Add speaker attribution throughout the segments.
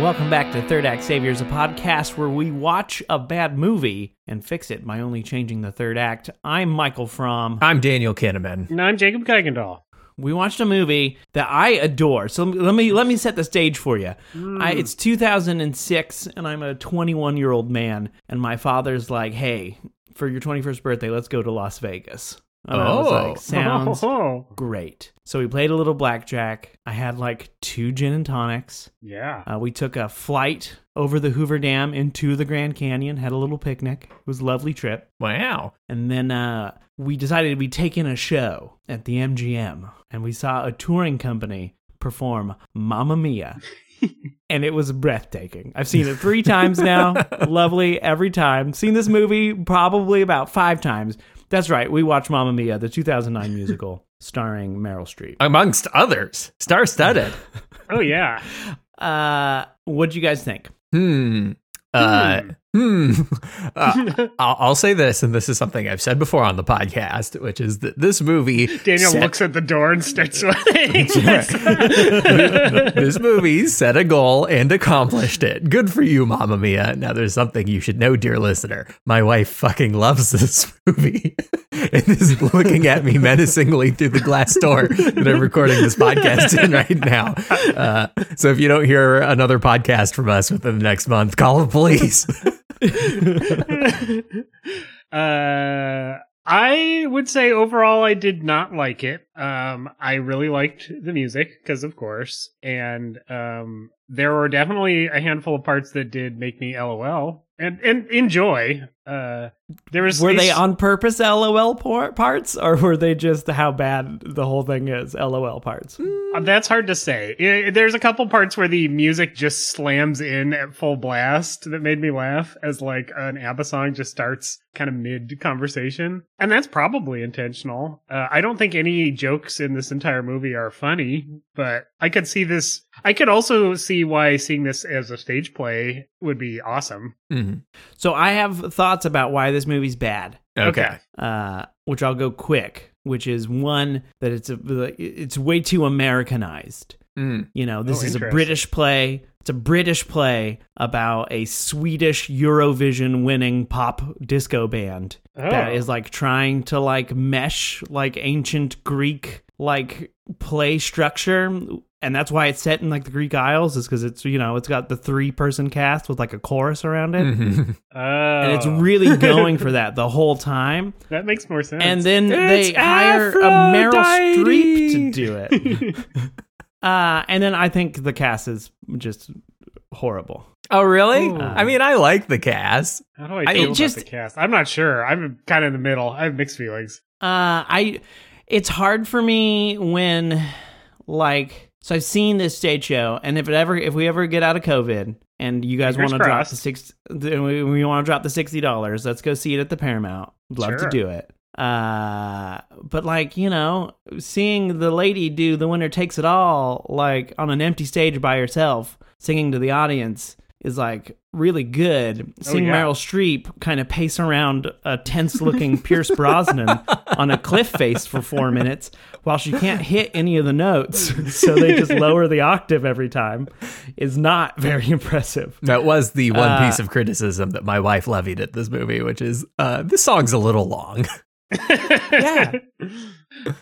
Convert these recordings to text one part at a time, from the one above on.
Speaker 1: Welcome back to Third Act Saviors, a podcast where we watch a bad movie and fix it by only changing the third act. I'm Michael Fromm.
Speaker 2: I'm Daniel Kahneman.
Speaker 3: And I'm Jacob Kuykendall.
Speaker 1: We watched a movie that I adore. So let me let me set the stage for you. I, it's 2006, and I'm a 21 year old man, and my father's like, "Hey, for your 21st birthday, let's go to Las Vegas." And I was
Speaker 2: Oh.
Speaker 1: like, "Sounds
Speaker 3: Oh,
Speaker 1: great." So we played a little blackjack. I had like two gin and tonics.
Speaker 3: yeah.
Speaker 1: Uh, we took a flight over the Hoover Dam into the Grand Canyon, had a little picnic. It was a lovely trip.
Speaker 2: Wow.
Speaker 1: And then uh, we decided we'd take in a show at the MGM, and we saw a touring company perform Mamma Mia. and it was breathtaking. I've seen it three times now. lovely every time. Seen this movie probably about five times. That's right. We watched Mamma Mia, the 2009 musical starring Meryl Streep.
Speaker 2: Amongst others, star studded.
Speaker 3: Oh, yeah.
Speaker 1: Uh, what'd you guys think?
Speaker 2: hmm. Uh, hmm. Uh, I'll, I'll say this, and this is something I've said before on the podcast, which is that this movie.
Speaker 3: Daniel
Speaker 2: set-
Speaker 3: looks at the door and starts sweating.
Speaker 2: this movie set a goal and accomplished it. Good for you, Mamma Mia. Now, there's something you should know, dear listener. My wife fucking loves this movie and is looking at me menacingly through the glass door that I'm recording this podcast in right now. Uh, so, if you don't hear another podcast from us within the next month, call the police.
Speaker 3: uh, I would say overall, I did not like it. Um, I really liked the music because, of course, and um, there were definitely a handful of parts that did make me LOL and and enjoy. Uh, there was
Speaker 1: Were
Speaker 3: a
Speaker 1: they
Speaker 3: s-
Speaker 1: on purpose LOL por- parts or were they just how bad the whole thing is LOL parts?
Speaker 3: Uh, That's hard to say. I- There's a couple parts where the music just slams in at full blast that made me laugh as like an ABBA song just starts kind of mid conversation. And that's probably intentional. Uh, I don't think any jokes in this entire movie are funny, but I could see this. I could also see why seeing this as a stage play would be awesome.
Speaker 2: Mhm.
Speaker 1: So I have thoughts about why this movie's bad,
Speaker 2: Okay.
Speaker 1: uh, which I'll go quick, which is one that it's a, it's way too Americanized.
Speaker 2: Mm.
Speaker 1: You know, this
Speaker 3: Oh,
Speaker 1: is a
Speaker 3: interesting.
Speaker 1: British play. It's a British play about a Swedish Eurovision winning pop disco band that
Speaker 3: Oh.
Speaker 1: is like trying to like mesh like ancient Greek like play structure. And that's why it's set in like the Greek Isles, is because it's, you know, it's got the three person cast with like a chorus around it.
Speaker 2: Mhm.
Speaker 1: And it's
Speaker 3: Oh.
Speaker 1: really going for that the whole time.
Speaker 3: that makes more sense.
Speaker 1: And then they
Speaker 2: It's
Speaker 1: hire a Meryl Streep to
Speaker 2: Aphrodite.
Speaker 1: do it. uh, and then I think the cast is just horrible.
Speaker 2: Oh, really?
Speaker 3: Ooh.
Speaker 2: I mean, I like the cast.
Speaker 3: how do I
Speaker 2: I-
Speaker 3: feel
Speaker 2: it
Speaker 3: about
Speaker 1: just-
Speaker 3: the cast? I'm not sure. I'm kind of in the middle. I have mixed feelings.
Speaker 1: Uh, I it's hard for me when like so I've seen this stage show, and if it ever if we ever get out of COVID and you guys
Speaker 3: Fingers
Speaker 1: want to drop
Speaker 3: crossed.
Speaker 1: the six, then we, we want to drop the sixty dollars. Let's go see it at the Paramount. Would Love to
Speaker 3: Sure.
Speaker 1: do it. Uh, but like you know, seeing the lady do the winner takes it all like on an empty stage by herself, singing to the audience is like really good. Seeing
Speaker 3: yeah.
Speaker 1: Meryl Streep kind of pace around a tense looking Pierce Brosnan on a cliff face for four minutes while she can't hit any of the notes, so they just lower the octave every time is not very impressive.
Speaker 2: That was the one piece of criticism that my wife levied at this movie, which is uh, this song's a little long.
Speaker 1: Yeah.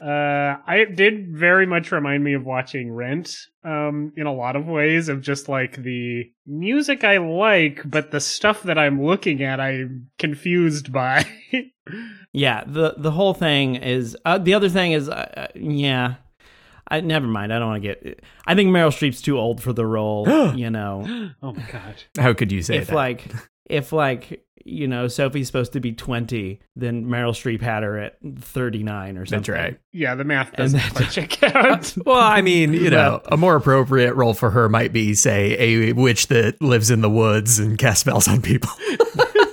Speaker 3: Uh, I it did very much remind me of watching Rent um, in a lot of ways of just like the music I like, but the stuff that I'm looking at, I'm confused by.
Speaker 1: Yeah, the the whole thing is uh, the other thing is uh, uh, yeah. I never mind. I don't want to get I think Meryl Streep's too old for the role, you know.
Speaker 3: oh my god!
Speaker 2: How could you say
Speaker 1: if
Speaker 2: that?
Speaker 1: like if like you know Sophie's supposed to be 20 then Meryl Streep had her at 39 or
Speaker 2: That's
Speaker 1: something.
Speaker 2: right.
Speaker 3: Yeah, the math doesn't
Speaker 1: that-
Speaker 3: quite check out.
Speaker 2: Well, I mean, you know, a more appropriate role for her might be, say, a witch that lives in the woods and casts spells on people.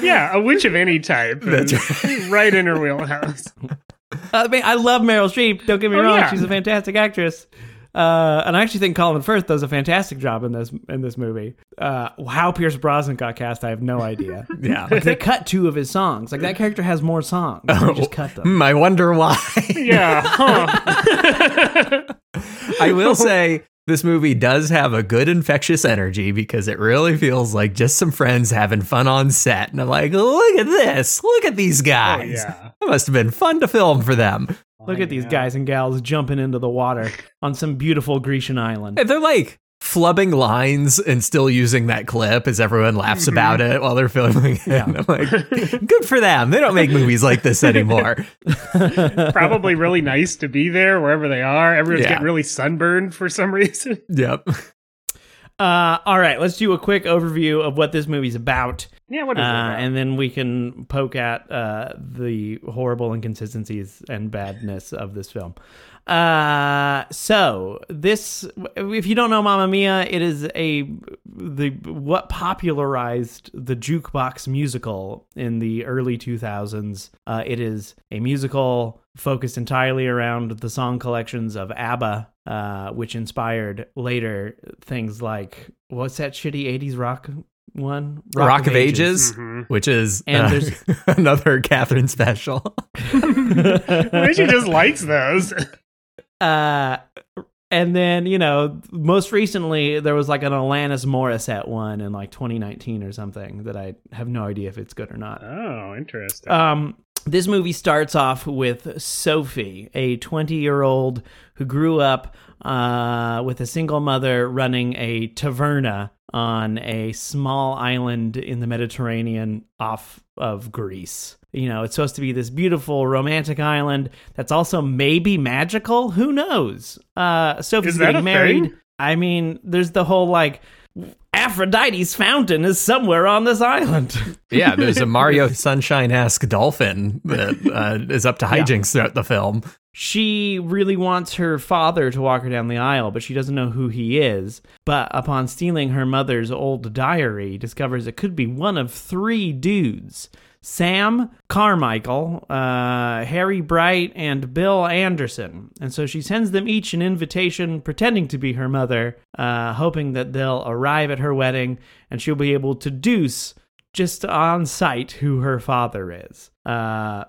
Speaker 3: yeah, a witch of any type
Speaker 2: That's
Speaker 3: is right in her wheelhouse.
Speaker 1: Uh, I mean I love Meryl Streep, don't get me
Speaker 3: Oh,
Speaker 1: wrong,
Speaker 3: yeah.
Speaker 1: she's a fantastic actress. Uh, and I actually think Colin Firth does a fantastic job in this in this movie. Uh, how Pierce Brosnan got cast, I have no idea.
Speaker 2: Yeah.
Speaker 1: they cut two of his songs. Like that character has more songs. They just cut them.
Speaker 2: Hmm, I wonder why.
Speaker 3: Yeah, huh.
Speaker 2: I will say this movie does have a good infectious energy because it really feels like just some friends having fun on set. And I'm like, look at this. Look at these
Speaker 3: Oh,
Speaker 2: guys.
Speaker 3: yeah.
Speaker 2: It must have been fun to film for them.
Speaker 1: Look
Speaker 3: Oh,
Speaker 1: at these
Speaker 3: yeah.
Speaker 1: guys and gals jumping into the water on some beautiful Grecian island.
Speaker 2: And they're like flubbing lines and still using that clip as everyone laughs about it while they're filming it.
Speaker 1: Yeah.
Speaker 2: I'm like, good for them. They don't make movies like this anymore.
Speaker 3: Probably really nice to be there wherever they are. Everyone's
Speaker 2: Yeah.
Speaker 3: getting really sunburned for some reason.
Speaker 2: yep.
Speaker 1: Uh, all right, let's do a quick overview of what this movie's about,
Speaker 3: Yeah, what
Speaker 1: uh,
Speaker 3: is it?
Speaker 1: and then we can poke at uh, the horrible inconsistencies and badness of this film. Uh, so this, if you don't know Mamma Mia, it is a the what popularized the jukebox musical in the early 2000s. Uh, it is a musical focused entirely around the song collections of ABBA, uh, which inspired later things like what's that shitty 80s rock one?
Speaker 2: Rock, of Ages,
Speaker 3: Mhm.
Speaker 2: which is
Speaker 1: And
Speaker 2: uh,
Speaker 1: there's-
Speaker 2: another Catherine special.
Speaker 3: She just likes those.
Speaker 1: Uh, and then you know, most recently there was like an Alanis Morissette one in like 2019 or something that I have no idea if it's good or not.
Speaker 3: Oh, interesting.
Speaker 1: Um, this movie starts off with Sophie, a 20 year old who grew up uh, with a single mother running a taverna on a small island in the Mediterranean off of Greece. You know, it's supposed to be this beautiful romantic island that's also maybe magical. Who knows? Uh, Sophie's
Speaker 3: Is that
Speaker 1: getting
Speaker 3: a
Speaker 1: married.
Speaker 3: thing?
Speaker 1: I mean, there's the whole like Aphrodite's fountain is somewhere on this island.
Speaker 2: yeah, there's a Mario Sunshine esque dolphin that uh, is up to hijinks throughout the film.
Speaker 1: she really wants her father to walk her down the aisle, but she doesn't know who he is. But upon stealing her mother's old diary, discovers it could be one of three dudes Sam Carmichael, uh, Harry Bright, and Bill Anderson. And so she sends them each an invitation, pretending to be her mother, uh, hoping that they'll arrive at her wedding and she'll be able to deuce just on sight who her father is. Uh,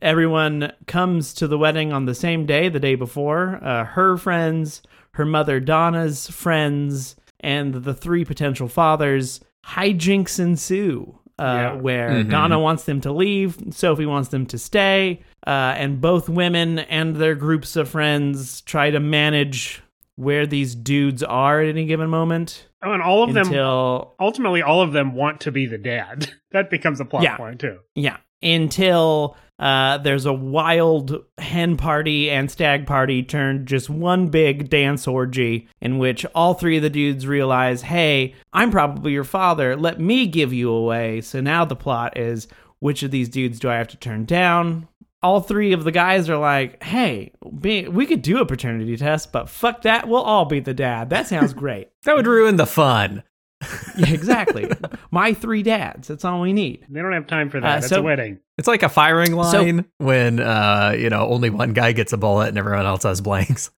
Speaker 1: everyone comes to the wedding on the same day, the day before. Uh, her friends, her mother Donna's friends, and the three potential fathers. Hijinks ensue. Uh,
Speaker 3: Yeah.
Speaker 1: Where Donna wants them to leave, Sophie wants them to stay, uh, and both women and their groups of friends try to manage where these dudes are at any given moment
Speaker 3: oh, and all of them,
Speaker 1: until
Speaker 3: ultimately, all of them want to be the dad. That becomes a plot
Speaker 1: Yeah.
Speaker 3: point, too.
Speaker 1: Yeah. Until uh, there's a wild hen party and stag party turned just one big dance orgy in which all three of the dudes realize, hey, I'm probably your father. Let me give you away. So now the plot is which of these dudes do I have to turn down? All three of the guys are like, hey, be- we could do a paternity test, but fuck that. We'll all be the dad. That sounds great.
Speaker 2: That would ruin the fun.
Speaker 1: yeah, exactly. My three dads. That's all we need.
Speaker 3: They don't have time for
Speaker 1: Uh,
Speaker 3: that. It's
Speaker 1: so-
Speaker 3: a wedding.
Speaker 2: It's like a firing
Speaker 1: So-
Speaker 2: line when uh, you know only one guy gets a bullet and everyone else has blanks.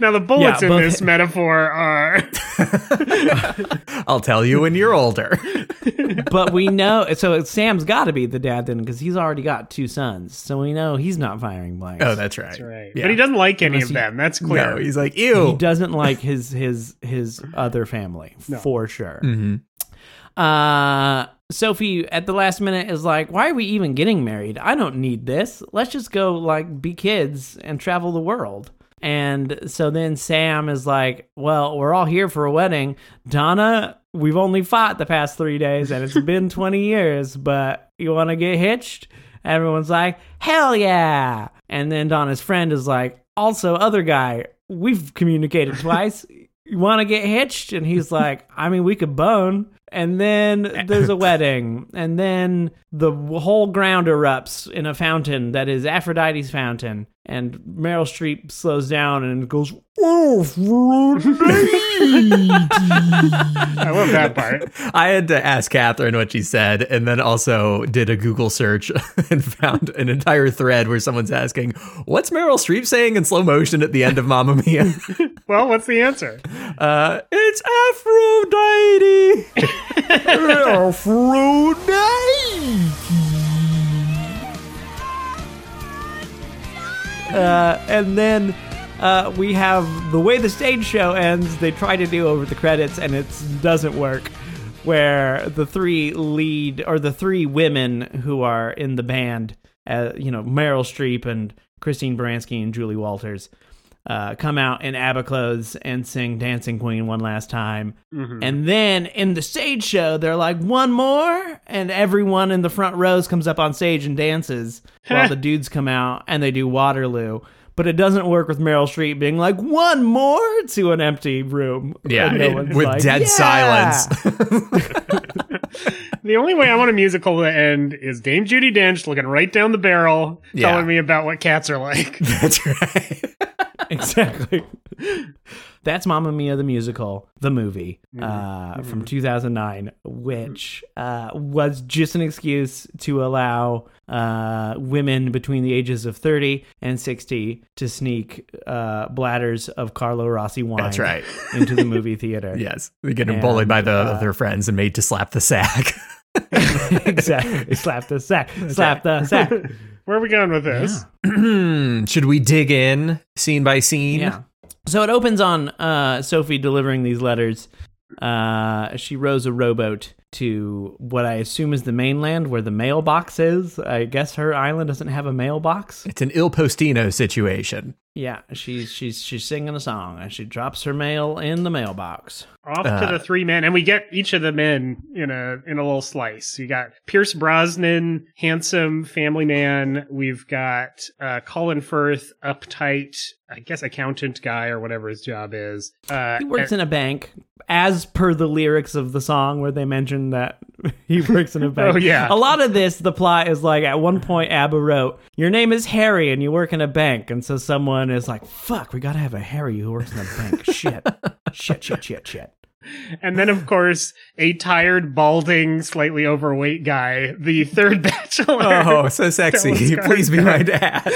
Speaker 3: now, the bullets
Speaker 1: Yeah,
Speaker 3: in
Speaker 1: both-
Speaker 3: this metaphor are.
Speaker 2: I'll tell you when you're older.
Speaker 1: but we know so Sam's got to be the dad then because he's already got two sons. So we know he's not firing blanks.
Speaker 2: Oh, that's right.
Speaker 3: That's right.
Speaker 2: Yeah.
Speaker 3: But he doesn't like any
Speaker 1: Unless
Speaker 3: of
Speaker 1: he-
Speaker 3: them. That's clear.
Speaker 2: No, he's like ew.
Speaker 1: he doesn't like his his his other family
Speaker 3: No.
Speaker 1: for sure.
Speaker 2: hmm
Speaker 1: Uh, Sophie at the last minute is like, "Why are we even getting married? I don't need this. Let's just go like be kids and travel the world." And so then Sam is like, "Well, we're all here for a wedding. Donna, we've only fought the past 3 days and it's been 20 years, but you want to get hitched?" Everyone's like, "Hell yeah." And then Donna's friend is like, "Also other guy, we've communicated twice. you want to get hitched? And he's like, I mean, we could bone. And then there's a wedding. And then the w- whole ground erupts in a fountain that is Aphrodite's fountain. And Meryl Streep slows down and goes,
Speaker 3: I love that part.
Speaker 2: I had to ask Catherine what she said, and then also did a Google search and found an entire thread where someone's asking, "What's Meryl Streep saying in slow motion at the end of Mamma Mia?"
Speaker 3: Well, what's the answer?
Speaker 2: Uh, it's Aphrodite. Aphrodite.
Speaker 1: uh, and then uh, we have the way the stage show ends. They try to do over the credits, and it doesn't work. Where the three lead or the three women who are in the band, uh, you know, Meryl Streep and Christine Baranski and Julie Walters, uh, come out in ABBA clothes and sing "Dancing Queen" one last time.
Speaker 2: Mm-hmm.
Speaker 1: And then in the stage show, they're like, one more. And everyone in the front rows comes up on stage and dances while the dudes come out and they do Waterloo. But it doesn't work with Meryl Streep being like, one more to an empty room.
Speaker 2: Yeah,
Speaker 1: And no
Speaker 2: it-
Speaker 1: one's
Speaker 2: with
Speaker 1: like,
Speaker 2: dead
Speaker 1: "Yeah!"
Speaker 2: silence.
Speaker 3: The only way I want a musical to end is Dame Judy Dench looking right down the barrel,
Speaker 2: Yeah.
Speaker 3: telling me about what cats are like.
Speaker 2: That's right.
Speaker 1: exactly. That's Mamma Mia the musical, the movie
Speaker 2: Mm-hmm.
Speaker 1: uh, from 2009, which uh, was just an excuse to allow uh, women between the ages of 30 and 60 to sneak uh, bladders of Carlo Rossi wine.
Speaker 2: That's right.
Speaker 1: Into the movie theater.
Speaker 2: Yes, they get bullied by the, their friends and made to slap the sack.
Speaker 1: exactly. Slap the sack. Slap the sack.
Speaker 3: Where are we going with this?
Speaker 2: Hmm, Should we dig in scene by scene?
Speaker 1: Yeah. So it opens on uh, Sophie delivering these letters. Uh, she rows a rowboat to what I assume is the mainland where the mailbox is. I guess her island doesn't have a mailbox.
Speaker 2: It's an Il Postino situation.
Speaker 1: Yeah, she's she's she's singing a song and she drops her mail in the mailbox.
Speaker 3: Off to
Speaker 1: Uh,
Speaker 3: the three men, and we get each of the men in a in a little slice. You got Pierce Brosnan, handsome family man. We've got uh, Colin Firth, uptight, I guess accountant guy or whatever his job is. Uh,
Speaker 1: He works in a bank, as per the lyrics of the song where they mention that he works in a bank.
Speaker 3: Oh, yeah.
Speaker 1: A lot of this, the plot is like at one point, Abba wrote, Your name is Harry and you work in a bank. And so someone is like, Fuck, we got to have a Harry who works in a bank. shit. Shit, shit, shit, shit.
Speaker 3: And then, of course, a tired, balding, slightly overweight guy, the third bachelor.
Speaker 2: Oh, so sexy.
Speaker 3: That was
Speaker 2: Please be my dad.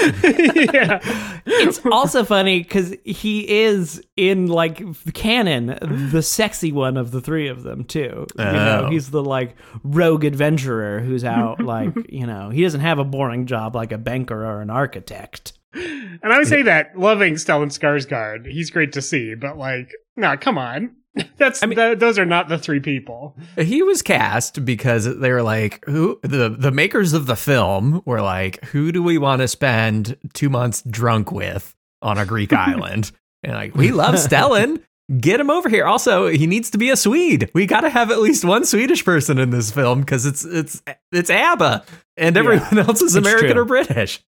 Speaker 3: yeah.
Speaker 1: It's also funny because he is in like canon, the sexy one of the three of them too. You know,
Speaker 2: Oh.
Speaker 1: he's the like rogue adventurer who's out like you know he doesn't have a boring job like a banker or an architect.
Speaker 3: And I would say that, loving Stellan Skarsgård, he's great to see, but like, nah, come on. That's th- those are not the three people.
Speaker 2: he was cast because they were like, who the the makers of the film were like, who do we want to spend two months drunk with on a Greek island? And like, we love Stellan. Get him over here. Also, he needs to be a Swede. We got to have at least one Swedish person in this film because it's it's it's ABBA, and everyone else is American
Speaker 1: true.
Speaker 2: or British.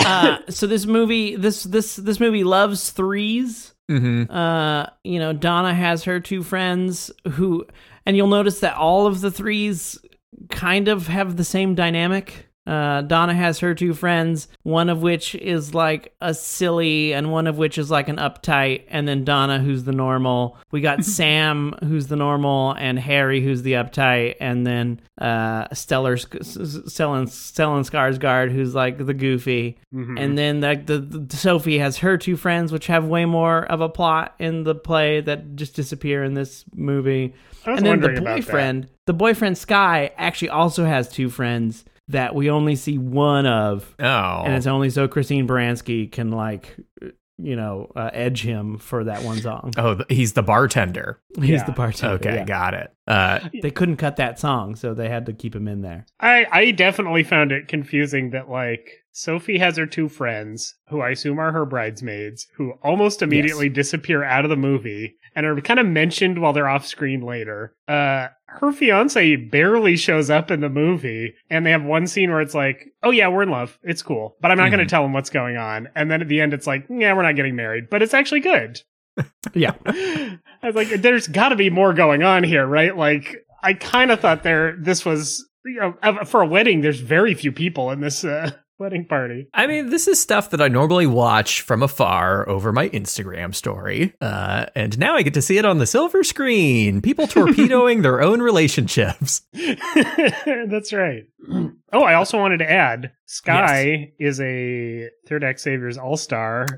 Speaker 1: uh, so this movie this this this movie loves threes
Speaker 2: Mm-hmm.
Speaker 1: uh you know donna has her two friends who and you'll notice that all of the threes kind of have the same dynamic uh donna has her two friends one of which is like a silly and one of which is like an uptight and then donna who's the normal we got sam who's the normal and harry who's the uptight and then uh stellar Sk- S- S- stellan stellan skarsgård who's like the goofy
Speaker 3: Mm-hmm.
Speaker 1: and then like the, the Sophie has her two friends, which have way more of a plot in the play that just disappear in this movie.
Speaker 3: I was
Speaker 1: and then the
Speaker 3: wondering about that.
Speaker 1: boyfriend, the boyfriend Sky, actually also has two friends that we only see one of,
Speaker 2: Oh,
Speaker 1: and it's only so Christine Baranski can like, you know, uh, edge him for that one song.
Speaker 2: oh, th- he's the bartender.
Speaker 1: He's
Speaker 3: yeah.
Speaker 1: the bartender.
Speaker 2: Okay,
Speaker 1: yeah.
Speaker 2: got it. Uh,
Speaker 1: They couldn't cut that song, so they had to keep him in there.
Speaker 3: I, I definitely found it confusing that like Sophie has her two friends, who I assume are her bridesmaids, who almost immediately disappear out of the movie and are kind of mentioned while they're off screen later. Uh her fiance barely shows up in the movie, and they have one scene where it's like, Oh yeah, we're in love. It's cool. But I'm not gonna tell him what's going on. And then at the end it's like, Yeah, we're not getting married, but it's actually good.
Speaker 1: Yeah.
Speaker 3: I was like, there's got to be more going on here, right? Like, I kind of thought there, this was, you know, of- for a wedding, there's very few people in this uh, wedding party.
Speaker 2: I mean, this is stuff that I normally watch from afar over my Instagram story, uh, and now I get to see it on the silver screen. People torpedoing their own relationships.
Speaker 3: That's right. Oh, I also wanted to add Sky is a Third Act Saviors All Star.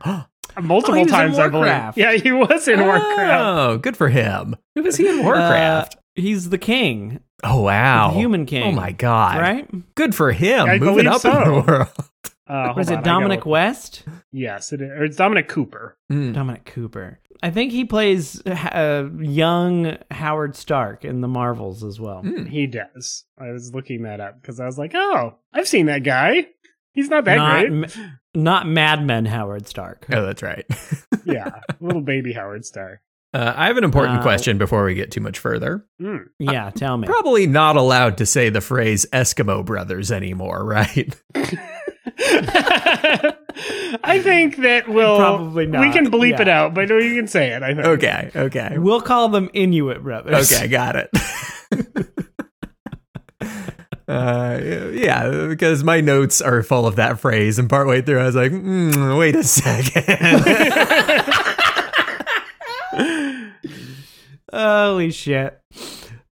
Speaker 1: Oh,
Speaker 3: Multiple
Speaker 1: he was in
Speaker 3: times, I believe.
Speaker 1: Warcraft. Oh.
Speaker 3: Yeah, he was in Warcraft.
Speaker 2: Oh, good for him. Who was he in Warcraft?
Speaker 1: Uh, he's the king,
Speaker 2: oh wow,
Speaker 1: the human king.
Speaker 2: Oh my god,
Speaker 1: Right?
Speaker 2: Good for him,
Speaker 3: I
Speaker 2: moving
Speaker 3: believe
Speaker 2: up in
Speaker 3: so.
Speaker 2: the world.
Speaker 3: Uh, hold
Speaker 1: What is
Speaker 3: on, I
Speaker 1: it,
Speaker 3: gotta
Speaker 1: Dominic
Speaker 3: look-
Speaker 1: West?
Speaker 3: Yes, it is. Or it's Dominic Cooper.
Speaker 2: Mm.
Speaker 1: Dominic Cooper. I think he plays uh, young Howard Stark in the Marvels as well.
Speaker 2: Mm.
Speaker 3: He does. I was looking that up because I was like, oh, I've seen that guy. He's not that
Speaker 1: Not,
Speaker 3: great.
Speaker 1: ma- not Mad Men Howard Stark.
Speaker 2: Oh, that's right.
Speaker 3: yeah, little baby Howard Stark.
Speaker 2: Uh, I have an important
Speaker 1: Uh,
Speaker 2: question before we get too much further.
Speaker 3: Mm.
Speaker 1: Yeah, tell me.
Speaker 2: Probably not allowed to say the phrase Eskimo brothers anymore, right?
Speaker 3: I think that we'll
Speaker 1: Probably
Speaker 3: We
Speaker 1: not.
Speaker 3: can bleep it
Speaker 1: Yeah.
Speaker 3: out, but we can say it. I think.
Speaker 2: okay, okay.
Speaker 1: We'll call them Inuit brothers.
Speaker 2: Okay, got it. Uh, yeah, because my notes are full of that phrase, and partway through I was like, mm, "Wait a second.
Speaker 1: Holy shit.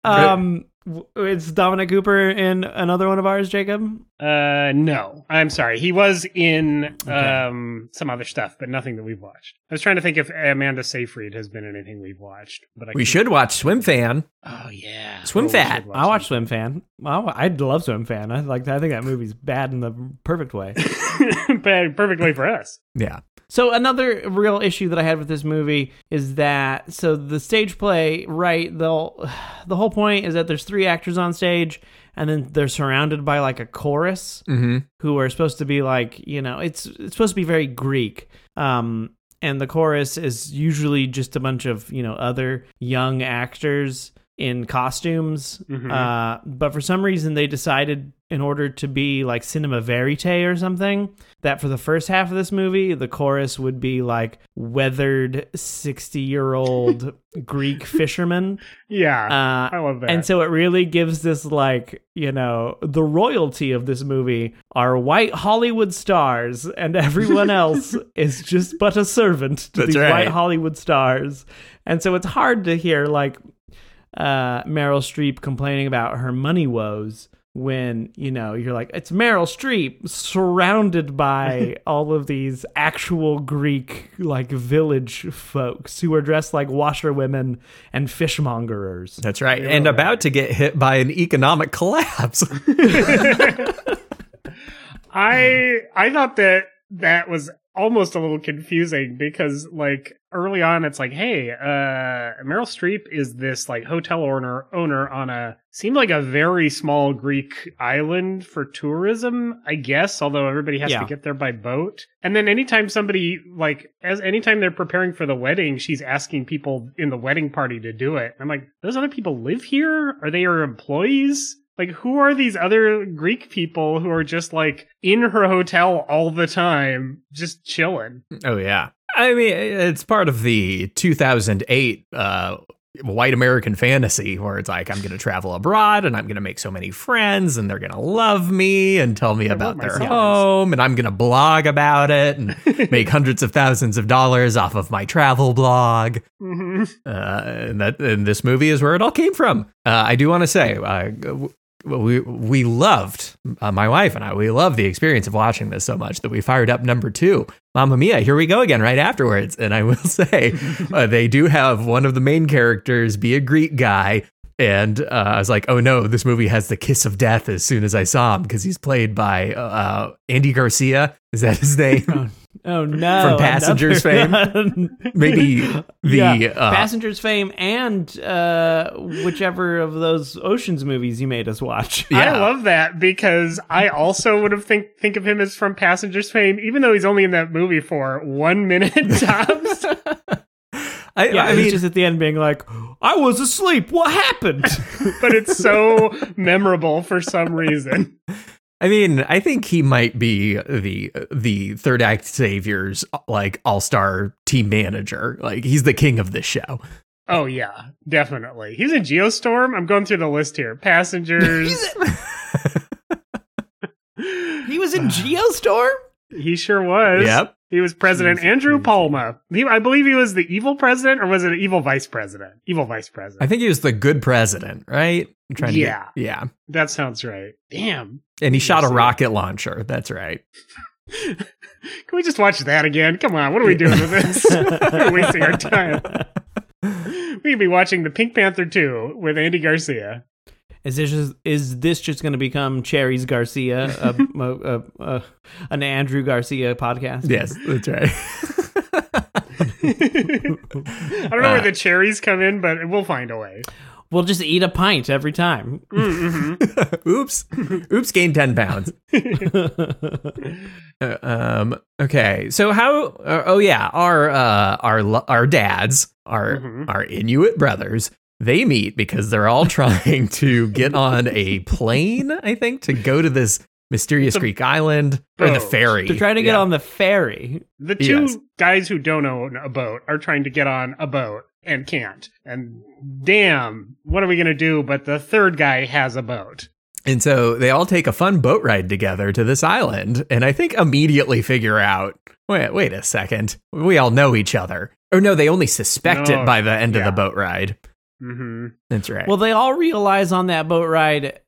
Speaker 1: Um, w- it's Dominic Cooper in another one of ours, Jacob.
Speaker 3: Uh, no, I'm sorry. He was in
Speaker 1: Okay.
Speaker 3: um some other stuff, but nothing that we've watched. I was trying to think if Amanda Seyfried has been in anything we've watched, but I
Speaker 2: we
Speaker 3: couldn't-
Speaker 2: should watch Swim Fan.
Speaker 3: Oh yeah,
Speaker 2: Swim
Speaker 3: Oh, we
Speaker 2: Fat.
Speaker 3: should
Speaker 1: I watched Swim Fan. I wa- I love Swim Fan. I like. I think that movie's bad in the perfect way.
Speaker 3: that. But Perfectly for us.
Speaker 2: Yeah,
Speaker 1: So another real issue that I had with this movie is that so the stage play, right? The the whole point is that there's three actors on stage, and then they're surrounded by like a chorus
Speaker 2: mm-hmm.
Speaker 1: who are supposed to be like you know it's it's supposed to be very Greek. Um, and the chorus is usually just a bunch of you know other young actors in costumes
Speaker 3: Mhm.
Speaker 1: uh, but for some reason, they decided, in order to be like cinema verite or something, that for the first half of this movie, the chorus would be like weathered 60 year old Greek fishermen.
Speaker 3: yeah,
Speaker 1: Uh,
Speaker 3: I love that.
Speaker 1: and so it really gives this like, you know, the royalty of this movie are white Hollywood stars and everyone else is just but a servant to
Speaker 2: That's
Speaker 1: these
Speaker 2: right.
Speaker 1: white Hollywood stars. And so it's hard to hear like uh Meryl Streep complaining about her money woes when, you know, you're like it's Meryl Streep surrounded by all of these actual Greek like village folks who are dressed like washerwomen and fishmongerers.
Speaker 2: that's right. And about to get hit by an economic collapse.
Speaker 3: I I thought that that was almost a little confusing because like early on it's like hey uh meryl streep is this like hotel owner owner on a seemed like a very small greek island for tourism i guess although everybody has
Speaker 1: Yeah.
Speaker 3: to get there by boat and then anytime somebody like as anytime they're preparing for the wedding she's asking people in the wedding party to do it i'm like those other people live here are they her employees like, who are these other Greek people who are just like in her hotel all the time, just chilling?
Speaker 2: Oh yeah. I mean, it's part of the 2008 uh, white American fantasy where it's like I'm going to travel abroad and I'm going to make so many friends and they're going to love me and tell me
Speaker 3: I love
Speaker 2: about
Speaker 3: my
Speaker 2: their
Speaker 3: friends.
Speaker 2: home and I'm going to blog about it and make hundreds of thousands of dollars off of my travel blog.
Speaker 3: hmm
Speaker 2: Uh, and that and this movie is where it all came from. Uh, I do want to say, uh, w- we we loved uh, my wife and I. We loved the experience of watching this so much that we fired up number two, Mamma Mia. Here we go again, right afterwards. And I will say, uh, they do have one of the main characters be a Greek guy. And uh, I was like, oh no, this movie has the kiss of death as soon as I saw him because he's played by uh, uh, Andy Garcia. Is that his name?
Speaker 1: Oh no!
Speaker 2: From Passengers
Speaker 1: another one.
Speaker 2: Maybe the
Speaker 1: yeah.
Speaker 2: uh,
Speaker 1: Passengers fame and uh, whichever of those Oceans movies you made us watch.
Speaker 2: Yeah.
Speaker 3: I love that because I also would have think think of him as from Passengers fame, even though he's only in that movie for one minute tops.
Speaker 2: I,
Speaker 1: Yeah,
Speaker 2: I
Speaker 1: he's
Speaker 2: mean,
Speaker 1: just at the end being like, "I was asleep. What happened?"
Speaker 3: but it's so memorable for some reason.
Speaker 2: I mean, I think he might be the the third act saviors like all star team manager. Like he's the king of this show.
Speaker 3: Oh yeah, definitely. He's in Geostorm. I'm going through the list here. Passengers.
Speaker 1: he was in Geostorm.
Speaker 3: he sure was.
Speaker 2: yep.
Speaker 3: He was President
Speaker 1: Jesus
Speaker 3: Andrew
Speaker 1: Christ.
Speaker 3: Palma. He, I believe he was the evil president, or was it evil vice president? Evil vice president.
Speaker 2: I think he was the good president, right? I'm trying to get-
Speaker 3: Yeah.
Speaker 2: yeah.
Speaker 3: that sounds right. Damn.
Speaker 2: And he shot a
Speaker 3: Yes.
Speaker 2: rocket launcher. That's right.
Speaker 3: Can we just watch that again? Come on. What are we doing with this? We're wasting our time. We could be watching The Pink Panther 2 with Andy Garcia.
Speaker 1: Is this just, is this just going to become Cherries Garcia, a, a, a, a, an Andrew Garcia podcast?
Speaker 2: Yes, that's right.
Speaker 3: I don't know
Speaker 2: Uh.
Speaker 3: where the cherries come in, but we'll find a way. Mm,
Speaker 1: We'll just eat a pint every time.
Speaker 3: mm-hmm.
Speaker 2: Oops. Oops, gained 10 pounds. Uh, um, okay. So how uh, oh yeah, our uh our lo- our dads, our
Speaker 1: Mm-hmm.
Speaker 3: Mhm.
Speaker 2: our Inuit brothers, they meet because they're all trying to get on a plane, I think, to go to this mysterious Greek island or the
Speaker 3: boat.
Speaker 2: ferry.
Speaker 1: To try to get
Speaker 2: Yeah.
Speaker 1: on the ferry.
Speaker 3: The two
Speaker 2: Yes.
Speaker 3: guys who don't own a boat are trying to get on a boat and can't. And damn, what are we going to do? But the third guy has a boat.
Speaker 2: And so they all take a fun boat ride together to this island, and I think immediately figure out wait, wait a second, we all know each other. Or no, they only suspect
Speaker 3: No,
Speaker 2: it by the end of
Speaker 3: yeah.
Speaker 2: the boat ride.
Speaker 3: hmm
Speaker 2: That's right.
Speaker 1: Well, they all realize on that boat ride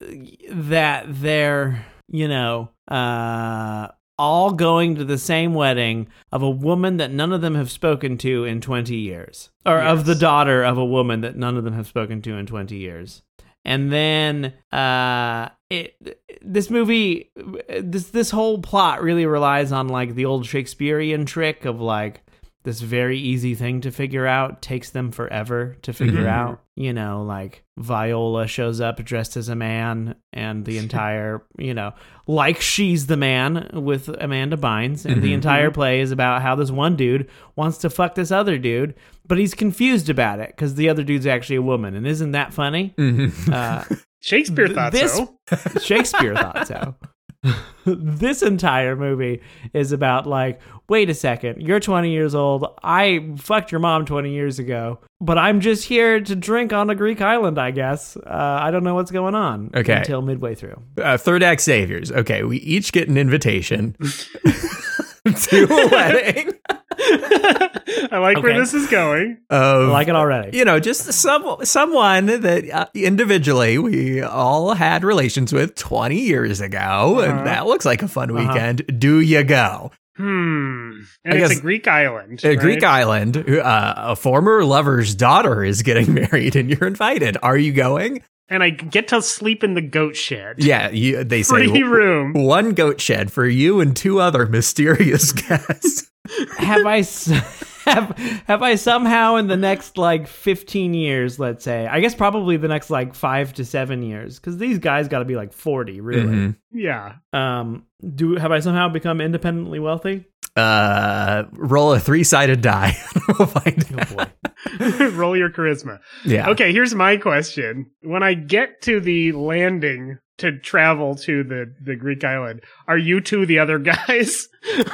Speaker 1: that they're, you know, uh, all going to the same wedding of a woman that none of them have spoken to in 20 years, or of
Speaker 3: Yes.
Speaker 1: the daughter of a woman that none of them have spoken to in 20 years. And then uh, it this movie this this whole plot really relies on like the old Shakespearean trick of like this very easy thing to figure out takes them forever to figure
Speaker 2: Mhm.
Speaker 1: out. You know, like Viola shows up dressed as a man, and the entire, you know, like she's the man with Amanda Bynes, and the
Speaker 2: Mhm.
Speaker 1: entire play is about how this one dude wants to fuck this other dude, but he's confused about it because the other dude's actually a woman, and isn't that funny?
Speaker 2: Mhm.
Speaker 1: Uh,
Speaker 3: Shakespeare
Speaker 1: Th-
Speaker 3: thought
Speaker 1: this-
Speaker 3: so.
Speaker 1: Shakespeare thought so. this entire movie is about like, wait a second, you're 20 years old. I fucked your mom 20 years ago, but I'm just here to drink on a Greek island, I guess. Uh, I don't know what's going on
Speaker 2: Okay.
Speaker 1: until midway through.
Speaker 2: Uh, third act saviors. Okay, we each get an invitation to a wedding
Speaker 3: I like where
Speaker 1: Okay.
Speaker 3: this is going.
Speaker 2: of
Speaker 1: I like it already.
Speaker 2: you know just some someone that uh, individually we all had relations with 20 years ago,
Speaker 3: Uh-huh.
Speaker 2: and that looks like a fun
Speaker 1: Uh-huh.
Speaker 2: weekend. Do you go?
Speaker 3: Hmm. And
Speaker 2: I
Speaker 3: it's
Speaker 2: guess-
Speaker 3: a Greek island.
Speaker 2: A Greek
Speaker 3: right?
Speaker 2: island. Uh, a former lover's daughter is getting married, and you're invited. Are you going?
Speaker 3: And I get to sleep in the goat shed.
Speaker 2: Yeah, you, they say
Speaker 3: Free room.
Speaker 2: one goat shed for you and two other mysterious guests.
Speaker 1: have I s- have have I somehow in the next like 15 years, let's say, I guess probably the next like five to seven years, because these guys got to be like 40, really.
Speaker 2: Mhm.
Speaker 3: Yeah.
Speaker 1: Um, do have I somehow become independently wealthy?
Speaker 2: uh, roll a three sided die. we'll find out.
Speaker 1: Oh boy.
Speaker 3: Roll your charisma.
Speaker 2: Yeah.
Speaker 3: Okay, here's my question. When I get to the landing to travel to the, the Greek island, are you two the other guys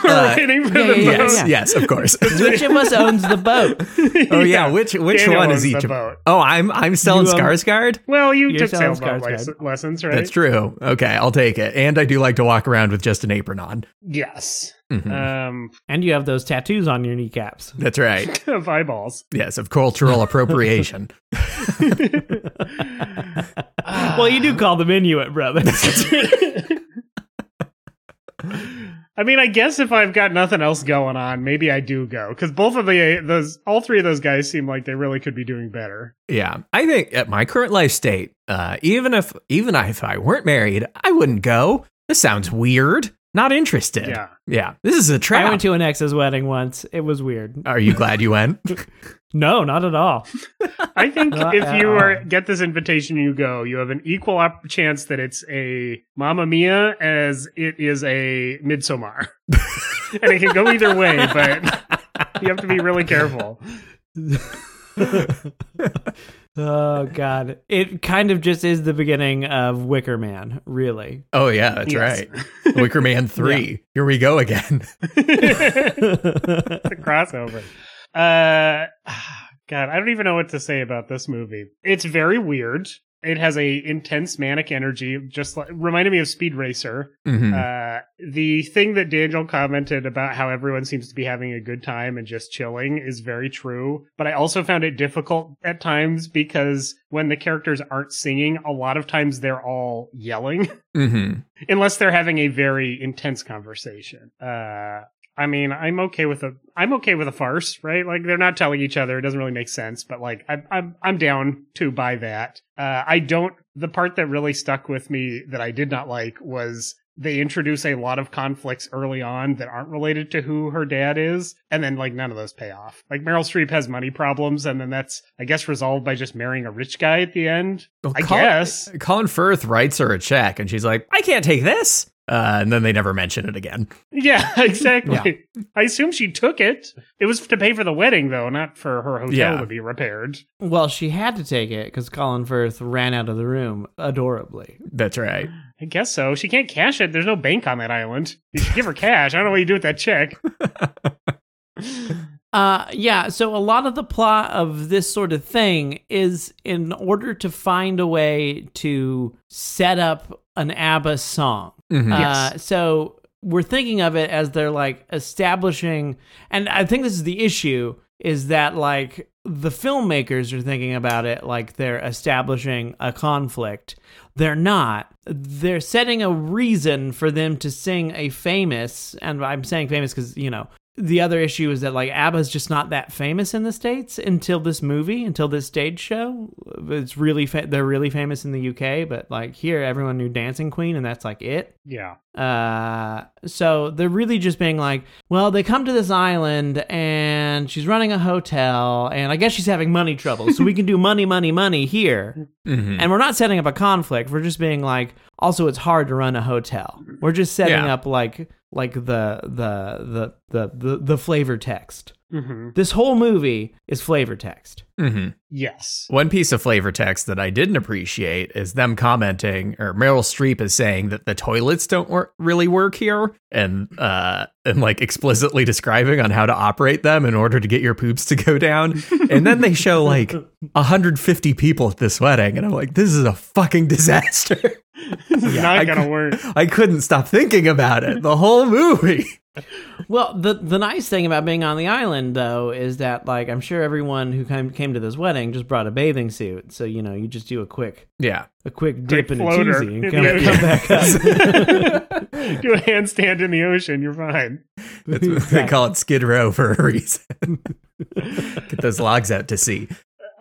Speaker 2: Uh,
Speaker 3: waiting for
Speaker 1: yeah,
Speaker 3: the
Speaker 1: yeah,
Speaker 2: Yes.
Speaker 1: yeah.
Speaker 2: Yes. Of course.
Speaker 1: Which of us owns the boat?
Speaker 3: boat?
Speaker 2: oh yeah. Which which
Speaker 3: Daniel
Speaker 2: one
Speaker 3: owns
Speaker 2: is
Speaker 3: the
Speaker 2: each? of-
Speaker 3: boat.
Speaker 2: Oh, I'm I'm selling
Speaker 1: You, um,
Speaker 2: Skarsgård.
Speaker 3: Well, you
Speaker 1: You're
Speaker 3: took
Speaker 1: selling
Speaker 3: sailboat
Speaker 1: Skarsgård.
Speaker 3: lic- lessons, right?
Speaker 2: That's true. Okay, I'll take it. And I do like to walk around with just an apron on.
Speaker 3: Yes.
Speaker 2: Mhm.
Speaker 1: Uh,
Speaker 3: Um,
Speaker 1: And you have those tattoos on your kneecaps.
Speaker 2: That's right.
Speaker 3: of eyeballs.
Speaker 2: Yes, of cultural appropriation.
Speaker 1: well, you do call them Inuit, brother.
Speaker 3: I mean, I guess if I've got nothing else going on, maybe I do go because both of the those all three of those guys seem like they really could be doing better.
Speaker 2: yeah, I think at my current life state, uh, even if even if I weren't married, I wouldn't go. This sounds weird. Not interested.
Speaker 3: Yeah.
Speaker 2: Yeah. This is a
Speaker 1: I
Speaker 2: trap.
Speaker 1: went to an ex's wedding once. It was weird.
Speaker 2: Are you glad you went?
Speaker 1: No, not at all.
Speaker 3: I think
Speaker 1: Not
Speaker 3: if
Speaker 1: at
Speaker 3: you
Speaker 1: all.
Speaker 3: are get this invitation, you go. You have an equal op- chance that it's a Mamma Mia as it is a Midsommar, and it can go either way. But you have to be really careful.
Speaker 1: Oh god. It kind of just is the beginning of Wicker Man, really.
Speaker 2: Oh yeah, that's
Speaker 3: Yes.
Speaker 2: right. Wicker Man three. Here we go again.
Speaker 3: the crossover. Uh, God, I don't even know what to say about this movie. It's very weird. It has a intense manic energy, just like, reminded me of Speed Racer.
Speaker 2: Mhm.
Speaker 3: Uh, the thing that Daniel commented about how everyone seems to be having a good time and just chilling is very true. But I also found it difficult at times because when the characters aren't singing, a lot of times they're all yelling
Speaker 2: Mhm.
Speaker 3: unless they're having a very intense conversation. Uh, I mean, I'm okay with a I'm okay with a farce, right? Like they're not telling each other; it doesn't really make sense. But like, I'm I'm I'm down to buy that. Uh, I don't. The part that really stuck with me that I did not like was they introduce a lot of conflicts early on that aren't related to who her dad is, and then like none of those pay off. Like Meryl Streep has money problems, and then that's I guess resolved by just marrying a rich guy at the end.
Speaker 2: Well,
Speaker 3: I
Speaker 2: Colin-
Speaker 3: guess.
Speaker 2: Colin Firth writes her a check, and she's like, "I can't take this." Uh, and then they never mention it again.
Speaker 3: Yeah, exactly. I assume she took it. It was to pay for the wedding though, not for her hotel
Speaker 2: Yeah.
Speaker 3: to be repaired.
Speaker 1: Well, she had to take it because Colin Firth ran out of the room adorably.
Speaker 2: That's right.
Speaker 3: I guess so. She can't cash it. There's no bank on that island. You should give her cash. I don't know what you do with that check.
Speaker 1: Uh, yeah, so a lot of the plot of this sort of thing is in order to find a way to set up an ABBA song.
Speaker 2: Mhm.
Speaker 1: Uh, so we're thinking of it as they're like establishing, and I think this is the issue is that like the filmmakers are thinking about it like they're establishing a conflict. They're not. They're setting a reason for them to sing a famous, and I'm saying famous because, you know, the other issue is that like ABBA's just not that famous in the states until this movie, until this stage show. It's really fa- they're really famous in the UK, but like here everyone knew Dancing Queen and that's like it.
Speaker 3: Yeah.
Speaker 1: Uh, so they're really just being like, well, they come to this island and she's running a hotel and I guess she's having money trouble. So we can do money, money, money here.
Speaker 2: Mhm.
Speaker 1: And we're not setting up a conflict. We're just being like, also it's hard to run a hotel. We're just setting
Speaker 2: Yeah.
Speaker 1: up like like the the the the the, the flavor text.
Speaker 3: hmm
Speaker 1: This whole movie is flavor text.
Speaker 2: Mhm.
Speaker 3: Yes.
Speaker 2: One piece of flavor text that I didn't appreciate is them commenting, or Meryl Streep is saying that the toilets don't wor- really work here, and uh, and like explicitly describing on how to operate them in order to get your poops to go down. And then they show like 150 people at this wedding, and I'm like, this is a fucking disaster.
Speaker 3: This is
Speaker 2: Yeah,
Speaker 3: not
Speaker 2: I
Speaker 3: gonna
Speaker 2: cou-
Speaker 3: work.
Speaker 2: I couldn't stop thinking about it the whole movie.
Speaker 1: Well, the the nice thing about being on the island though is that like I'm sure everyone who came came to this wedding just brought a bathing suit, so you know you just do a quick
Speaker 2: Yeah,
Speaker 1: a quick dip in a
Speaker 3: floater.
Speaker 1: cheesy and come,
Speaker 3: Yeah.
Speaker 1: come back up.
Speaker 3: Do a handstand in the ocean. You're fine.
Speaker 2: that's what they call it Skid Row for a reason. get those logs out to sea.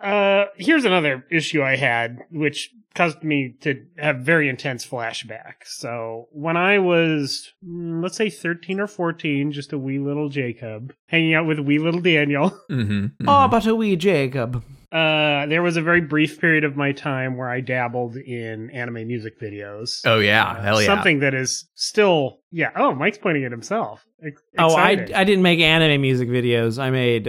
Speaker 3: Uh, here's another issue I had, which caused me to have very intense flashback. So when I was, mm, let's say 13 or 14, just a wee little Jacob, hanging out with wee little Daniel.
Speaker 2: Mm-hmm.
Speaker 1: oh, but a wee Jacob.
Speaker 3: Uh, there was a very brief period of my time where I dabbled in anime music videos.
Speaker 2: Oh yeah,
Speaker 3: Uh,
Speaker 2: hell yeah.
Speaker 3: Something that is still, yeah. Oh, Mike's pointing at himself. Ex-
Speaker 1: Oh, I,
Speaker 3: exciting.
Speaker 1: I didn't make anime music videos. I made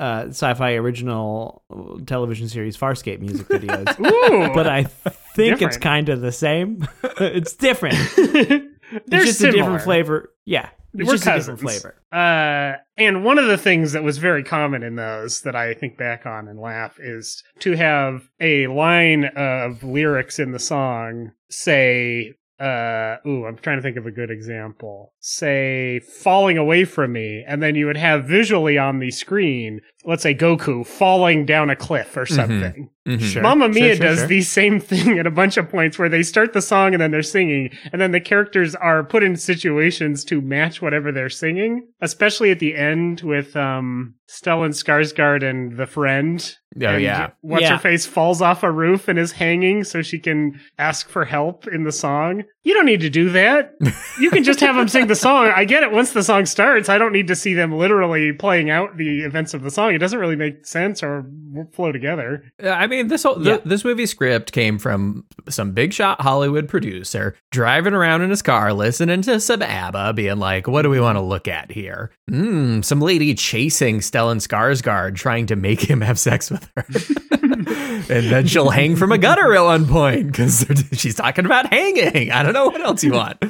Speaker 1: uh, sci-fi original uh, television series Farscape music videos.
Speaker 3: Ooh,
Speaker 1: but I think it's
Speaker 3: Different.
Speaker 1: kind of the same. it's different.
Speaker 3: they're
Speaker 1: it's just
Speaker 3: similar.
Speaker 1: a different flavor. Yeah, it's
Speaker 3: We're
Speaker 1: just a different
Speaker 3: cousins.
Speaker 1: flavor.
Speaker 3: Uh, and one of the things that was very common in those that I think back on and laugh is to have a line of lyrics in the song say, uh, ooh, I'm trying to think of a good example. Say, falling away from me. And then you would have visually on the screen, let's say Goku falling down a cliff or something.
Speaker 2: Mhm.
Speaker 1: Sure.
Speaker 3: Mm-hmm. Mamma Mia
Speaker 1: sure,
Speaker 3: does
Speaker 1: sure.
Speaker 3: the same thing at a bunch of points where they start the song and then they're singing, and then the characters are put in situations to match whatever they're singing, especially at the end with um, Stellan Skarsgård and the friend.
Speaker 2: Oh
Speaker 3: And
Speaker 2: yeah.
Speaker 3: What's
Speaker 1: Yeah.
Speaker 3: her face falls off a roof and is hanging so she can ask for help in the song. You don't need to do that. You can just have them sing the song. I get it once the song starts. I don't need to see them literally playing out the events of the song. It doesn't really make sense or flow together.
Speaker 2: Uh, I mean, this whole
Speaker 1: Yeah.
Speaker 2: th- this movie script came from some big shot Hollywood producer driving around in his car, listening to some ABBA, being like, "What do we want to look at here? Mm, some lady chasing Stellan Skarsgård, trying to make him have sex with her, and then she'll hang from a gutter at one point because she's talking about hanging. I don't know what else you want.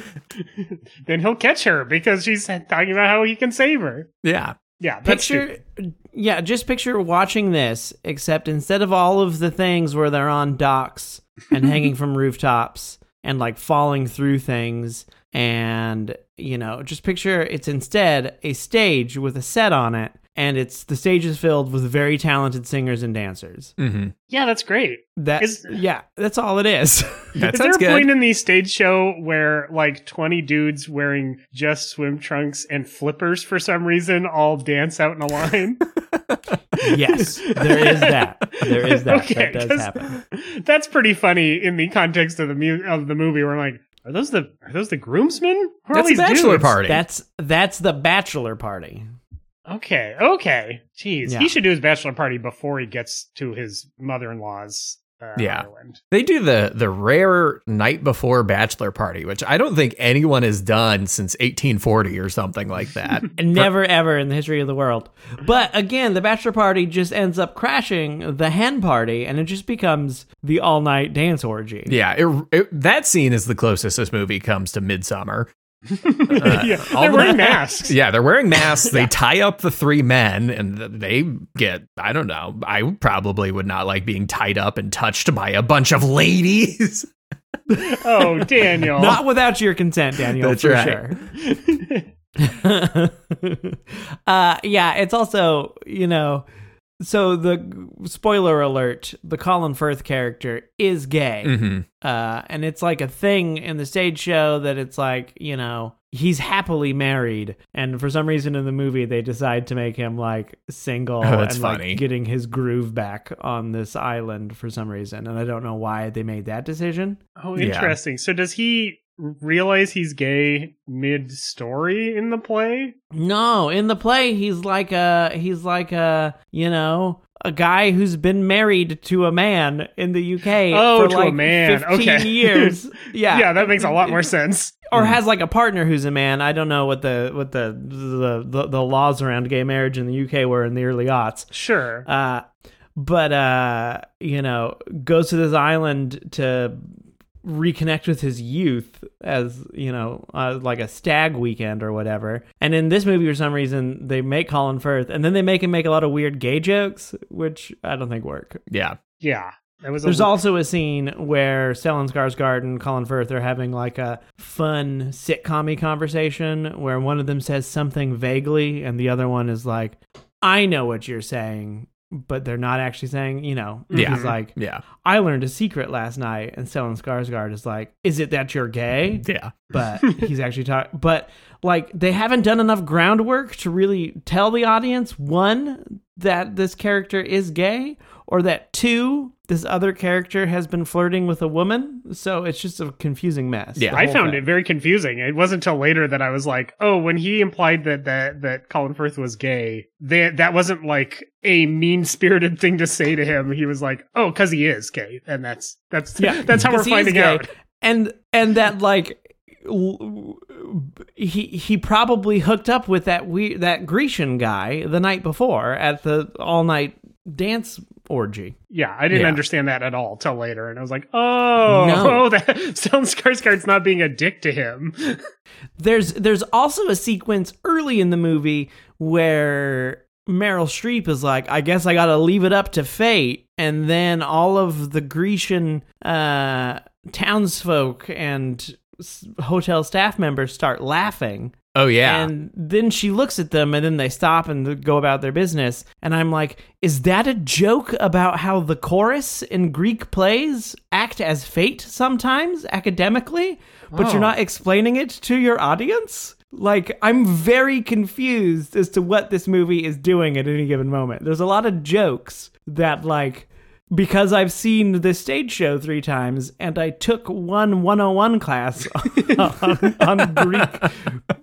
Speaker 3: then he'll catch her because she's talking about how he can save her.
Speaker 2: Yeah,
Speaker 3: Yeah, that's true.
Speaker 1: picture yeah just picture watching this except instead of all of the things where they're on docks and hanging from rooftops and like falling through things and you know just picture it's instead a stage with a set on it and it's the stage is filled with very talented singers and dancers.
Speaker 2: Mm-hmm.
Speaker 3: Yeah, that's great.
Speaker 1: That's
Speaker 3: Is-
Speaker 1: yeah, that's all it is.
Speaker 2: That
Speaker 3: Is there
Speaker 2: sounds
Speaker 3: a
Speaker 2: good.
Speaker 3: point in the stage show where like 20 dudes wearing just swim trunks and flippers for some reason all dance out in a line?
Speaker 1: yes, there is that. There is that.
Speaker 3: Okay,
Speaker 1: that does
Speaker 3: 'cause
Speaker 1: happen.
Speaker 3: That's pretty funny in the context of the mu- of the movie where I'm like, are those the are those the groomsmen? Who are
Speaker 2: That's a
Speaker 3: these
Speaker 2: bachelor
Speaker 3: dudes?
Speaker 2: party.
Speaker 1: That's that's the bachelor party.
Speaker 3: Okay, okay. Jeez,
Speaker 1: Yeah.
Speaker 3: he should do his bachelor party before he gets to his mother-in-law's uh,
Speaker 2: Yeah.
Speaker 3: island.
Speaker 2: They do the the rare night before bachelor party, which I don't think anyone has done since 1840 or something like that.
Speaker 1: Never ever in the history of the world. But again, the bachelor party just ends up crashing the hen party, and it just becomes the all night dance orgy.
Speaker 2: yeah, it, it, that scene is the closest this movie comes to Midsummer.
Speaker 3: yeah,
Speaker 2: Uh, all
Speaker 3: they're
Speaker 2: the-
Speaker 3: wearing masks.
Speaker 2: Yeah, they're wearing masks. They tie up the three men, and th- they get I don't know. I probably would not like being tied up and touched by a bunch of ladies.
Speaker 3: Oh, Daniel.
Speaker 1: Not without your consent, Daniel.
Speaker 2: That's
Speaker 1: for
Speaker 2: right.
Speaker 1: sure. uh, yeah, it's also, you know, so the spoiler alert the Colin Firth character is gay.
Speaker 2: hmm
Speaker 1: Uh, and it's like a thing in the stage show that it's like, you know, he's happily married. And for some reason in the movie, they decide to make him like single
Speaker 2: Oh, that's
Speaker 1: and
Speaker 2: funny.
Speaker 1: like getting his groove back on this island for some reason. And I don't know why they made that decision.
Speaker 3: Oh,
Speaker 2: Yeah.
Speaker 3: interesting. So does he realize he's gay mid-story in the play?
Speaker 1: No, in the play he's like a he's like a you know a guy who's been married to a man in the UK
Speaker 3: Oh,
Speaker 1: for
Speaker 3: to a
Speaker 1: like
Speaker 3: man.
Speaker 1: fifteen
Speaker 3: Okay.
Speaker 1: years. Yeah.
Speaker 3: yeah, that makes a lot more sense.
Speaker 1: or has like a partner who's a man. I don't know what the what the the the, the laws around gay marriage in the UK were in the early aughts.
Speaker 3: Sure.
Speaker 1: Uh, but uh, you know, goes to this island to reconnect with his youth as you know, uh, like a stag weekend or whatever. And in this movie, for some reason, they make Colin Firth, and then they make him make a lot of weird gay jokes, which I don't think work.
Speaker 2: Yeah,
Speaker 3: yeah. That was a
Speaker 1: There's also a scene where Stellan Skarsgård and Colin Firth are having like a fun sitcom conversation where one of them says something vaguely and the other one is like, I know what you're saying, but they're not actually saying, you know,
Speaker 2: Yeah.
Speaker 1: he's like,
Speaker 2: yeah,
Speaker 1: I learned a secret last night. And Stellan Skarsgård is like, Is it that you're gay?
Speaker 2: yeah.
Speaker 1: But he's actually talking, but like they haven't done enough groundwork to really tell the audience one, that this character is gay, or that two, this other character has been flirting with a woman. So it's just a confusing mess.
Speaker 2: Yeah.
Speaker 1: the
Speaker 3: I
Speaker 1: whole
Speaker 3: found
Speaker 1: thing.
Speaker 3: it very confusing. It wasn't until later that I was like, "Oh, when he implied that that that Colin Firth was gay, that that wasn't like a mean-spirited thing to say to him. He was like, "Oh, cuz he is gay." And that's that's
Speaker 1: Yeah,
Speaker 3: that's how we're
Speaker 1: 'cause he is
Speaker 3: finding
Speaker 1: gay.
Speaker 3: out.
Speaker 1: and and that like l- he he probably hooked up with that we that Grecian guy the night before at the all night dance orgy.
Speaker 3: Yeah, I didn't
Speaker 2: Yeah.
Speaker 3: understand that at all till later, and I was like, "Oh,
Speaker 1: No.
Speaker 3: oh, that Stellan Skarsgård's not being a dick to him."
Speaker 1: There's there's also a sequence early in the movie where Meryl Streep is like, I guess I gotta leave it up to fate, and then all of the Grecian uh, townsfolk and s- hotel staff members start laughing
Speaker 2: Oh yeah.
Speaker 1: And then she looks at them and then they stop and go about their business. And I'm like, is that a joke about how the chorus in Greek plays act as fate sometimes academically, but you're not explaining it to your audience? Like, I'm very confused as to what this movie is doing at any given moment. There's a lot of jokes that, like, because I've seen this stage show three times and I took one 101 class on, on Greek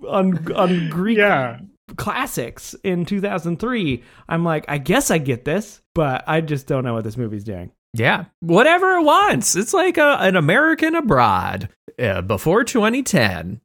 Speaker 1: on, on Greek
Speaker 3: yeah.
Speaker 1: classics in 2003, I'm like, I guess I get this, but I just don't know what this movie's doing.
Speaker 2: Yeah, whatever it wants. It's like a, an American abroad uh, before 2010,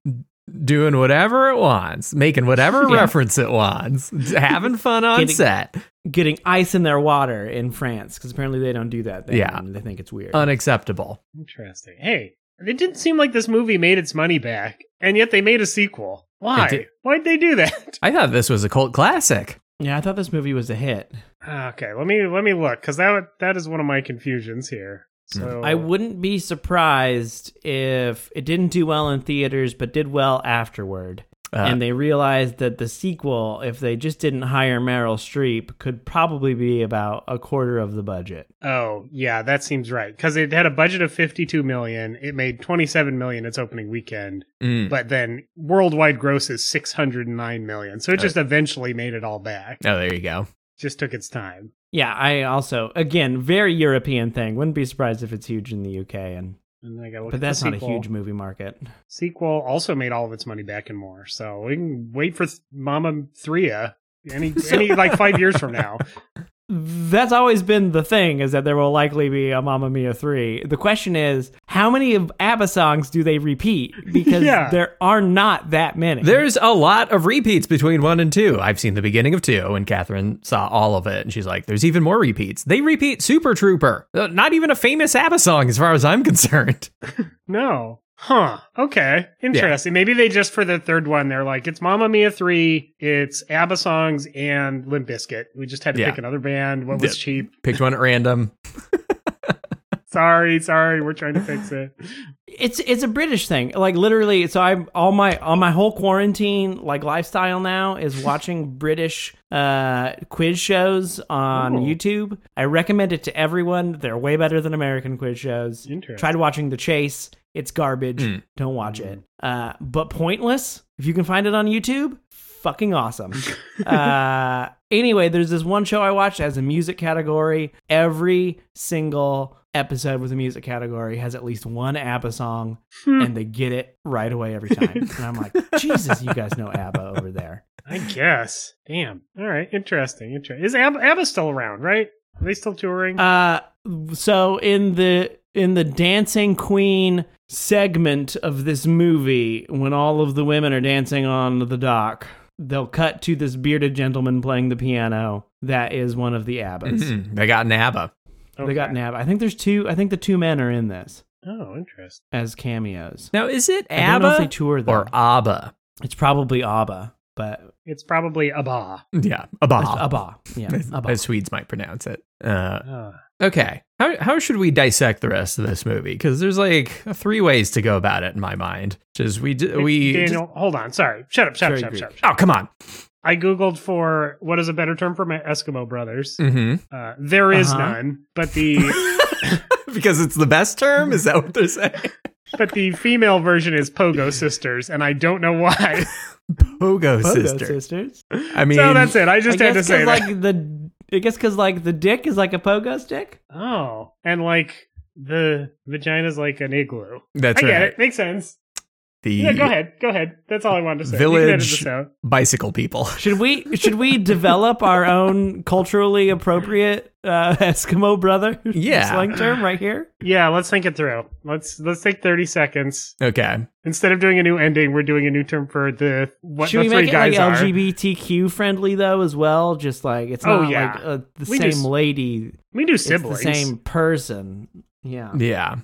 Speaker 2: doing whatever it wants, making whatever
Speaker 1: Yeah.
Speaker 2: reference it wants, having fun on
Speaker 1: Getting-
Speaker 2: set.
Speaker 1: Getting ice in their water in France because apparently they don't do that. There,
Speaker 2: Yeah.
Speaker 1: and they think it's weird.
Speaker 2: Unacceptable.
Speaker 3: Interesting. Hey, it didn't seem like this movie made its money back, and yet they made a sequel. Why?
Speaker 2: It did-
Speaker 3: Why'd they do that?
Speaker 2: I thought this was a cult classic.
Speaker 1: yeah, I thought this movie was a hit.
Speaker 3: Ah, Okay, let me let me look because that that is one of my confusions here. So
Speaker 1: Hmm. I wouldn't be surprised if it didn't do well in theaters, but did well afterward.
Speaker 2: Uh,
Speaker 1: and they realized that the sequel, if they just didn't hire Meryl Streep, could probably be about a quarter of the budget.
Speaker 3: Oh, yeah, that seems right. Because it had a budget of 52 million. It made 27 million its opening weekend,
Speaker 1: Hmm.
Speaker 2: mm.
Speaker 3: but then worldwide gross is 609 million. So it just eventually made it all back.
Speaker 2: Oh, there you go.
Speaker 3: Just took its time.
Speaker 1: Yeah, I also again very European thing. Wouldn't be surprised if it's huge in the UK, and
Speaker 3: And then I got
Speaker 1: but that's not a huge movie market.
Speaker 3: sequel. Also made all of its money back and more. So we can wait for th- Mama Thria any any like five years from now.
Speaker 1: That's always been the thing is that there will likely be a Mamma Mia three. The question is, how many of ABBA songs do they repeat? Because
Speaker 3: Yeah.
Speaker 1: there are not that many.
Speaker 2: There's a lot of repeats between one and two. I've seen the beginning of two, and Catherine saw all of it, and she's like, "There's even more repeats. They repeat Super Trooper. Uh, Not even a famous ABBA song, as far as I'm concerned."
Speaker 3: No. Huh. Okay. Interesting. Maybe they just for the third one they're like it's Mamma Mia three, it's ABBA songs and Limp Bizkit. We just had to
Speaker 2: Yeah.
Speaker 3: pick another band. What was
Speaker 2: Yeah.
Speaker 3: cheap?
Speaker 2: Picked one at random.
Speaker 3: Sorry, sorry. We're trying to fix it.
Speaker 1: it's it's a British thing. Like literally, so I all my on my whole quarantine like lifestyle now is watching British uh, quiz shows on
Speaker 3: Ooh.
Speaker 1: YouTube. I recommend it to everyone. They're way better than American quiz shows.
Speaker 3: Interesting.
Speaker 1: Tried watching The Chase. It's garbage.
Speaker 2: Mm.
Speaker 1: Don't watch it. Uh, but Pointless, if you can find it on YouTube, fucking awesome. uh, anyway, there's this one show I watched as a music category. Every single episode with a music category has at least one ABBA song,
Speaker 3: hmm,
Speaker 1: and they get it right away every time. and I'm like, Jesus, you guys know ABBA over there.
Speaker 3: I guess. Damn. All right. Interesting. Interesting. Is Ab- ABBA still around? Right? Are they still touring?
Speaker 1: Uh, so in the in the dancing queen segment of this movie, when all of the women are dancing on the dock, they'll cut to this bearded gentleman playing the piano. That is one of the Abbas.
Speaker 2: Mhm. They got an ABBA.
Speaker 1: They got an Abba. I think there's two. I think the two men are in this
Speaker 3: Oh, interesting.
Speaker 1: as cameos.
Speaker 2: Now, is it
Speaker 1: I don't know if they
Speaker 2: ABBA
Speaker 1: tour them.
Speaker 2: or ABBA?
Speaker 1: It's probably Abba, but
Speaker 3: It's probably ABBA.
Speaker 2: Yeah, ABBA.
Speaker 1: it's Abba. Yeah,
Speaker 2: As,
Speaker 1: Abba.
Speaker 2: as Swedes might pronounce it. Uh,
Speaker 3: Ah.
Speaker 2: okay, how how should we dissect the rest of this movie? Because there's like three ways to go about it in my mind. Just we d- we
Speaker 3: Daniel, hold on. Sorry. Shut up. Shut up.
Speaker 1: Very
Speaker 3: Shut up.
Speaker 1: Greek.
Speaker 3: Shut up.
Speaker 2: Oh come on.
Speaker 3: I googled for what is a better term for my Eskimo brothers.
Speaker 2: hmm
Speaker 3: Uh, there is
Speaker 1: Mm. Uh-huh.
Speaker 3: none, but the
Speaker 2: because it's the best term. Is that what they're saying?
Speaker 3: but the female version is Pogo Sisters, and I don't know why.
Speaker 2: Pogo
Speaker 1: Pogo
Speaker 2: sister.
Speaker 1: sisters.
Speaker 2: I mean,
Speaker 3: so that's it. I just
Speaker 1: I
Speaker 3: had to
Speaker 1: guess
Speaker 3: say
Speaker 1: 'cause,
Speaker 3: that.
Speaker 1: like the. I guess because like the dick is like a pogo stick.
Speaker 3: oh, and like the vagina's like an igloo.
Speaker 2: that's
Speaker 3: I
Speaker 2: right.
Speaker 3: get it. Makes sense.
Speaker 2: The
Speaker 3: Yeah, go ahead. Go ahead. That's all I wanted to say. You can edit
Speaker 2: Village-
Speaker 3: this out.
Speaker 2: bicycle people.
Speaker 1: Should we should we develop our own culturally appropriate uh, Eskimo brother
Speaker 2: Yeah.
Speaker 1: slang term right here?
Speaker 3: Yeah, let's think it through. Let's let's take thirty seconds.
Speaker 2: Okay.
Speaker 3: Instead of doing a new ending, we're doing a new term for the what
Speaker 1: Should
Speaker 3: the
Speaker 1: we
Speaker 3: three
Speaker 1: make it like
Speaker 3: guys are.
Speaker 1: LGBTQ friendly though as well? Just like it's
Speaker 3: Oh,
Speaker 1: not
Speaker 3: yeah.
Speaker 1: like uh, the
Speaker 3: We
Speaker 1: same
Speaker 3: just-
Speaker 1: lady,
Speaker 3: we do
Speaker 1: it's
Speaker 3: siblings.
Speaker 1: the same person. Yeah,
Speaker 2: Yeah.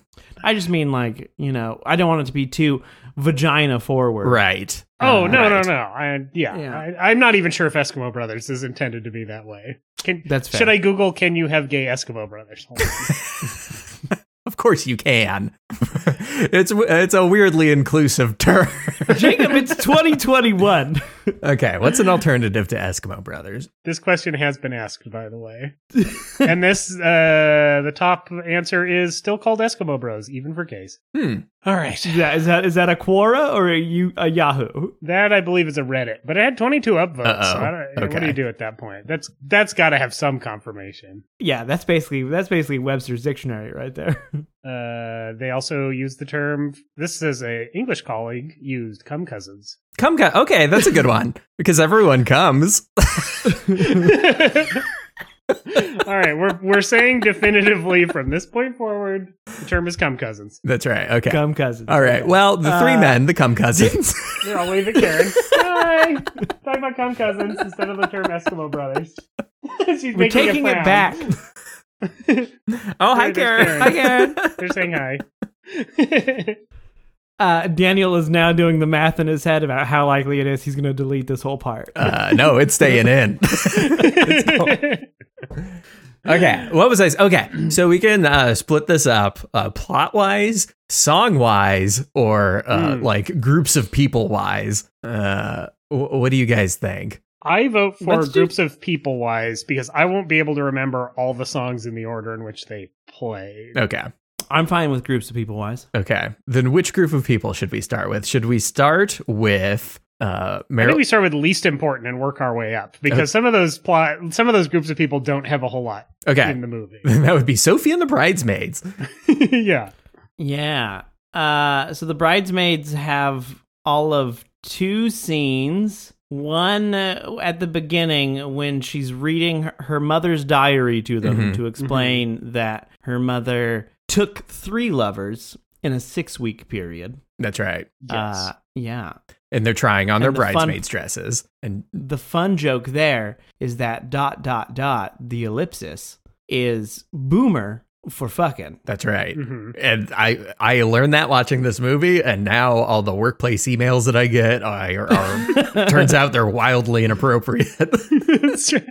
Speaker 1: I just mean like you know I don't want it to be too vagina forward.
Speaker 2: Right.
Speaker 3: Oh
Speaker 2: Uh,
Speaker 3: no,
Speaker 2: right.
Speaker 3: no, no! I, yeah,
Speaker 1: Yeah.
Speaker 3: I, I'm not even sure if Eskimo Brothers is intended to be that way. Can,
Speaker 1: That's fair.
Speaker 3: Should I Google? Can you have gay Eskimo Brothers? Hold on.
Speaker 2: Of course you can. it's it's a weirdly inclusive term.
Speaker 1: Jacob? It's 2021.
Speaker 2: okay, what's an alternative to Eskimo Brothers?
Speaker 3: this question has been asked, by the way. and this, uh, the top answer is still called Eskimo Bros, even for gays.
Speaker 2: Hmm.
Speaker 3: All right,
Speaker 1: yeah, is that is that a Quora or a, you, a Yahoo?
Speaker 3: that I believe is a Reddit, but it had 22 upvotes. So I
Speaker 2: Uh-oh.
Speaker 3: don't, What do
Speaker 2: Okay.
Speaker 3: you do at that point? That's that's got to have some confirmation.
Speaker 1: Yeah, that's basically that's basically Webster's dictionary right there.
Speaker 3: Uh, they also use the term. This is a English colleague used cum cousins.
Speaker 2: Come, come. Okay, that's a good one because everyone comes.
Speaker 3: All right, we're we're saying definitively from this point forward, the term is cum cousins.
Speaker 2: That's right. Okay.
Speaker 1: Gum cousins.
Speaker 2: All right. Well, the three
Speaker 1: Uh,
Speaker 2: men, the cum cousins.
Speaker 3: Here, I'll wave at Karen. Hi, talking about cum cousins instead of the term Eskimo brothers. She's
Speaker 1: We're
Speaker 3: making a
Speaker 1: taking it
Speaker 3: frown.
Speaker 1: back.
Speaker 2: oh,
Speaker 3: hi, Karen.
Speaker 1: Hi, Karen.
Speaker 3: They're saying hi.
Speaker 1: Uh, Daniel is now doing the math in his head about how likely it is he's going to Uh, delete this whole part.
Speaker 2: Uh, no, it's staying in. Okay, what was I? s- Okay, so we can uh, split this up uh, plot wise, song wise, or uh,
Speaker 3: Hmm.
Speaker 2: like groups of people wise. Uh, wh- what do you guys think?
Speaker 3: I vote for
Speaker 1: Let's do-
Speaker 3: groups of people wise because I won't be able to remember all the songs in the order in which they play.
Speaker 2: Okay,
Speaker 1: I'm fine with groups of people wise.
Speaker 2: okay. Then which group of people should we start with? Should we start with uh,
Speaker 3: I think
Speaker 2: Meryl?
Speaker 3: we start with least important and work our way up because some of those plot, some of those groups of people don't have a whole lot
Speaker 2: okay,
Speaker 3: in the movie.
Speaker 2: then that would be Sophie and the Bridesmaids.
Speaker 3: yeah,
Speaker 1: Yeah. Uh, so the bridesmaids have all of two scenes. One uh, at the beginning when she's reading her, her mother's diary to them
Speaker 2: Mhm.
Speaker 1: to explain that her mother took three lovers in a six week period.
Speaker 2: That's right.
Speaker 3: yes.
Speaker 1: Uh, yeah.
Speaker 2: And they're trying on their
Speaker 1: And the fun-
Speaker 2: bridesmaids dresses. And
Speaker 1: The fun joke there is that dot, dot, dot, the ellipsis is boomer for fucking.
Speaker 2: that's right.
Speaker 3: Mhm.
Speaker 2: and I I learned that watching this movie, and now all the workplace emails that I get I, are, are turns out they're wildly inappropriate.
Speaker 3: That's true.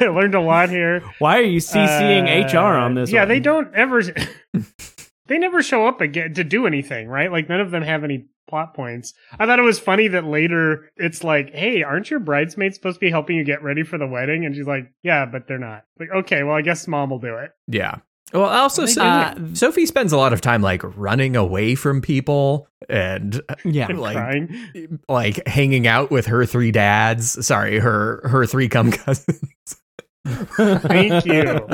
Speaker 3: I learned a lot here.
Speaker 1: Why are you CCing
Speaker 3: Uh,
Speaker 1: HR on this?
Speaker 3: Yeah,
Speaker 1: one?
Speaker 3: they don't ever. they never show up again to do anything, right? Like none of them have any plot points. I thought it was funny that later it's like, "Hey, aren't your bridesmaids supposed to be helping you get ready for the wedding?" And she's like, "Yeah, but they're not." Like, okay, well, I guess mom will do it.
Speaker 2: yeah. Well, also
Speaker 1: They
Speaker 2: so-
Speaker 3: uh,
Speaker 1: didn't-
Speaker 2: Sophie spends a lot of time like running away from people and
Speaker 1: Yeah.
Speaker 3: I'm
Speaker 2: Like-
Speaker 3: crying.
Speaker 2: like hanging out with her three dads. Sorry, her her three cum cousins.
Speaker 3: Thank you.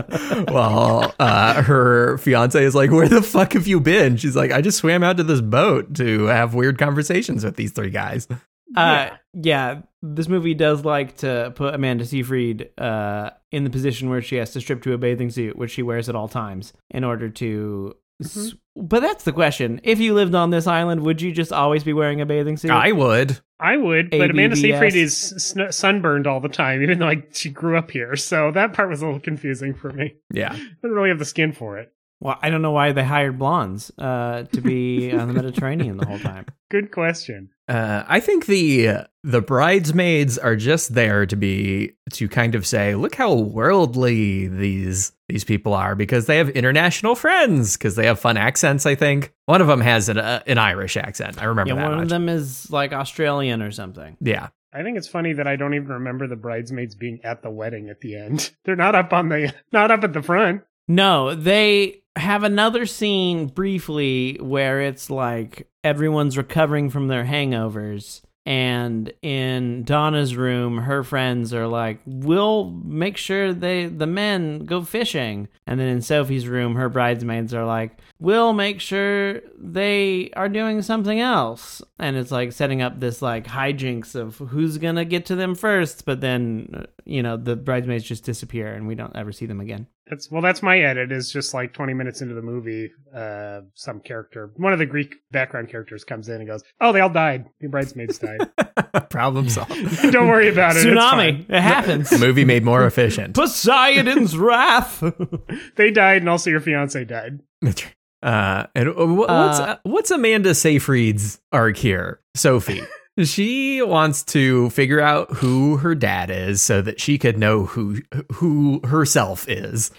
Speaker 2: well, uh, her fiance is like, "Where the fuck have you been?" She's like, "I just swam out to this boat to have weird conversations with these three guys."
Speaker 1: Uh, yeah, this movie does like to put Amanda Seyfried uh, in the position where she has to strip to a bathing suit, which she wears at all times, in order to. s-
Speaker 3: Mm-hmm.
Speaker 1: But that's the question: If you lived on this island, would you just always be wearing a bathing suit?
Speaker 2: I would.
Speaker 3: I would, but Amanda
Speaker 1: ABBS.
Speaker 3: Seyfried is sn- sunburned all the time, even though like, she grew up here. So that part was a little confusing for me.
Speaker 2: Yeah.
Speaker 3: Doesn't really have the skin for it.
Speaker 1: well, I don't know why they hired blondes uh, to be on the Mediterranean the whole time.
Speaker 3: Good question.
Speaker 2: Uh, I think the the bridesmaids are just there to be to kind of say, look how worldly these these people are because they have international friends because they have fun accents. I think one of them has an uh, an Irish accent. I remember
Speaker 1: Yeah,
Speaker 2: that
Speaker 1: one
Speaker 2: much.
Speaker 1: of them is like Australian or something.
Speaker 2: yeah,
Speaker 3: I think it's funny that I don't even remember the bridesmaids being at the wedding at the end. They're not up on the not up at the front.
Speaker 1: No, they have another scene briefly where it's like everyone's recovering from their hangovers. And in Donna's room, her friends are like, "We'll make sure they the men go fishing." And then in Sophie's room, her bridesmaids are like, "We'll make sure they are doing something else." And it's like setting up this like hijinks of who's gonna get to them first. But then, you know, the bridesmaids just disappear, and we don't ever see them again.
Speaker 3: That's well, that's my edit. Is just like twenty minutes into the movie, uh, some character, one of the Greek background characters, comes in and goes, "Oh, they all died. The bridesmaids died.
Speaker 2: problem solved.
Speaker 3: don't worry about it. it's
Speaker 1: tsunami. It happens.
Speaker 2: Movie made more efficient.
Speaker 1: Poseidon's wrath.
Speaker 3: fine. They died, and also your fiance died.
Speaker 2: Uh, and wh- what's
Speaker 1: Uh,
Speaker 2: what's Amanda Seyfried's arc here, Sophie? she wants to figure out who her dad is so that she could know who who herself is.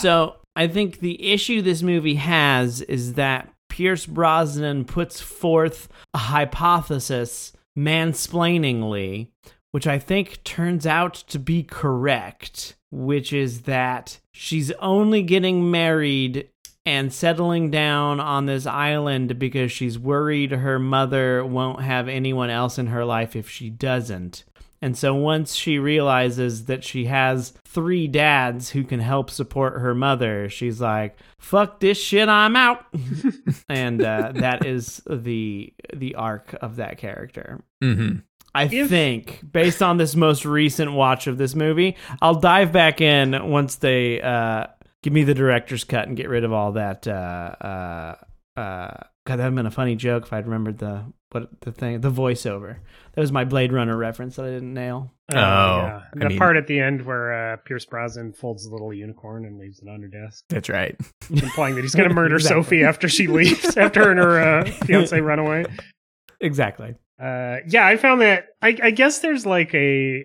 Speaker 1: So I think the issue this movie has is that Pierce Brosnan puts forth a hypothesis mansplainingly, which I think turns out to be correct, which is that she's only getting married and settling down on this island because she's worried her mother won't have anyone else in her life if she doesn't. And so once she realizes that she has three dads who can help support her mother, she's like, "Fuck this shit, I'm out." and uh, that is the the arc of that character.
Speaker 2: Mm-hmm.
Speaker 1: I
Speaker 3: If-
Speaker 1: think, based on this most recent watch of this movie, I'll dive back in once they uh, give me the director's cut and get rid of all that. Uh, uh, uh, God, that would have been a funny joke if I'd remembered the what the thing, the voiceover. That was my Blade Runner reference that I didn't nail.
Speaker 2: Oh, I
Speaker 3: The
Speaker 2: mean-
Speaker 3: part at the end where uh, Pierce Brosnan folds the little unicorn and leaves it on her desk,
Speaker 2: That's right.
Speaker 3: implying that he's going to murder
Speaker 1: Exactly.
Speaker 3: Sophie after she leaves, after her and her uh, fiance run away.
Speaker 1: Exactly.
Speaker 3: Uh, yeah, I found that. I, I guess there's like a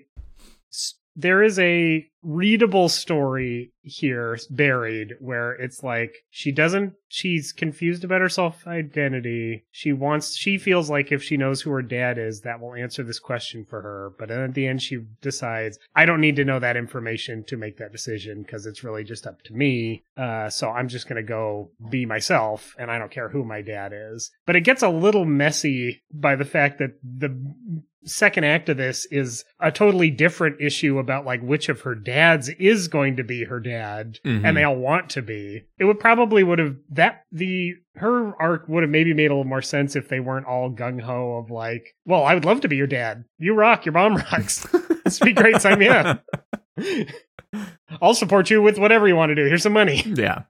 Speaker 3: s- there is a readable story here buried where it's like she doesn't she's confused about her self identity she wants she feels like if she knows who her dad is that will answer this question for her but then at the end she decides i don't need to know that information to make that decision because it's really just up to me uh, so i'm just going to go be myself and i don't care who my dad is but it gets a little messy by the fact that the second act of this is a totally different issue about like which of her dads is going to be her dad
Speaker 2: Mhm.
Speaker 3: and they all want to be it would probably would have that the her arc would have maybe made a little more sense if they weren't all gung-ho of like well i would love to be your dad you rock your mom rocks this would be great sign me up i'll support you with whatever you want to do here's some money
Speaker 2: Yeah.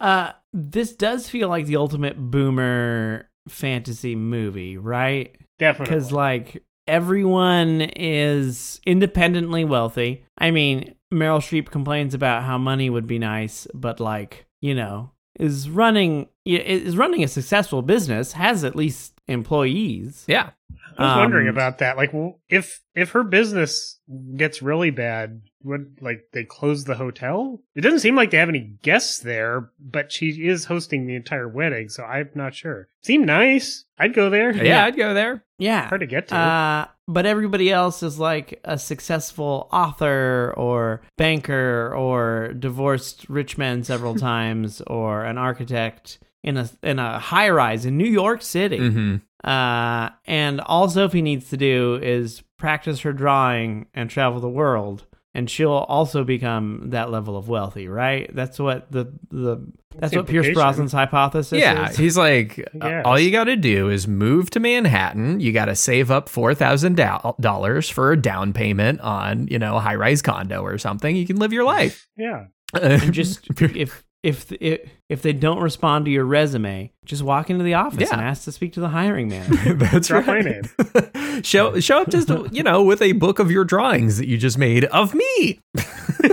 Speaker 1: Uh, this does feel like the ultimate boomer fantasy movie, right? Because
Speaker 3: definitely
Speaker 1: like everyone is independently wealthy. I mean, Meryl Streep complains about how money would be nice, but like you know, is running i- is running a successful business has at least employees.
Speaker 2: Yeah.
Speaker 3: i was wondering
Speaker 1: um,
Speaker 3: about that like w- if if her business gets really bad would like they close the hotel it doesn't seem like they have any guests there but she is hosting the entire wedding so i'm not sure seemed nice i'd go there
Speaker 2: yeah. I'd go there.
Speaker 1: Yeah,
Speaker 3: hard to get to
Speaker 1: Uh, but everybody else is like a successful author or banker or divorced rich man several times or an architect in a in a high rise in New York City.
Speaker 2: Mm-hmm.
Speaker 1: Uh, and all Sophie needs to do is practice her drawing and travel the world, and she'll also become that level of wealthy, right? That's what the the that's what Pierce
Speaker 3: implication.
Speaker 1: Brosnan's hypothesis
Speaker 2: Yeah,
Speaker 1: is.
Speaker 2: he's like, uh, all you got to do is move to Manhattan. You got to save up four thousand dollars for a down payment on, you know, a high rise condo or something. You can live your life.
Speaker 3: yeah
Speaker 2: Um,
Speaker 1: and just if if if if they don't respond to your resume, just walk into the office
Speaker 2: Yeah.
Speaker 1: and ask to speak to the hiring manager.
Speaker 2: that's
Speaker 3: Drop my
Speaker 2: right. show show up just you know with a book of your drawings that you just made of me.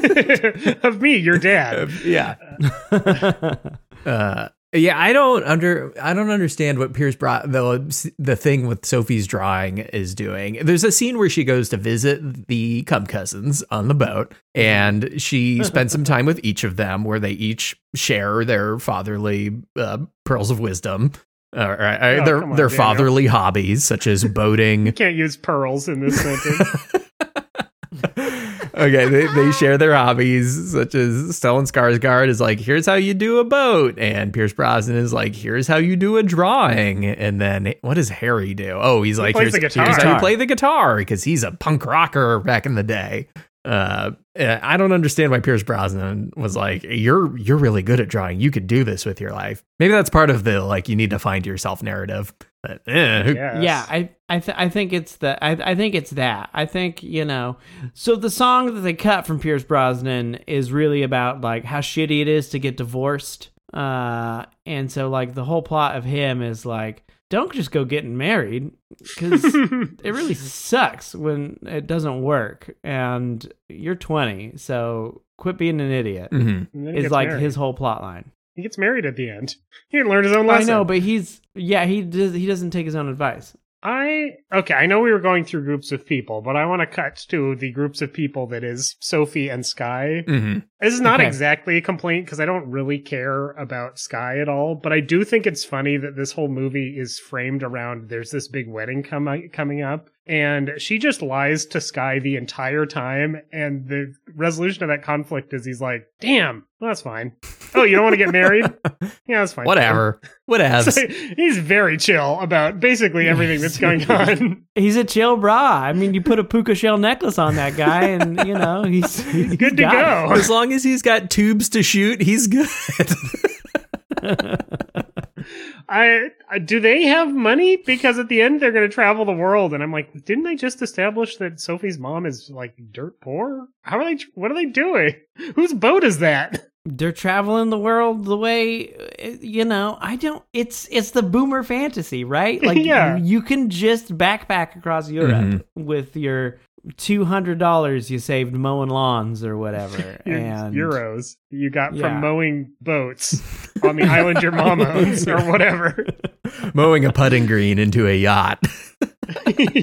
Speaker 2: Um,
Speaker 3: of me your dad
Speaker 2: Yeah. Uh, yeah, I don't under I don't understand what Pierce brought the the thing with Sophie's drawing is doing. There's a scene where she goes to visit the cum cousins on the boat, and
Speaker 3: Mm-hmm.
Speaker 2: she spends some time with each of them, where they each share their fatherly uh, pearls of wisdom, uh, or, or
Speaker 3: Oh,
Speaker 2: their
Speaker 3: come on,
Speaker 2: their
Speaker 3: Daniel.
Speaker 2: fatherly hobbies such as boating,
Speaker 3: can't use pearls in this sentence
Speaker 2: okay, they, they share their hobbies, such as Stellan Skarsgård is like, here's how you do a boat, and Pierce Brosnan is like, here's how you do a drawing, and then what does Harry do? Oh, he's like,
Speaker 3: plays
Speaker 2: here's,
Speaker 3: the guitar.
Speaker 2: here's how you play the guitar because he's a punk rocker back in the day. Uh, uh, I don't understand why Pierce Brosnan was like, you're you're really good at drawing. You could do this with your life. Maybe that's part of the like you need to find yourself narrative. But eh, who,
Speaker 3: Yes.
Speaker 1: Yeah, I I, th- I think it's the I, I think it's that I think you know. So the song that they cut from Pierce Brosnan is really about like how shitty it is to get divorced. Uh, and so like the whole plot of him is like, don't just go getting married because it really sucks when it doesn't work and you're 20 so quit being an idiot
Speaker 2: Mhm.
Speaker 3: And then he
Speaker 1: is
Speaker 3: gets
Speaker 1: like
Speaker 3: married.
Speaker 1: his whole plot line
Speaker 3: he gets married at the end he learned his own lesson
Speaker 1: i know but he's yeah he does he doesn't take his own advice
Speaker 3: I okay, I know we were going through groups of people, but I want to cut to the groups of people that is Sophie and Sky.
Speaker 2: Mhm.
Speaker 3: This is not
Speaker 1: Okay.
Speaker 3: exactly a complaint because I don't really care about Sky at all, but I do think it's funny that this whole movie is framed around there's this big wedding com- coming up, and she just lies to Sky the entire time. And the resolution of that conflict is he's like, damn, well, that's fine. Oh, you don't want to get married? Yeah, that's fine.
Speaker 2: whatever, whatever.
Speaker 3: So he's very chill about basically everything that's going on.
Speaker 1: he's a chill bra i mean you put a puka shell necklace on that guy and you know he's, he's
Speaker 3: good to
Speaker 1: got it.
Speaker 3: go.
Speaker 2: As long as he's got tubes to shoot, he's good.
Speaker 3: I I- do they have money because at the end they're going to travel the world, and I'm like, didn't they just establish that Sophie's mom is like dirt poor? How are they? What are they doing? Whose boat is that?
Speaker 1: they're traveling the world the way uh, you know i don't it's it's the boomer fantasy right like
Speaker 3: Yeah.
Speaker 1: you, you can just backpack across europe
Speaker 2: Mhm.
Speaker 1: with your $200 you saved mowing lawns or whatever
Speaker 3: Your
Speaker 1: and
Speaker 3: Euros you got
Speaker 1: Yeah.
Speaker 3: from mowing boats on the island your mom owns or whatever.
Speaker 2: Mowing a putting green into a yacht.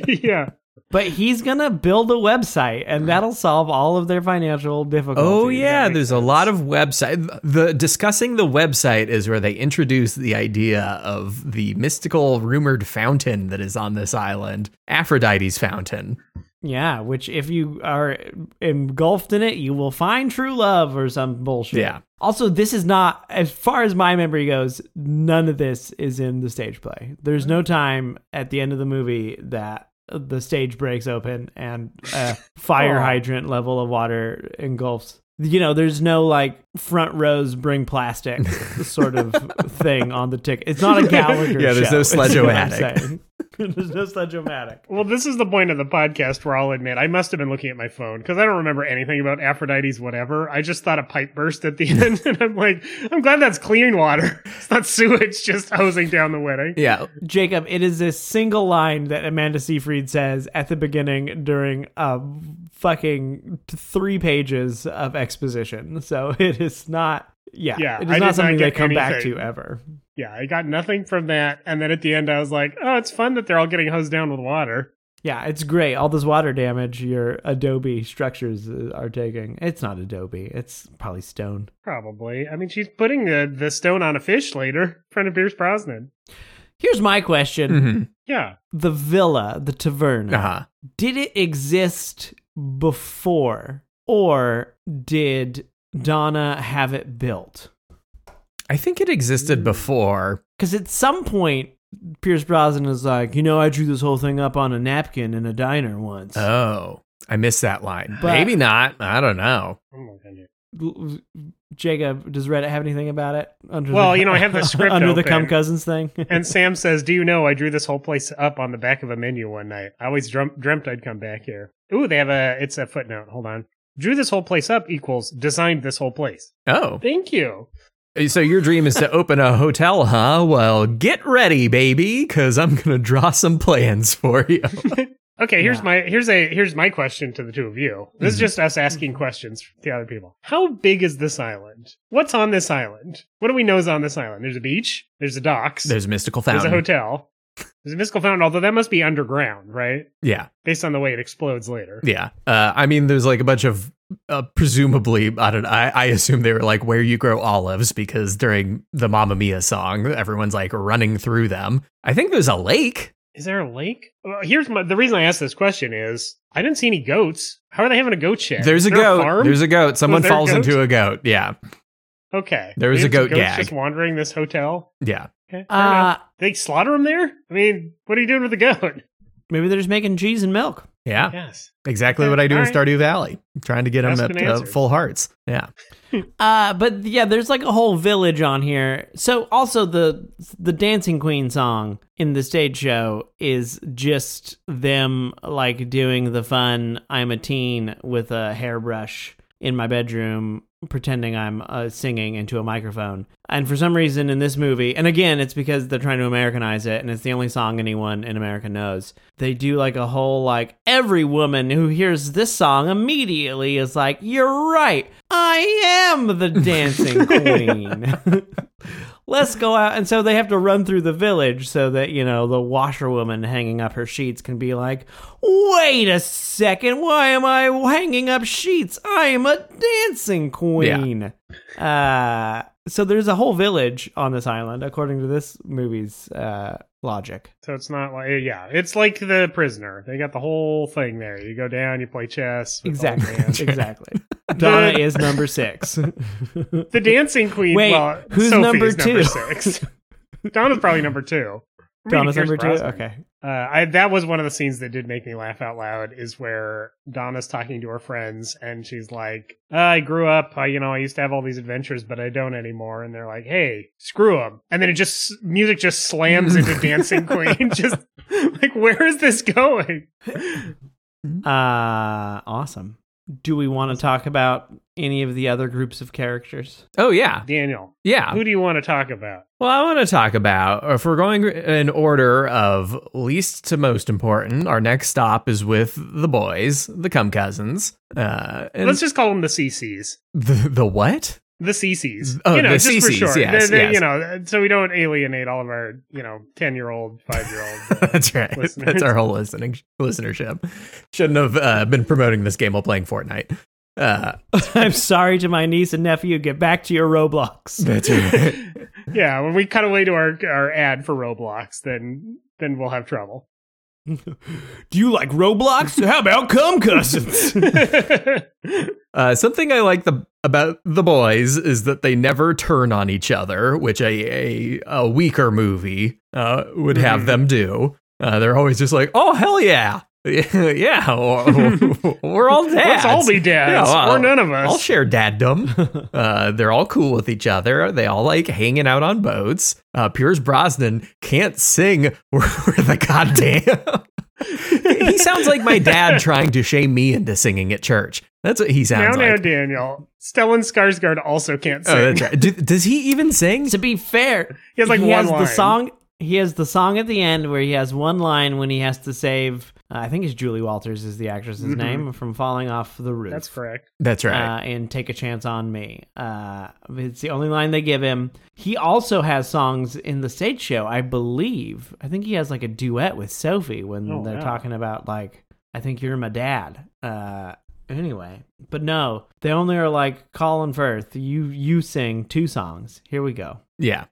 Speaker 3: yeah.
Speaker 1: But he's gonna build a website, and that'll solve all of their financial difficulties.
Speaker 2: Oh yeah,
Speaker 3: makes
Speaker 2: there's a lot of website. The discussing the website is where they introduce the idea of the mystical rumored fountain that is on this island, Aphrodite's fountain.
Speaker 1: yeah. Which, if you are engulfed in it, you will find true love or some bullshit.
Speaker 2: Yeah.
Speaker 1: Also, this is not, as far as my memory goes, none of this is in the stage play. There's no time at the end of the movie that the stage breaks open and a fire
Speaker 3: Aw.
Speaker 1: hydrant level of water engulfs. You know, there's no like front rows bring plastic sort of thing on the ticket. It's not a Gallagher
Speaker 2: Yeah, there's no
Speaker 1: show, is what I'm
Speaker 2: sledge-o-matic.
Speaker 1: saying. there's no sledge-o-matic.
Speaker 3: Well, this is the point of the podcast where I'll admit I must have been looking at my phone because I don't remember anything about Aphrodite's whatever. I just thought a pipe burst at the end, and I'm like, I'm glad that's clean water. It's not sewage just hosing down the wedding.
Speaker 2: Yeah,
Speaker 1: Jacob, it is a single line that Amanda Seyfried says at the beginning during a fucking three pages of exposition. So it is not, yeah,
Speaker 3: Yeah,
Speaker 1: it is
Speaker 3: I did
Speaker 1: not
Speaker 3: not
Speaker 1: something they
Speaker 3: get
Speaker 1: come back
Speaker 3: anything.
Speaker 1: to ever.
Speaker 3: Yeah, I got nothing from that. And then at the end, I was like, oh, it's fun that they're all getting hosed down with water.
Speaker 1: Yeah, it's great. All this water damage your Adobe structures uh, are taking. It's not Adobe. It's probably stone.
Speaker 3: Probably. I mean, she's putting the, the stone on a fish later in front of Pierce Brosnan.
Speaker 1: Here's my question:
Speaker 3: Mm-hmm.
Speaker 2: hmm
Speaker 3: Yeah.
Speaker 1: the villa, the tavern,
Speaker 2: uh-huh.
Speaker 1: did it exist before, or did Donna have it built?
Speaker 2: I think it existed before.
Speaker 1: Because at some point, Pierce Brosnan is like, you know, I drew this whole thing up on a napkin in a diner once.
Speaker 2: Oh, I missed that line.
Speaker 1: But-
Speaker 2: Maybe not. I don't know.
Speaker 3: I'm not gonna do it.
Speaker 1: L- Jacob, does Reddit have anything about it? Under
Speaker 3: Well, you know, I have the script
Speaker 1: under the
Speaker 3: open.
Speaker 1: cum cousins thing.
Speaker 3: And Sam says, "Do you know I drew this whole place up on the back of a menu one night? I always dream- dreamt I'd come back here." Ooh, they have a it's a footnote. Hold on. Drew this whole place up equals designed this whole place.
Speaker 2: Oh,
Speaker 3: Thank you.
Speaker 2: so your dream is to open a hotel, huh? Well, get ready, baby, because I'm gonna draw some plans for you.
Speaker 3: Okay, here's
Speaker 1: Yeah.
Speaker 3: my here's a here's my question to the two of you. This
Speaker 2: Mm-hmm.
Speaker 3: is just us asking questions to other people. How big is this island? What's on this island? What do we know is on this island? There's a beach. There's the docks.
Speaker 2: There's a mystical
Speaker 3: there's
Speaker 2: fountain.
Speaker 3: a hotel. There's a mystical fountain. Although that must be underground, right?
Speaker 2: Yeah.
Speaker 3: Based on the way it explodes later.
Speaker 2: Yeah. Uh, I mean, there's like a bunch of uh, presumably, I don't I, I assume they were like where you grow olives because during the Mamma Mia song, everyone's like running through them. I think there's a lake.
Speaker 3: Is there a lake? Well, here's my, the reason I asked this question is I didn't see any goats. How are they having a goat shed?
Speaker 2: There's a
Speaker 3: Is there
Speaker 2: goat.
Speaker 3: farm?
Speaker 2: there's a goat. Someone
Speaker 3: there a
Speaker 2: falls
Speaker 3: goat?
Speaker 2: into a goat. Yeah.
Speaker 3: okay.
Speaker 2: there was a
Speaker 3: Maybe
Speaker 2: goat
Speaker 3: goats
Speaker 2: gag.
Speaker 3: Just wandering this hotel.
Speaker 2: Yeah.
Speaker 3: Okay. fair
Speaker 1: uh,
Speaker 3: enough. they slaughter him there. I mean, what are you doing with the goat?
Speaker 1: maybe they're just making cheese and milk.
Speaker 2: Yeah.
Speaker 3: Yes.
Speaker 2: Exactly
Speaker 3: Okay,
Speaker 2: what I do in
Speaker 3: alright.
Speaker 2: Stardew Valley, trying to get them
Speaker 3: Ask
Speaker 2: at
Speaker 3: and
Speaker 2: uh,
Speaker 3: answer.
Speaker 2: full hearts. Yeah.
Speaker 1: Uh, but yeah, there's like a whole village on here. So also the the Dancing Queen song in the stage show is just them like doing the fun I'm a teen with a hairbrush in my bedroom pretending I'm uh, singing into a microphone. And for some reason in this movie, and again, it's because they're trying to Americanize it and it's the only song anyone in America knows. They do like a whole like every woman who hears this song immediately is like, "You're right. I am the dancing queen." Let's go out. And so they have to run through the village so that, you know, the washerwoman hanging up her sheets can be like, wait a second, why am I hanging up sheets? I am a dancing queen. Uh, so there's a whole village on this island, according to this movie's uh, logic.
Speaker 3: So it's not like eh, yeah, it's like the prisoner. They got the whole thing there. You go down, you play
Speaker 1: Oh,
Speaker 3: chess. with old
Speaker 1: Exactly.
Speaker 3: man.
Speaker 1: exactly. Donna is number six.
Speaker 3: the dancing queen.
Speaker 1: Wait,
Speaker 3: well,
Speaker 1: who's
Speaker 3: Sophie
Speaker 1: number
Speaker 3: is number
Speaker 1: two?
Speaker 3: six. Donna's probably number two. Maybe
Speaker 1: Donna's
Speaker 3: Pierce
Speaker 1: number two?
Speaker 3: Brosnan.
Speaker 1: Okay.
Speaker 3: Uh, I, that was one of the scenes that did make me laugh out loud is where Donna's talking to her friends and she's like, I grew up, uh, you know, I used to have all these adventures, but I don't anymore. And they're like, hey, screw them. And then it just, music just slams into Dancing Queen. Just like, where is this going?
Speaker 1: Uh, awesome. Do we want to talk about any of the other groups of characters?
Speaker 2: Oh, yeah.
Speaker 3: Daniel,
Speaker 2: Yeah.
Speaker 3: who do you want to talk about?
Speaker 2: Well, I want to talk about, or if we're going in order of least to most important, our next stop is with the boys, the cum cousins. Uh, and
Speaker 3: Let's just call them the CCs.
Speaker 2: the, the what?
Speaker 3: the CCs.
Speaker 2: Oh,
Speaker 3: you know,
Speaker 2: the
Speaker 3: just for
Speaker 2: CCs,
Speaker 3: short.
Speaker 2: yes,
Speaker 3: They- they-
Speaker 2: yes.
Speaker 3: You know, uh, so we don't alienate all of our, you know, 10 year old, five year old.
Speaker 2: That's right.
Speaker 3: listeners.
Speaker 2: That's our whole listening listenership. Shouldn't have uh, been promoting this game while playing Fortnite. Uh,
Speaker 1: I'm sorry to my niece and nephew. Get back to your Roblox.
Speaker 2: that's right.
Speaker 3: yeah, when we cut away to our, our ad for Roblox, then then we'll have trouble.
Speaker 1: Do you like Roblox? How about Cum Cousins?
Speaker 2: Uh, something I like the about the boys is that they never turn on each other, which a a, a weaker movie uh, would have
Speaker 3: Mhm.
Speaker 2: them do. Uh, they're always just like, "Oh hell yeah, yeah, we're- we're all dads.
Speaker 3: Let's all be dads,
Speaker 2: Yeah, well,
Speaker 3: or none of us.
Speaker 2: I'll share daddom." uh, they're all cool with each other. They all like hanging out on boats. Uh, Piers Brosnan can't sing. We're the goddamn. he sounds like my dad trying to shame me into singing at church. That's what he
Speaker 3: now,
Speaker 2: sounds
Speaker 3: now,
Speaker 2: like.
Speaker 3: Daniel. Stellan Skarsgård also can't
Speaker 2: Oh,
Speaker 3: sing.
Speaker 2: that's right. Do, does he even sing?
Speaker 1: to be fair,
Speaker 3: He has, like,
Speaker 1: he
Speaker 3: one
Speaker 1: has
Speaker 3: line.
Speaker 1: the song. He has the song at the end where he has one line when he has to save. Uh, I think it's Julie Walters is the actress's
Speaker 3: Mhm.
Speaker 1: name from falling off the roof.
Speaker 3: That's correct.
Speaker 2: That's right.
Speaker 1: uh, and take a chance on me. Uh, it's the only line they give him. He also has songs in the stage show, I believe. I think he has like a duet with Sophie when
Speaker 3: Oh,
Speaker 1: they're
Speaker 3: wow.
Speaker 1: talking about like, I think you're my dad. Uh, anyway, but no, they only are like Colin Firth. You you sing two songs. Here we go,
Speaker 2: yeah.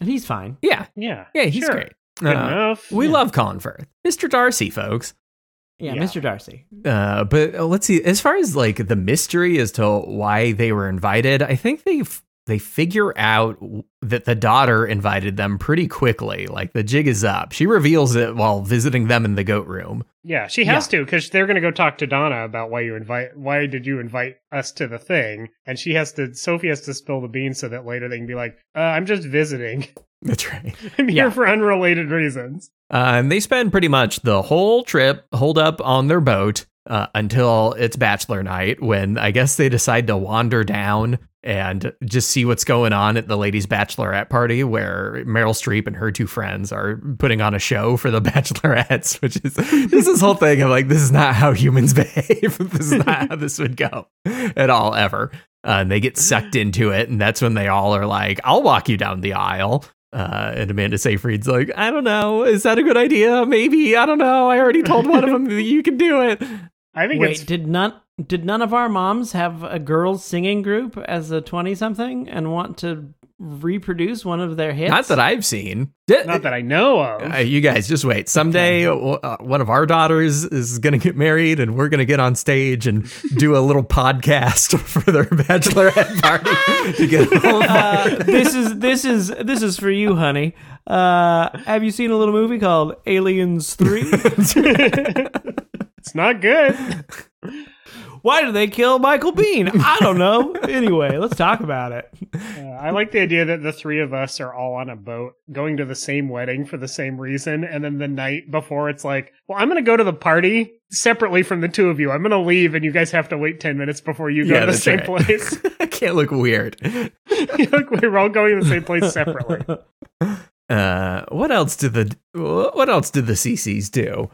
Speaker 1: and he's fine.
Speaker 2: Yeah.
Speaker 3: Yeah.
Speaker 2: Yeah. He's
Speaker 3: sure.
Speaker 2: great.
Speaker 3: Good
Speaker 2: Uh,
Speaker 3: enough.
Speaker 2: we love Colin Firth, Mr. Darcy, folks.
Speaker 1: Yeah,
Speaker 3: Yeah.
Speaker 1: Mr. Darcy.
Speaker 2: Uh, but uh, let's see. As far as like the mystery as to why they were invited, I think they f- they figure out w- that the daughter invited them pretty quickly. Like the jig is up. She reveals it while visiting them in the goat room.
Speaker 3: Yeah, she has to to because they're going to go talk to Donna about why you invite. Why did you invite us to the thing? And she has to. Sophie has to spill the beans so that later they can be like, uh, "I'm just visiting.
Speaker 2: That's right.
Speaker 3: I'm
Speaker 1: Yeah.
Speaker 3: here for unrelated reasons."
Speaker 2: Uh, and they spend pretty much the whole trip holed up on their boat uh, until it's bachelor night when I guess they decide to wander down and just see what's going on at the ladies' bachelorette party where Meryl Streep and her two friends are putting on a show for the bachelorettes, which is this is whole thing of like, this is not how humans behave. this is not how this would go at all, ever. Uh, and they get sucked into it. And that's when they all are like, I'll walk you down the aisle. Uh, and Amanda Seyfried's like, I don't know. Is that a good idea? Maybe. I don't know. I already told one of them that you can do it.
Speaker 3: I think
Speaker 1: Wait,
Speaker 3: it's
Speaker 1: did not did none of our moms have a girls singing group as a twenty something and want to reproduce one of their hits?
Speaker 2: Not that I've seen. Di-
Speaker 3: not that I know of.
Speaker 2: Uh, you guys, just wait. Someday, uh, one of our daughters is going to get married, and we're going to get on stage and do a little podcast for their bachelorette party to get them all
Speaker 1: Uh, this is this is this is for you, honey. Uh, have you seen a little movie called Aliens Three?
Speaker 3: it's not good.
Speaker 1: Why did they kill Michael Bean? I don't know. Anyway, let's talk about it.
Speaker 3: Uh, I like the idea that the three of us are all on a boat going to the same wedding for the same reason. And then the night before, it's like, well, I'm going to go to the party separately from the two of you. I'm going to leave, and you guys have to wait 10 minutes before you go
Speaker 2: Yeah,
Speaker 3: to the
Speaker 2: that's
Speaker 3: same
Speaker 2: right.
Speaker 3: place.
Speaker 2: I can't look weird.
Speaker 3: Like, we're all going to the same place separately.
Speaker 2: Uh, what else did the What else did the CCs do?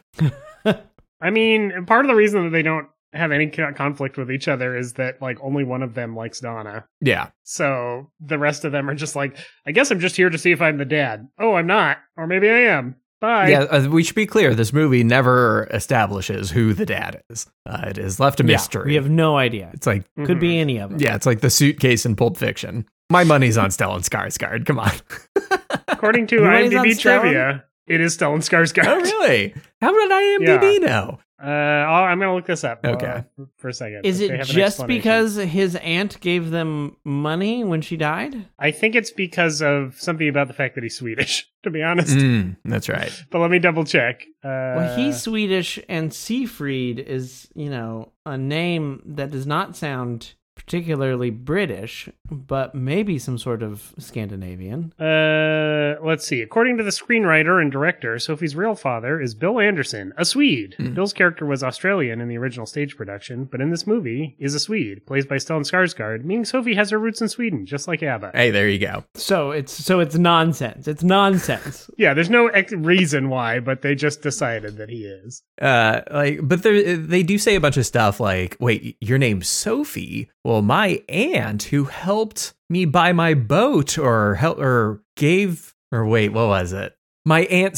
Speaker 3: I mean, part of the reason that they don't have any co- conflict with each other is that, like, only one of them likes Donna.
Speaker 2: Yeah,
Speaker 3: So the rest of them are just like, I guess I'm just here to see if I'm the dad. Oh, I'm not. Or maybe I am. Bye.
Speaker 2: yeah. Uh, we should be clear. This movie never establishes who the dad is. Uh, it is left a mystery.
Speaker 1: Yeah, we have no idea.
Speaker 2: it's like
Speaker 1: Could
Speaker 3: Mhm.
Speaker 1: be any of them.
Speaker 2: yeah, it's like the suitcase in Pulp Fiction. My money's on Stellan Skarsgård. Come on. Oh,
Speaker 3: According to
Speaker 1: Everybody's on
Speaker 3: IMDb
Speaker 1: Stellan?
Speaker 3: trivia, it is Stellan Skarsgård.
Speaker 2: Oh, really? How did IMDb know?
Speaker 3: Uh, I'll- I'm gonna look this up. uh,
Speaker 2: Okay.
Speaker 3: for a second.
Speaker 1: Is
Speaker 3: if they
Speaker 1: it
Speaker 3: have an
Speaker 1: just
Speaker 3: explanation.
Speaker 1: because his aunt gave them money when she died?
Speaker 3: I think it's because of something about the fact that he's Swedish. To be honest,
Speaker 2: Mm, that's right.
Speaker 3: but let me double check. Uh,
Speaker 1: Well, he's Swedish, and Siegfried is, you know, a name that does not sound particularly British, but maybe some sort of Scandinavian.
Speaker 3: Uh, let's see. According to the screenwriter and director, Sophie's real father is Bill Anderson, a Swede.
Speaker 2: Hmm.
Speaker 3: Bill's character was Australian in the original stage production, but in this movie is a Swede, plays by Stellan Skarsgård, meaning Sophie has her roots in Sweden, just like ABBA.
Speaker 2: Hey, there you go.
Speaker 1: So it's so it's nonsense. It's nonsense.
Speaker 3: Yeah, there's no ex- reason why, but they just decided that he is.
Speaker 2: Uh, like, but there, they do say a bunch of stuff like, "Wait, your name's Sophie? Well, my aunt who helped me buy my boat or help or gave or wait, what was it? My aunt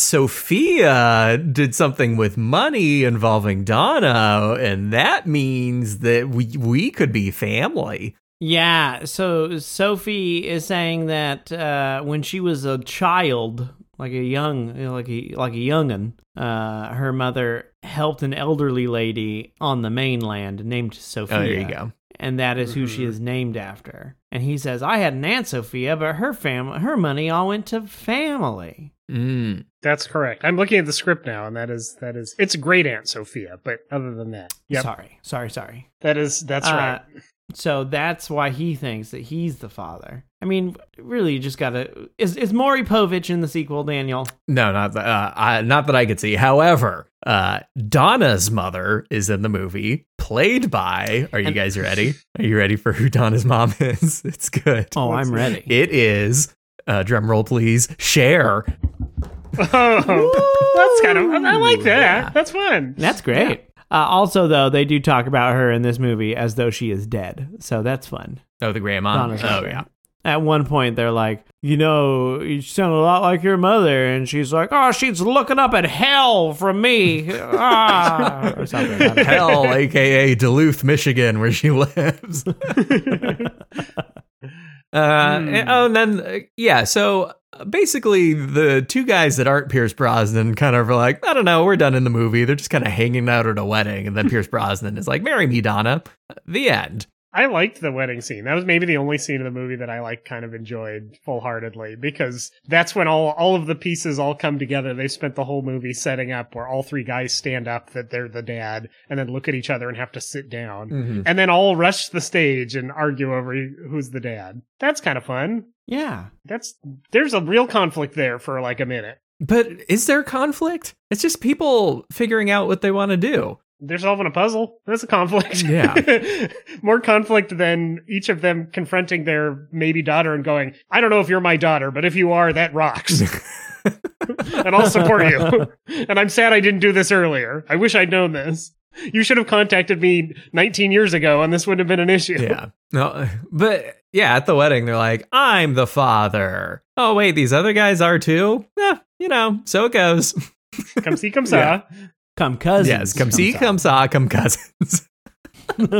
Speaker 2: Sophia did something with money involving Donna, and that means that we we could be family.
Speaker 1: Yeah, so Sophie is saying that uh, when she was a child, like a young, you know, like a like a youngin, uh, her mother helped an elderly lady on the mainland named Sophia.
Speaker 2: Oh, there you go.
Speaker 1: And that is who she
Speaker 3: Mhm.
Speaker 1: is named after. And he says, "I had an aunt Sophia, but her family, her money all went to family."
Speaker 2: Mm.
Speaker 3: That's correct. I'm looking at the script now, and that is that is it's great Aunt Sophia, but other than that, yep,
Speaker 1: Sorry, sorry, sorry.
Speaker 3: that is that's right.
Speaker 1: Uh, So that's why he thinks that he's the father. I mean, really, you just gotta. Is is Maury Povich in the sequel, Daniel?
Speaker 2: No, not that. Uh, I, not that I could see. However, uh, Donna's mother is in the movie, played by. Are you
Speaker 1: And-
Speaker 2: guys ready? Are you ready for who Donna's mom is? It's good.
Speaker 1: Oh, I'm ready.
Speaker 2: It is. Uh, drum roll, please. Share.
Speaker 3: Oh, that's kind of I like that.
Speaker 2: Yeah.
Speaker 3: That's fun.
Speaker 1: That's great. Uh, also, though, they do talk about her in this movie as though she is dead. So that's fun.
Speaker 2: Oh, the grandma.
Speaker 1: Donna's
Speaker 2: oh,
Speaker 1: mother.
Speaker 2: yeah.
Speaker 1: At one point, they're like, you know, you sound a lot like your mother. And she's like, oh, she's looking up at hell from me. ah, or something. I don't know.
Speaker 2: Hell, aka Duluth, Michigan, where she lives. Uh, and, oh, and then uh, yeah. So uh, basically, the two guys that aren't Pierce Brosnan kind of are like, I don't know, we're done in the movie. They're just kind of hanging out at a wedding, and then Pierce Brosnan is like, "Marry me, Donna." The end.
Speaker 3: I liked the wedding scene. That was maybe the only scene of the movie that I like kind of enjoyed full heartedly because that's when all all of the pieces all come together. They spent the whole movie setting up where all three guys stand up that they're the dad and then look at each other and have to sit down. And then all rush the stage and argue over who's the dad. That's kind of fun.
Speaker 1: yeah.
Speaker 3: That's there's a real conflict there for like a minute.
Speaker 2: But is there conflict? It's just people figuring out what they want to do.
Speaker 3: they're solving a puzzle. That's a conflict.
Speaker 2: Yeah.
Speaker 3: More conflict than each of them confronting their maybe daughter and going, I don't know if you're my daughter, but if you are, that rocks. and I'll support you. and I'm sad I didn't do this earlier. I wish I'd known this. You should have contacted me 19 years ago and this wouldn't have been an issue.
Speaker 2: Yeah. No, but yeah, at the wedding, they're like, "I'm the father." Oh wait, these other guys are too. Eh, you know, so it goes.
Speaker 3: Come see, come saw.
Speaker 2: Yeah.
Speaker 1: Come cousins.
Speaker 2: yes, come see, come saw, come cousins.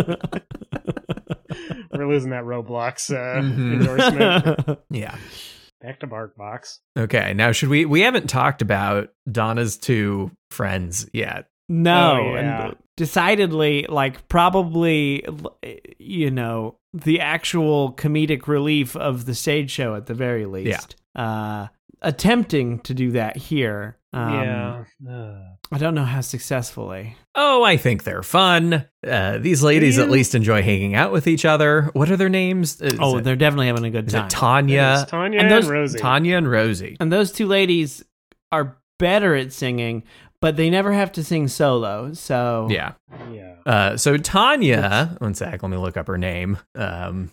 Speaker 3: We're losing that Roblox uh,
Speaker 2: Mhm.
Speaker 3: endorsement.
Speaker 2: Yeah.
Speaker 3: Back to Barkbox.
Speaker 2: Okay. Now, should we? We haven't talked about Donna's two friends yet.
Speaker 1: No,
Speaker 3: Oh, yeah.
Speaker 1: and decidedly, like probably, you know, the actual comedic relief of the stage show at the very least. Uh, attempting to do that here. Um,
Speaker 3: yeah. uh, Ugh.
Speaker 1: I don't know how successfully.
Speaker 2: Oh, I think they're fun. Uh, these ladies at
Speaker 3: Yeah.
Speaker 2: least enjoy hanging out with each other. What are their names? Is
Speaker 1: oh,
Speaker 2: it,
Speaker 1: they're definitely having a good
Speaker 2: is
Speaker 1: time.
Speaker 2: it Tanya?
Speaker 3: It's Tanya
Speaker 1: And
Speaker 3: and,
Speaker 1: those-
Speaker 3: Rosie.
Speaker 2: Tanya and Rosie.
Speaker 1: and those two ladies are better at singing, but they never have to sing solo. So
Speaker 2: Yeah.
Speaker 3: yeah.
Speaker 2: Uh, so Tanya, one sec, let me look up her name. Um,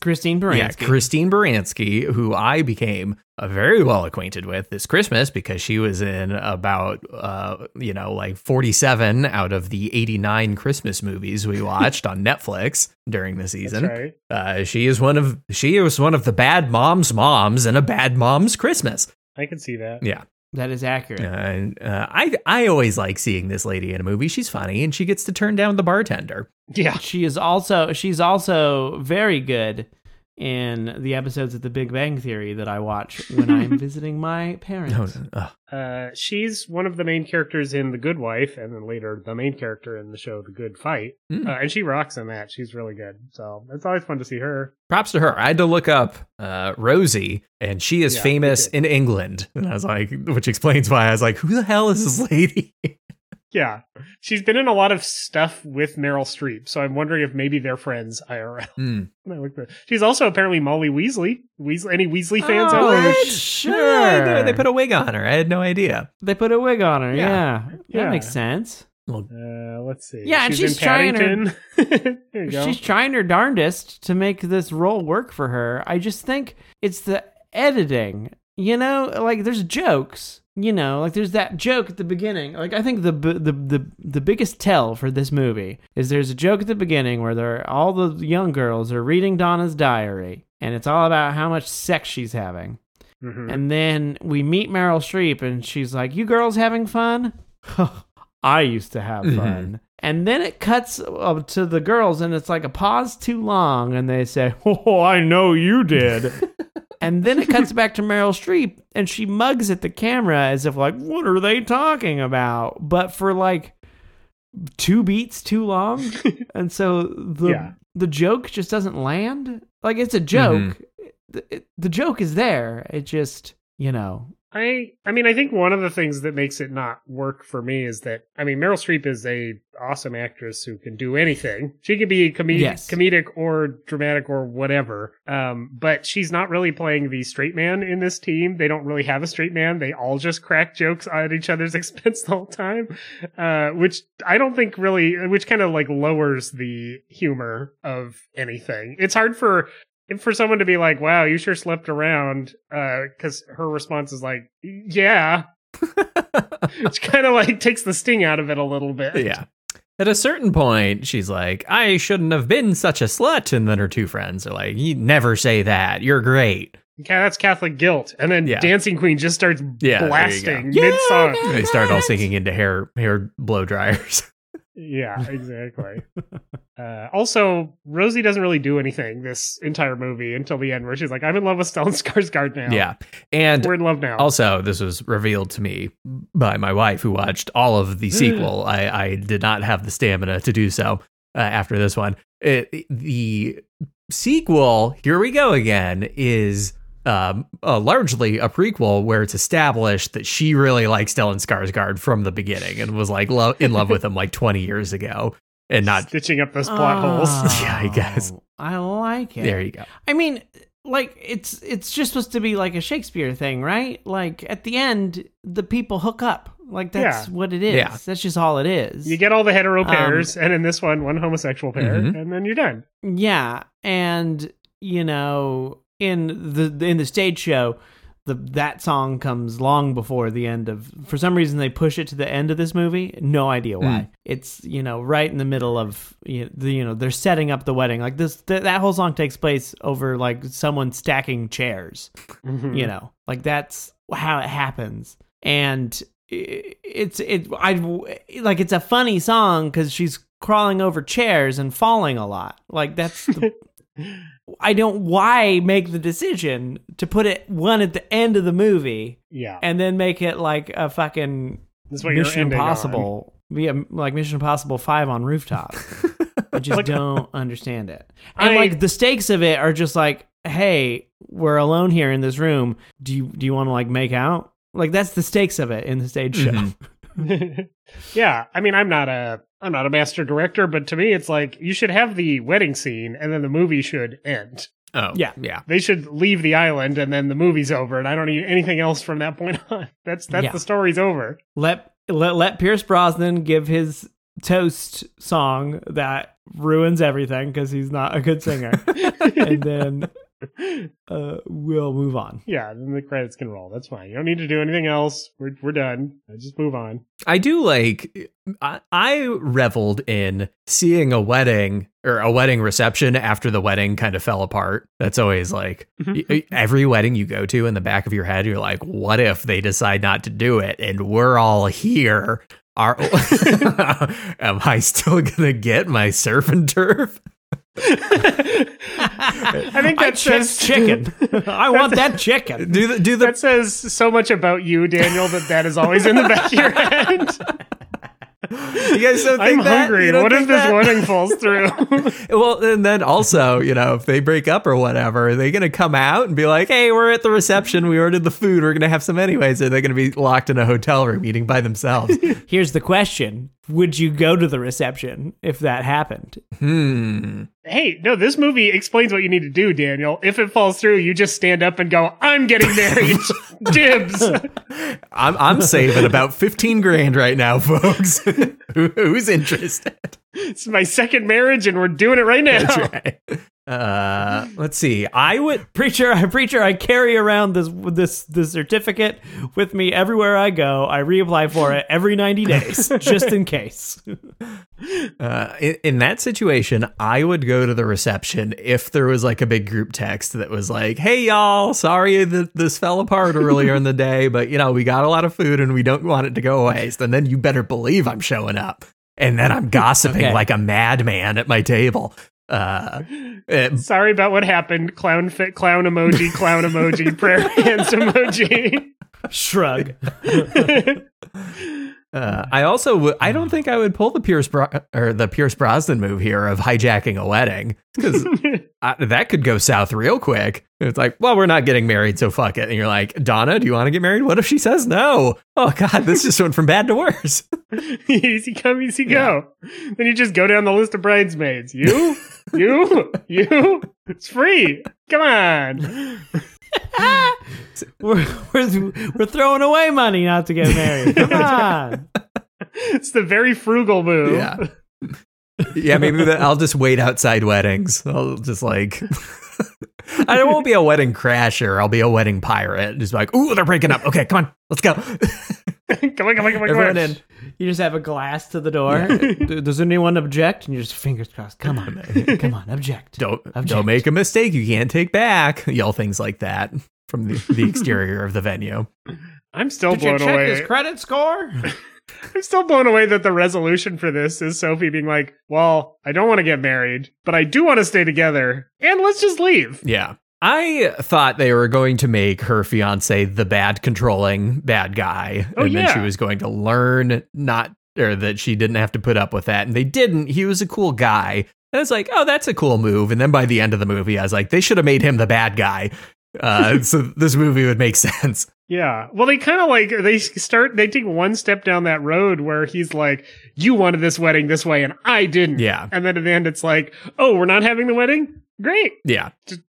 Speaker 1: Christine Baranski.
Speaker 2: Yeah, Christine Baranski, who I became uh, very well acquainted with this Christmas because she was in about, uh, you know, like 47 out of the 89 Christmas movies we watched on Netflix during the season.
Speaker 3: That's right.
Speaker 2: Uh, she is one of she was one of the bad mom's moms in a bad mom's Christmas.
Speaker 3: I can see that.
Speaker 2: Yeah,
Speaker 1: that is accurate.
Speaker 2: Uh, and uh, I I always like seeing this lady in a movie. She's funny and she gets to turn down the bartender.
Speaker 3: Yeah.
Speaker 1: She is also she's also very good in the episodes of The Big Bang Theory that I watch when I'm visiting my
Speaker 2: No,
Speaker 1: parents.
Speaker 2: uh,
Speaker 3: Uh, she's one of the main characters in The Good Wife, and then later the main character in the show The Good Fight.
Speaker 2: Mm.
Speaker 1: Hmm.
Speaker 3: Uh, and she rocks in that. She's really good. So it's always fun to see her.
Speaker 2: props to her. I had to look up uh, Rosie, and she is
Speaker 3: Yeah, me
Speaker 2: famous
Speaker 3: too.
Speaker 2: in England. And I was like, which explains why I was like, who the hell is this lady?
Speaker 3: Yeah. She's been in a lot of stuff with Meryl Streep, so I'm wondering if maybe they're friends IRL.
Speaker 2: Hmm.
Speaker 3: I like that. She's also apparently Molly Weasley. Weasley any Weasley fans out
Speaker 1: Oh,
Speaker 3: there?
Speaker 2: What?
Speaker 1: sure.
Speaker 2: Yeah, they- they put a wig on her. I had no idea.
Speaker 1: They put a wig on her. Yeah.
Speaker 2: Yeah.
Speaker 1: That
Speaker 3: Yeah.
Speaker 1: makes sense.
Speaker 2: Well,
Speaker 3: Uh, let's see.
Speaker 1: Yeah, and she's
Speaker 3: in
Speaker 1: trying her-
Speaker 3: Paddington. there you go.
Speaker 1: She's trying her darndest to make this role work for her. I just think it's the editing. You know, like there's jokes. You know, like there's that joke at the beginning. Like I think the b- the the the biggest tell for this movie is there's a joke at the beginning where they're all the young girls are reading Donna's diary, and it's all about how much sex she's having.
Speaker 3: Mhm.
Speaker 1: And then we meet Meryl Streep, and she's like, "You girls having fun? I used to have
Speaker 2: Mhm.
Speaker 1: fun." And then it cuts up to the girls, and it's like a pause too long, and they say, "Oh, I know you did." and then it cuts back to Meryl Streep, and she mugs at the camera as if like, "What are they talking about?" But for like two beats too long, and so the
Speaker 3: Yeah.
Speaker 1: the joke just doesn't land. Like it's a joke,
Speaker 2: Mhm.
Speaker 1: the, it- the joke is there. It just, you know,
Speaker 3: I I mean I think one of the things that makes it not work for me is that I mean Meryl Streep is a awesome actress who can do anything. She can be comedic,
Speaker 1: Yes.
Speaker 3: comedic or dramatic or whatever. Um, but she's not really playing the straight man in this team. They don't really have a straight man. They all just crack jokes at each other's expense the whole time, uh, which I don't think really, which kind of like lowers the humor of anything. It's hard for and for someone to be like, "Wow, you sure slept around," because her response is like, "Yeah," which kind of like takes the sting out of it a little bit.
Speaker 2: yeah. At a certain point, she's like, I shouldn't have been such a slut. And then her two friends are like, You never say that. You're great.
Speaker 3: Ca- that's Catholic guilt. And then
Speaker 2: Yeah.
Speaker 3: Dancing Queen just starts
Speaker 2: Yeah, there you
Speaker 3: blasting
Speaker 1: go.
Speaker 3: mid song.
Speaker 1: Yeah,
Speaker 3: Yeah,
Speaker 1: no.
Speaker 2: They start all
Speaker 1: Right.
Speaker 2: singing into hair hair blow dryers.
Speaker 3: exactly. uh, also, Rosie doesn't really do anything this entire movie until the end, where she's like, "I'm in love with Stellan Skarsgård now."
Speaker 2: yeah. And
Speaker 3: we're in love now.
Speaker 2: Also, this was revealed to me by my wife, who watched all of the sequel. I, I did not have the stamina to do so uh, after this one. It- the sequel, here we go again, is um, uh, largely a prequel where it's established that she really likes Stellan Skarsgård from the beginning and was like lo- in love with him like 20 years ago, and not Ah.
Speaker 3: stitching up those plot holes.
Speaker 2: Yeah, I guess.
Speaker 1: Oh, I like it.
Speaker 2: there. You go.
Speaker 1: I mean, like it's it's just supposed to be like a Shakespeare thing, right? Like at the end, the people hook up. Like that's
Speaker 3: Yeah.
Speaker 1: what it is.
Speaker 2: Yeah.
Speaker 1: That's just all it is.
Speaker 3: You get all the hetero
Speaker 1: Um,
Speaker 3: pairs, and in this one, one homosexual pair,
Speaker 2: Mhm.
Speaker 3: and then you're done.
Speaker 1: Yeah, and you know, in the in the stage show, the that song comes long before the end of. For some reason, they push it to the end of this movie. No idea why. It's you know right in the middle of you know, the you know they're setting up the wedding. Like this, th- that whole song takes place over like someone stacking chairs
Speaker 3: Hmm.
Speaker 1: you know like that's how it happens and i- it's it i like it's a funny song because she's crawling over chairs and falling a lot like that's the, i don't why make the decision to put it one at the end of the movie
Speaker 3: Yeah.
Speaker 1: and then make it like a fucking
Speaker 3: That's what you're
Speaker 1: mission
Speaker 3: ending on.
Speaker 1: impossible yeah, like mission impossible 5 on rooftop i just don't understand it and
Speaker 3: I-
Speaker 1: like the stakes of it are just like hey we're alone here in this room do you do you want to like make out like that's the stakes of it in the stage show
Speaker 2: Mhm.
Speaker 3: yeah, I mean, I'm not a I'm not a master director, but to me, it's like you should have the wedding scene, and then the movie should end.
Speaker 2: Oh,
Speaker 1: Yeah.
Speaker 2: yeah.
Speaker 3: They should leave the island, and then the movie's over, and I don't need anything else from that point on. That's that's
Speaker 1: Yeah.
Speaker 3: the story's over.
Speaker 1: let let let Pierce Brosnan give his toast song that ruins everything because he's not a good
Speaker 3: uh,
Speaker 1: singer and then uh, we'll move on
Speaker 3: Yeah, then the credits can roll. That's fine. You don't need to do anything else. We're we're done. I just move on.
Speaker 2: I do like I, I reveled in seeing a wedding or a wedding reception after the wedding kind of fell apart. That's always like
Speaker 3: Mm-hmm,
Speaker 2: y- every wedding you go to in the back of your head you're like what if they decide not to do it and we're all here are am I still going to get my surf and turf?
Speaker 3: I think
Speaker 1: I
Speaker 3: that
Speaker 1: chose
Speaker 3: says
Speaker 1: chicken i want that chicken
Speaker 2: Do the do the
Speaker 3: That says so much about you, Daniel, that that is always in the back of your head.
Speaker 2: you guys don't
Speaker 3: I'm
Speaker 2: think that?
Speaker 3: hungry.
Speaker 2: You don't
Speaker 3: What if
Speaker 2: think
Speaker 3: this
Speaker 2: that?
Speaker 3: wedding falls through?
Speaker 2: Well, and then also, you know, if they break up or whatever, are they going to come out and be like, hey, we're at the reception. We ordered the food. We're going to have some anyways. Are they going to be locked in a hotel room eating by themselves?
Speaker 1: Here's the question Would you go to the reception if that happened?
Speaker 2: hmm.
Speaker 3: hey, no, this movie explains what you need to do, Daniel. If it falls through, you just stand up and go, I'm getting married. Dibs.
Speaker 2: I'm, I'm saving about 15 grand right now, folks. Who, who's interested?
Speaker 3: It's my second marriage and we're doing it right now.
Speaker 2: That's right. Uh, let's see. I would.
Speaker 1: Preacher, I preacher, I carry around this this this certificate with me everywhere I go. I reapply for it every 90 days just in case.
Speaker 2: Uh, in, in that situation, I would go to the reception if there was like a big group text that was like, "Hey y'all, sorry that this fell apart earlier in the day, but you know we got a lot of food and we don't want it to go waste." And then you better believe I'm showing up, and then I'm gossiping
Speaker 1: Okay.
Speaker 2: like a madman at my table. Uh, eh,
Speaker 3: Sorry about what happened. Clown fit, clown emoji, clown emoji, prayer hands emoji.
Speaker 1: Shrug.
Speaker 2: Uh, I also w- I don't think I would pull the Pierce Bro- or the Pierce Brosnan move here of hijacking a wedding because that could go south real quick. It's like, well, we're not getting married, so fuck it. And you're like, Donna, do you want to get married? What if she says no? Oh God, this just went from bad to worse.
Speaker 3: easy come, easy go. Then you just go down the list of bridesmaids. You, you, you. It's free. Come on.
Speaker 1: We're, we're, we're throwing away money not to get married. Come on.
Speaker 3: It's the very frugal move.
Speaker 2: Yeah, yeah. Maybe that I'll just wait outside weddings. I'll just like. I won't be a wedding crasher. I'll be a wedding pirate. Just like, ooh, they're breaking up. Okay, come on, let's go.
Speaker 3: come on, come on, come on, come
Speaker 2: Everyone
Speaker 3: on.
Speaker 2: in.
Speaker 1: You just have a glass to the door. D- Does anyone object? And you're just fingers crossed. Come on. Come on, object.
Speaker 2: don't
Speaker 1: I've
Speaker 2: don't
Speaker 1: checked.
Speaker 2: make a mistake you can't take back yell things like that from the, the exterior of the venue
Speaker 3: I'm still
Speaker 1: Did you
Speaker 3: blown
Speaker 1: check
Speaker 3: away.
Speaker 1: his credit score?
Speaker 3: I'm still blown away that the resolution for this is Sophie being like, "Well, I don't want to get married, but I do want to stay together, and let's just leave."
Speaker 2: yeah i thought they were going to make her fiance the bad controlling bad guy
Speaker 3: Oh,
Speaker 2: and then she
Speaker 3: yeah.
Speaker 2: was going to learn not or that she didn't have to put up with that and they didn't he was a cool guy and i was like oh that's a cool move and then by the end of the movie i was like they should have made him the bad guy uh, so this movie would make sense
Speaker 3: Yeah. Well, they kind of like they start they take one step down that road where he's like, "You wanted this wedding this way, and I didn't."
Speaker 2: yeah
Speaker 3: And then at the end, it's like, "Oh, we're not having the wedding. Great.
Speaker 2: yeah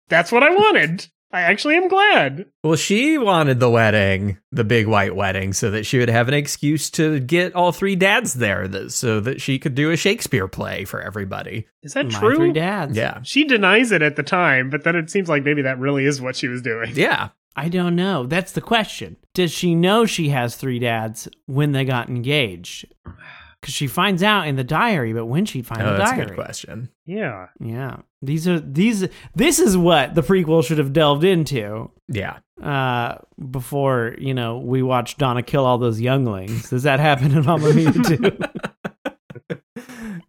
Speaker 3: That's what I wanted. I actually am glad."
Speaker 2: Well, she wanted the wedding, the big white wedding, so that she would have an excuse to get all three dads there, that, so that she could do a Shakespeare play for everybody.
Speaker 3: Is that
Speaker 1: My
Speaker 3: true?
Speaker 1: three dads.
Speaker 2: Yeah,
Speaker 3: She denies it at the time, but then it seems like maybe that really is what she was doing.
Speaker 2: yeah.
Speaker 1: I don't know. That's the question. Does she know she has three dads when they got engaged? Because she finds out in the diary, but when she find
Speaker 2: Oh,
Speaker 1: the
Speaker 2: that's a
Speaker 1: diary?
Speaker 2: good question.
Speaker 3: Yeah.
Speaker 1: Yeah, these are these. This is what the prequel should have delved into
Speaker 2: Yeah,
Speaker 1: uh, before you know we watched Donna kill all those younglings. Does that happen in Mamma Mia too?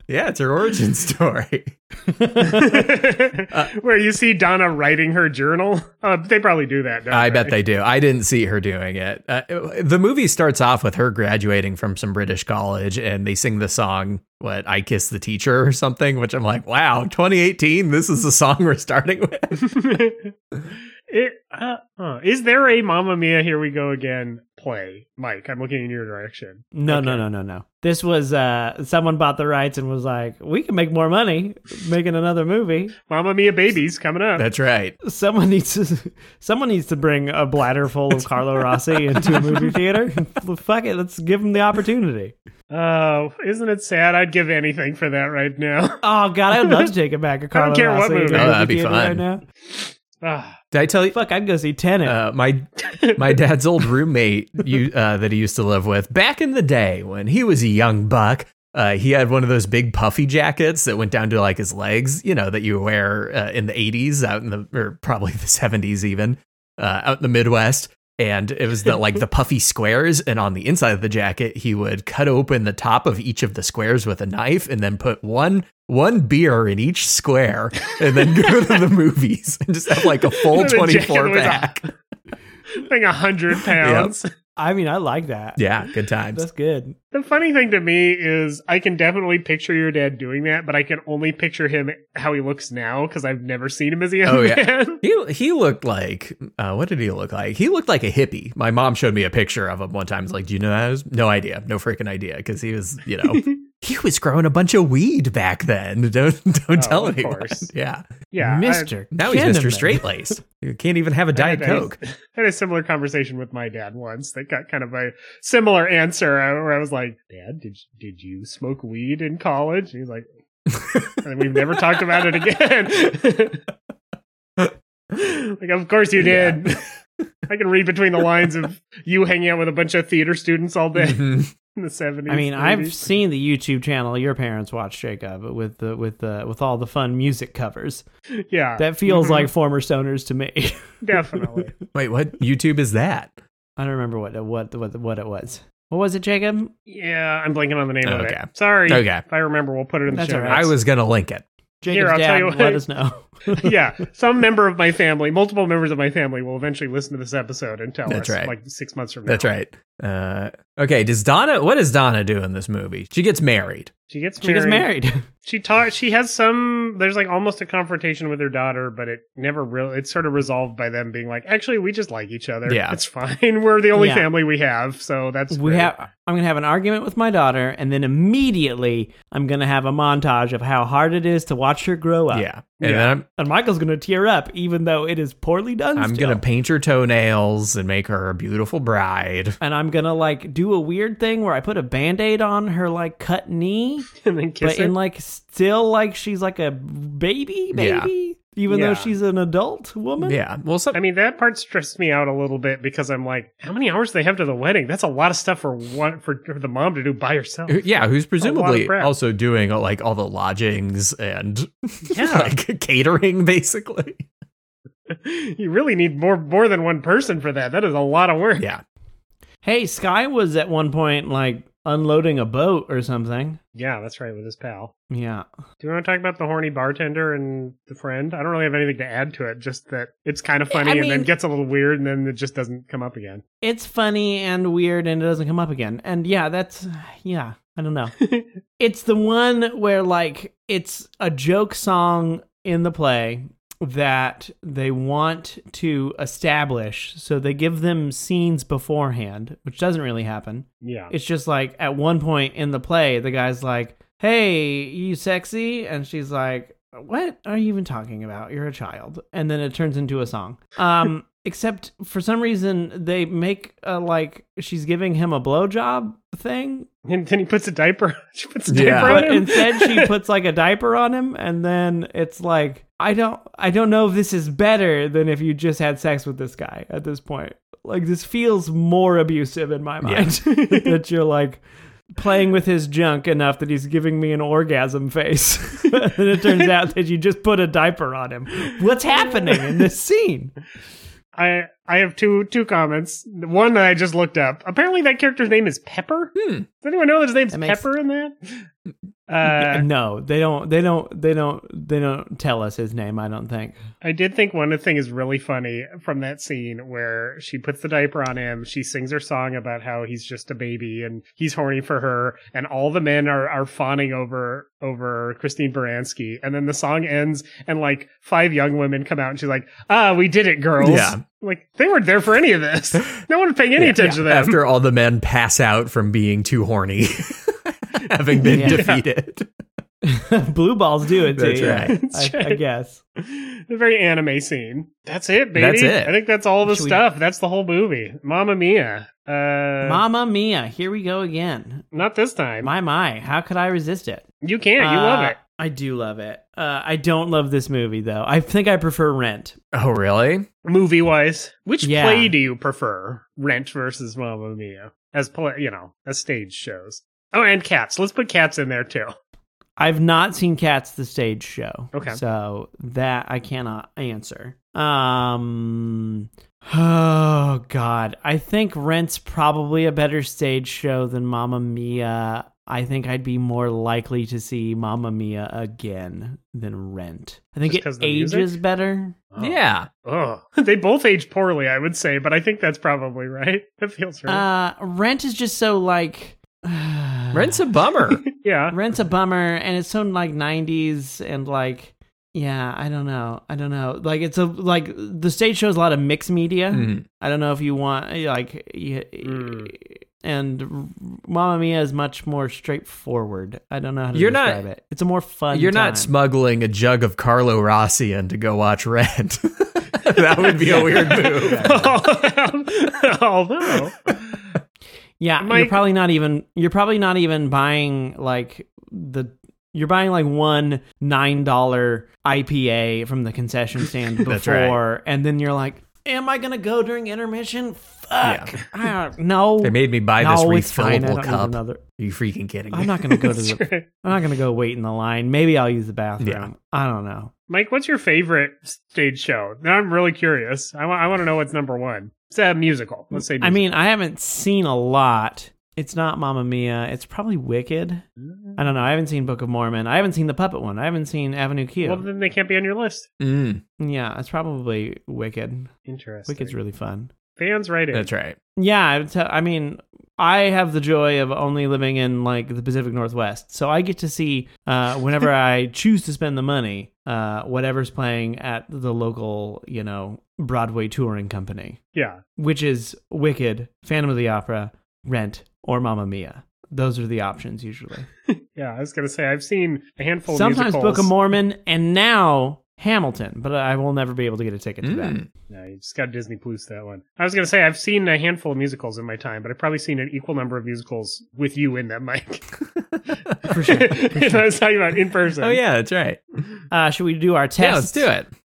Speaker 2: yeah. It's her origin story.
Speaker 3: Where you see Donna writing her journal. Uh, they probably do that. don't
Speaker 2: I bet
Speaker 3: they?
Speaker 2: they do. I didn't see her doing it. Uh, the movie starts off with her graduating from some British college, and they sing the song "What I Kiss the Teacher" or something. Which I'm like, wow, 2018. This is the song we're starting with.
Speaker 3: it, uh, uh, is there a Mamma Mia, Here We Go Again play? Mike, I'm looking in your direction.
Speaker 1: No, no,
Speaker 3: Okay.
Speaker 1: no, no, no. This was uh, someone bought the rights and was like, we can make more money making another movie.
Speaker 3: Mamma Mia Babies coming up.
Speaker 2: That's right.
Speaker 1: Someone needs to someone needs to bring a bladder full of Carlo Rossi into a movie theater. Fuck it, let's give him the opportunity.
Speaker 3: Oh, isn't it sad? I'd give anything for that right now.
Speaker 1: Oh god, I'd love to take a bag of Carlo
Speaker 3: care what
Speaker 1: Rossi.
Speaker 3: movie.
Speaker 1: into a
Speaker 3: Oh,
Speaker 2: that'd be
Speaker 1: theater
Speaker 2: fun.
Speaker 1: Right now.
Speaker 3: Ah,
Speaker 2: Did I tell you?
Speaker 1: Fuck, I'd go see Tenet.
Speaker 2: Uh, my my dad's old roommate you, uh, that he used to live with back in the day when he was a young buck. Uh, he had one of those big puffy jackets that went down to like his legs, you know, that you wear uh, in the 80s out in the, or probably the 70s even, uh, out in the Midwest. And it was the like the puffy squares. And on the inside of the jacket, he would cut open the top of each of the squares with a knife and then put one one beer in each square and then go to the movies and just have like a full
Speaker 3: The jacket
Speaker 2: 24
Speaker 3: was a-
Speaker 2: pack.
Speaker 3: like a hundred pounds.
Speaker 1: I mean, I like that.
Speaker 2: Yeah, good times.
Speaker 1: That's good.
Speaker 3: The funny thing to me is I can definitely picture your dad doing that, but I can only picture him how he looks now because I've never seen him as a young
Speaker 2: Oh, yeah.
Speaker 3: man.
Speaker 2: He he looked like uh, what did he look like? He looked like a hippie. My mom showed me a picture of him one time. I was like, "Do you know that?" Is? No idea, no freaking idea, because he was you know he was growing a bunch of weed back then. Don't don't
Speaker 3: Oh,
Speaker 2: tell
Speaker 3: of
Speaker 2: anyone.
Speaker 3: course.
Speaker 2: Yeah,
Speaker 3: Yeah.
Speaker 1: Mr.
Speaker 2: now he's Mister
Speaker 1: Kinnaman.
Speaker 2: Straight Laced. You can't even have a
Speaker 3: I- I
Speaker 2: diet
Speaker 3: had a-
Speaker 2: coke.
Speaker 3: I had a similar conversation with my dad once that got kind of a similar answer uh, where I was like, Dad, did, did you smoke weed in college? And he's like, and we've never talked about it again. like, of course you did. I can read between the lines of you hanging out with a bunch of theater students all day
Speaker 2: Mhm.
Speaker 3: in the seventies.
Speaker 1: I mean, I've seen the YouTube channel your parents watch, Jacob, with the with the with all the fun music covers.
Speaker 3: yeah,
Speaker 1: That feels
Speaker 3: Mhm.
Speaker 1: like former stoners to me.
Speaker 3: definitely.
Speaker 2: Wait, what YouTube is that?
Speaker 1: I don't remember what what what what it was. What was it, Jacob?
Speaker 3: Yeah, I'm blanking on the name of
Speaker 2: Okay.
Speaker 3: it. Sorry.
Speaker 2: Okay.
Speaker 3: If I remember, we'll put it in the
Speaker 1: That's
Speaker 3: show.
Speaker 1: all right.
Speaker 2: I was gonna link it.
Speaker 1: Jacob's
Speaker 3: I'll
Speaker 1: dad.
Speaker 3: tell you what.
Speaker 1: let us know.
Speaker 3: yeah, some member of my family, multiple members of my family, will eventually listen to this episode and tell
Speaker 2: That's
Speaker 3: us,
Speaker 2: right.
Speaker 3: like six months from now.
Speaker 2: That's right. Uh, okay, does Donna? What does Donna do in this movie? She gets married.
Speaker 3: She gets
Speaker 1: She gets married.
Speaker 3: She taught. She has some. There's like almost a confrontation with her daughter, but it never really. It's sort of resolved by them being like, actually, we just like each other.
Speaker 2: Yeah.
Speaker 3: it's fine. We're the only
Speaker 1: Yeah.
Speaker 3: family we have, so that's
Speaker 1: we
Speaker 3: great.
Speaker 1: have. I'm gonna have an argument with my daughter, and then immediately I'm gonna have a montage of how hard it is to watch her grow up.
Speaker 2: yeah, and
Speaker 3: Uh, Yeah.
Speaker 2: I'm
Speaker 1: And Michael's gonna tear up, even though it is poorly done.
Speaker 2: I'm
Speaker 1: still.
Speaker 2: gonna paint her toenails and make her a beautiful bride.
Speaker 1: and I'm gonna like do a weird thing where I put a band-aid on her like cut knee,
Speaker 3: and then kiss
Speaker 1: but in
Speaker 3: her.
Speaker 1: like still like she's like a baby,
Speaker 2: Yeah.
Speaker 1: baby, even
Speaker 3: Yeah.
Speaker 1: though she's an adult woman.
Speaker 2: Yeah. Well, some,
Speaker 3: I mean, that part stressed me out a little bit because I'm like, how many hours do they have to the wedding? That's a lot of stuff for one for for the mom to do by herself.
Speaker 2: Who- Yeah, who's presumably
Speaker 3: prep.
Speaker 2: also doing uh, like all the lodgings and
Speaker 3: Yeah.
Speaker 2: like catering, basically.
Speaker 3: you really need more more than one person for that. That is a lot of work.
Speaker 2: Yeah,
Speaker 1: Hey, Sky was at one point like unloading a boat or something.
Speaker 3: Yeah, that's right with his pal.
Speaker 1: Yeah.
Speaker 3: Do you want to talk about the horny bartender and the friend? I don't really have anything to add to it. Just that it's kind of funny
Speaker 1: I
Speaker 3: and then
Speaker 1: mean-
Speaker 3: gets a little weird and then it just doesn't come up again.
Speaker 1: It's funny and weird and it doesn't come up again. And yeah, that's yeah, I don't know. it's the one where like it's a joke song in the play that they want to establish so they give them scenes beforehand which doesn't really happen
Speaker 3: Yeah.
Speaker 1: it's just like at one point in the play the guy's like hey you sexy and she's like what are you even talking about you're a child and then it turns into a song um except for some reason they make a, like she's giving him a blowjob thing
Speaker 3: And then he puts a diaper. she puts a
Speaker 2: Yeah.
Speaker 3: diaper on
Speaker 1: but
Speaker 3: him.
Speaker 1: instead she puts like a diaper on him and then it's like i don't i don't know if this is better than if you just had sex with this guy at this point like this feels more abusive in my mind that you're like playing with his junk enough that he's giving me an orgasm face and it turns out that you just put a diaper on him what's happening in this scene
Speaker 3: I I have two two comments. One that I just looked up. Apparently that character's name is Pepper.
Speaker 2: Hmm.
Speaker 3: Does anyone know that his name's
Speaker 1: That makes-
Speaker 3: Pepper in that? Uh,
Speaker 1: no they don't they don't they don't they don't tell us his name i don't think
Speaker 3: I did think one thing is really funny from that scene where she puts the diaper on him. She sings her song about how he's just a baby and he's horny for her, and all the men are are fawning over over Christine Baranski. And then the song ends, and like five young women come out, and she's like, "Ah, we did it, girls!"
Speaker 2: Yeah.
Speaker 3: like they weren't there for any of this. No one was paying any
Speaker 2: Yeah.
Speaker 3: attention to them.
Speaker 2: after all the men pass out from being too horny, having been
Speaker 1: Yeah.
Speaker 2: defeated.
Speaker 1: blue balls do it to
Speaker 2: That's
Speaker 1: you,
Speaker 2: right.
Speaker 1: I, I guess
Speaker 3: the very anime scene. That's it, baby.
Speaker 2: That's it.
Speaker 3: I think that's all the
Speaker 1: Should we-
Speaker 3: stuff. That's the whole movie. Mamma Mia. Uh,
Speaker 1: Mama Mia, here we go again.
Speaker 3: not this time.
Speaker 1: My my, how could I resist it?
Speaker 3: you can't. You love
Speaker 1: Uh,
Speaker 3: it.
Speaker 1: I do love it. Uh, I don't love this movie though. I think I prefer Rent.
Speaker 2: Oh, really?
Speaker 3: movie wise. Which
Speaker 1: Yeah.
Speaker 3: play do you prefer? Rent versus Mamma Mia as play, you know, as stage shows. Oh, and Cats. Let's put Cats in there too.
Speaker 1: I've not seen Cats the stage show.
Speaker 3: Okay.
Speaker 1: So that I cannot answer. Um Oh god. I think Rent's probably a better stage show than Mamma Mia. I think I'd be more likely to see Mamma Mia again than Rent. I think
Speaker 3: Just 'cause
Speaker 1: it
Speaker 3: the music?
Speaker 1: ages better.
Speaker 2: Yeah.
Speaker 3: Oh, they both age poorly, I would say, but I think that's probably right. That feels right.
Speaker 1: Uh, Rent is just so like
Speaker 2: Rent's a bummer.
Speaker 1: Uh,
Speaker 3: yeah.
Speaker 1: Rent's a bummer, and it's so like '90s and like yeah, I don't know, I don't know. Like it's a like the stage shows a lot of mixed media.
Speaker 2: Mm.
Speaker 1: I don't know if you want like you,
Speaker 3: Mm.
Speaker 1: and Mamma Mia is much more straightforward. I don't know how to
Speaker 2: You're not-
Speaker 1: describe it. It's a more fun.
Speaker 2: You're not
Speaker 1: time.
Speaker 2: smuggling a jug of Carlo Rossian to go watch Rent. that would be a weird move.
Speaker 3: Oh, Although,
Speaker 1: Yeah,
Speaker 3: Mike-
Speaker 1: you're probably not even you're probably not even buying like the You're buying like one nine dollar IPA from the concession stand
Speaker 2: That's
Speaker 1: before, and then you're like, "Am I gonna go during intermission? Fuck!
Speaker 2: Yeah.
Speaker 1: I don't know.
Speaker 2: They made me buy
Speaker 1: no,
Speaker 2: this
Speaker 1: it's fine. I
Speaker 2: refillable
Speaker 1: don't need
Speaker 2: cup. Are
Speaker 1: another.
Speaker 2: you freaking kidding me?
Speaker 1: I'm not gonna go to
Speaker 3: That's
Speaker 1: the.
Speaker 3: right.
Speaker 1: I'm not gonna go wait in the line. Maybe I'll use the bathroom.
Speaker 2: Yeah.
Speaker 1: I don't know.
Speaker 3: Mike, what's your favorite stage show? Now I'm really curious. I want to know what's number one. It's a musical. Let's say.
Speaker 1: I mean, I haven't seen a lot. It's not Mamma Mia. It's probably Wicked.
Speaker 2: Mm.
Speaker 3: mean,
Speaker 1: I don't know. I haven't seen Book of Mormon. I haven't seen the puppet one. I haven't seen Avenue Q.
Speaker 3: well, then they can't be on your list.
Speaker 2: Mm,
Speaker 1: yeah, it's probably Wicked.
Speaker 3: Interesting.
Speaker 1: Wicked's really fun.
Speaker 3: Fans right in.
Speaker 2: that's right.
Speaker 1: Yeah, I, would tell- I mean, I have the joy of only living in like the Pacific Northwest, so I get to see uh, whenever I choose to spend the money, uh, whatever's playing at the local, you know, Broadway touring company,
Speaker 3: Yeah.
Speaker 1: which is Wicked, Phantom of the Opera, Rent, or Mamma Mia. Those are the options usually.
Speaker 3: Yeah. I was gonna say I've seen a handful of
Speaker 1: Sometimes
Speaker 3: musicals.
Speaker 1: Book of Mormon, and now Hamilton, but I will never be able to get a ticket to that.
Speaker 2: Mm.
Speaker 3: No, you just got Disney Plus that one. I was gonna say I've seen a handful of musicals in my time, but I've probably seen an equal number of musicals with you in them, Mike.
Speaker 1: For sure.
Speaker 3: I was talking about in person.
Speaker 2: Oh yeah, that's right.
Speaker 1: Uh, should we do our test?
Speaker 2: Yeah, let's do it.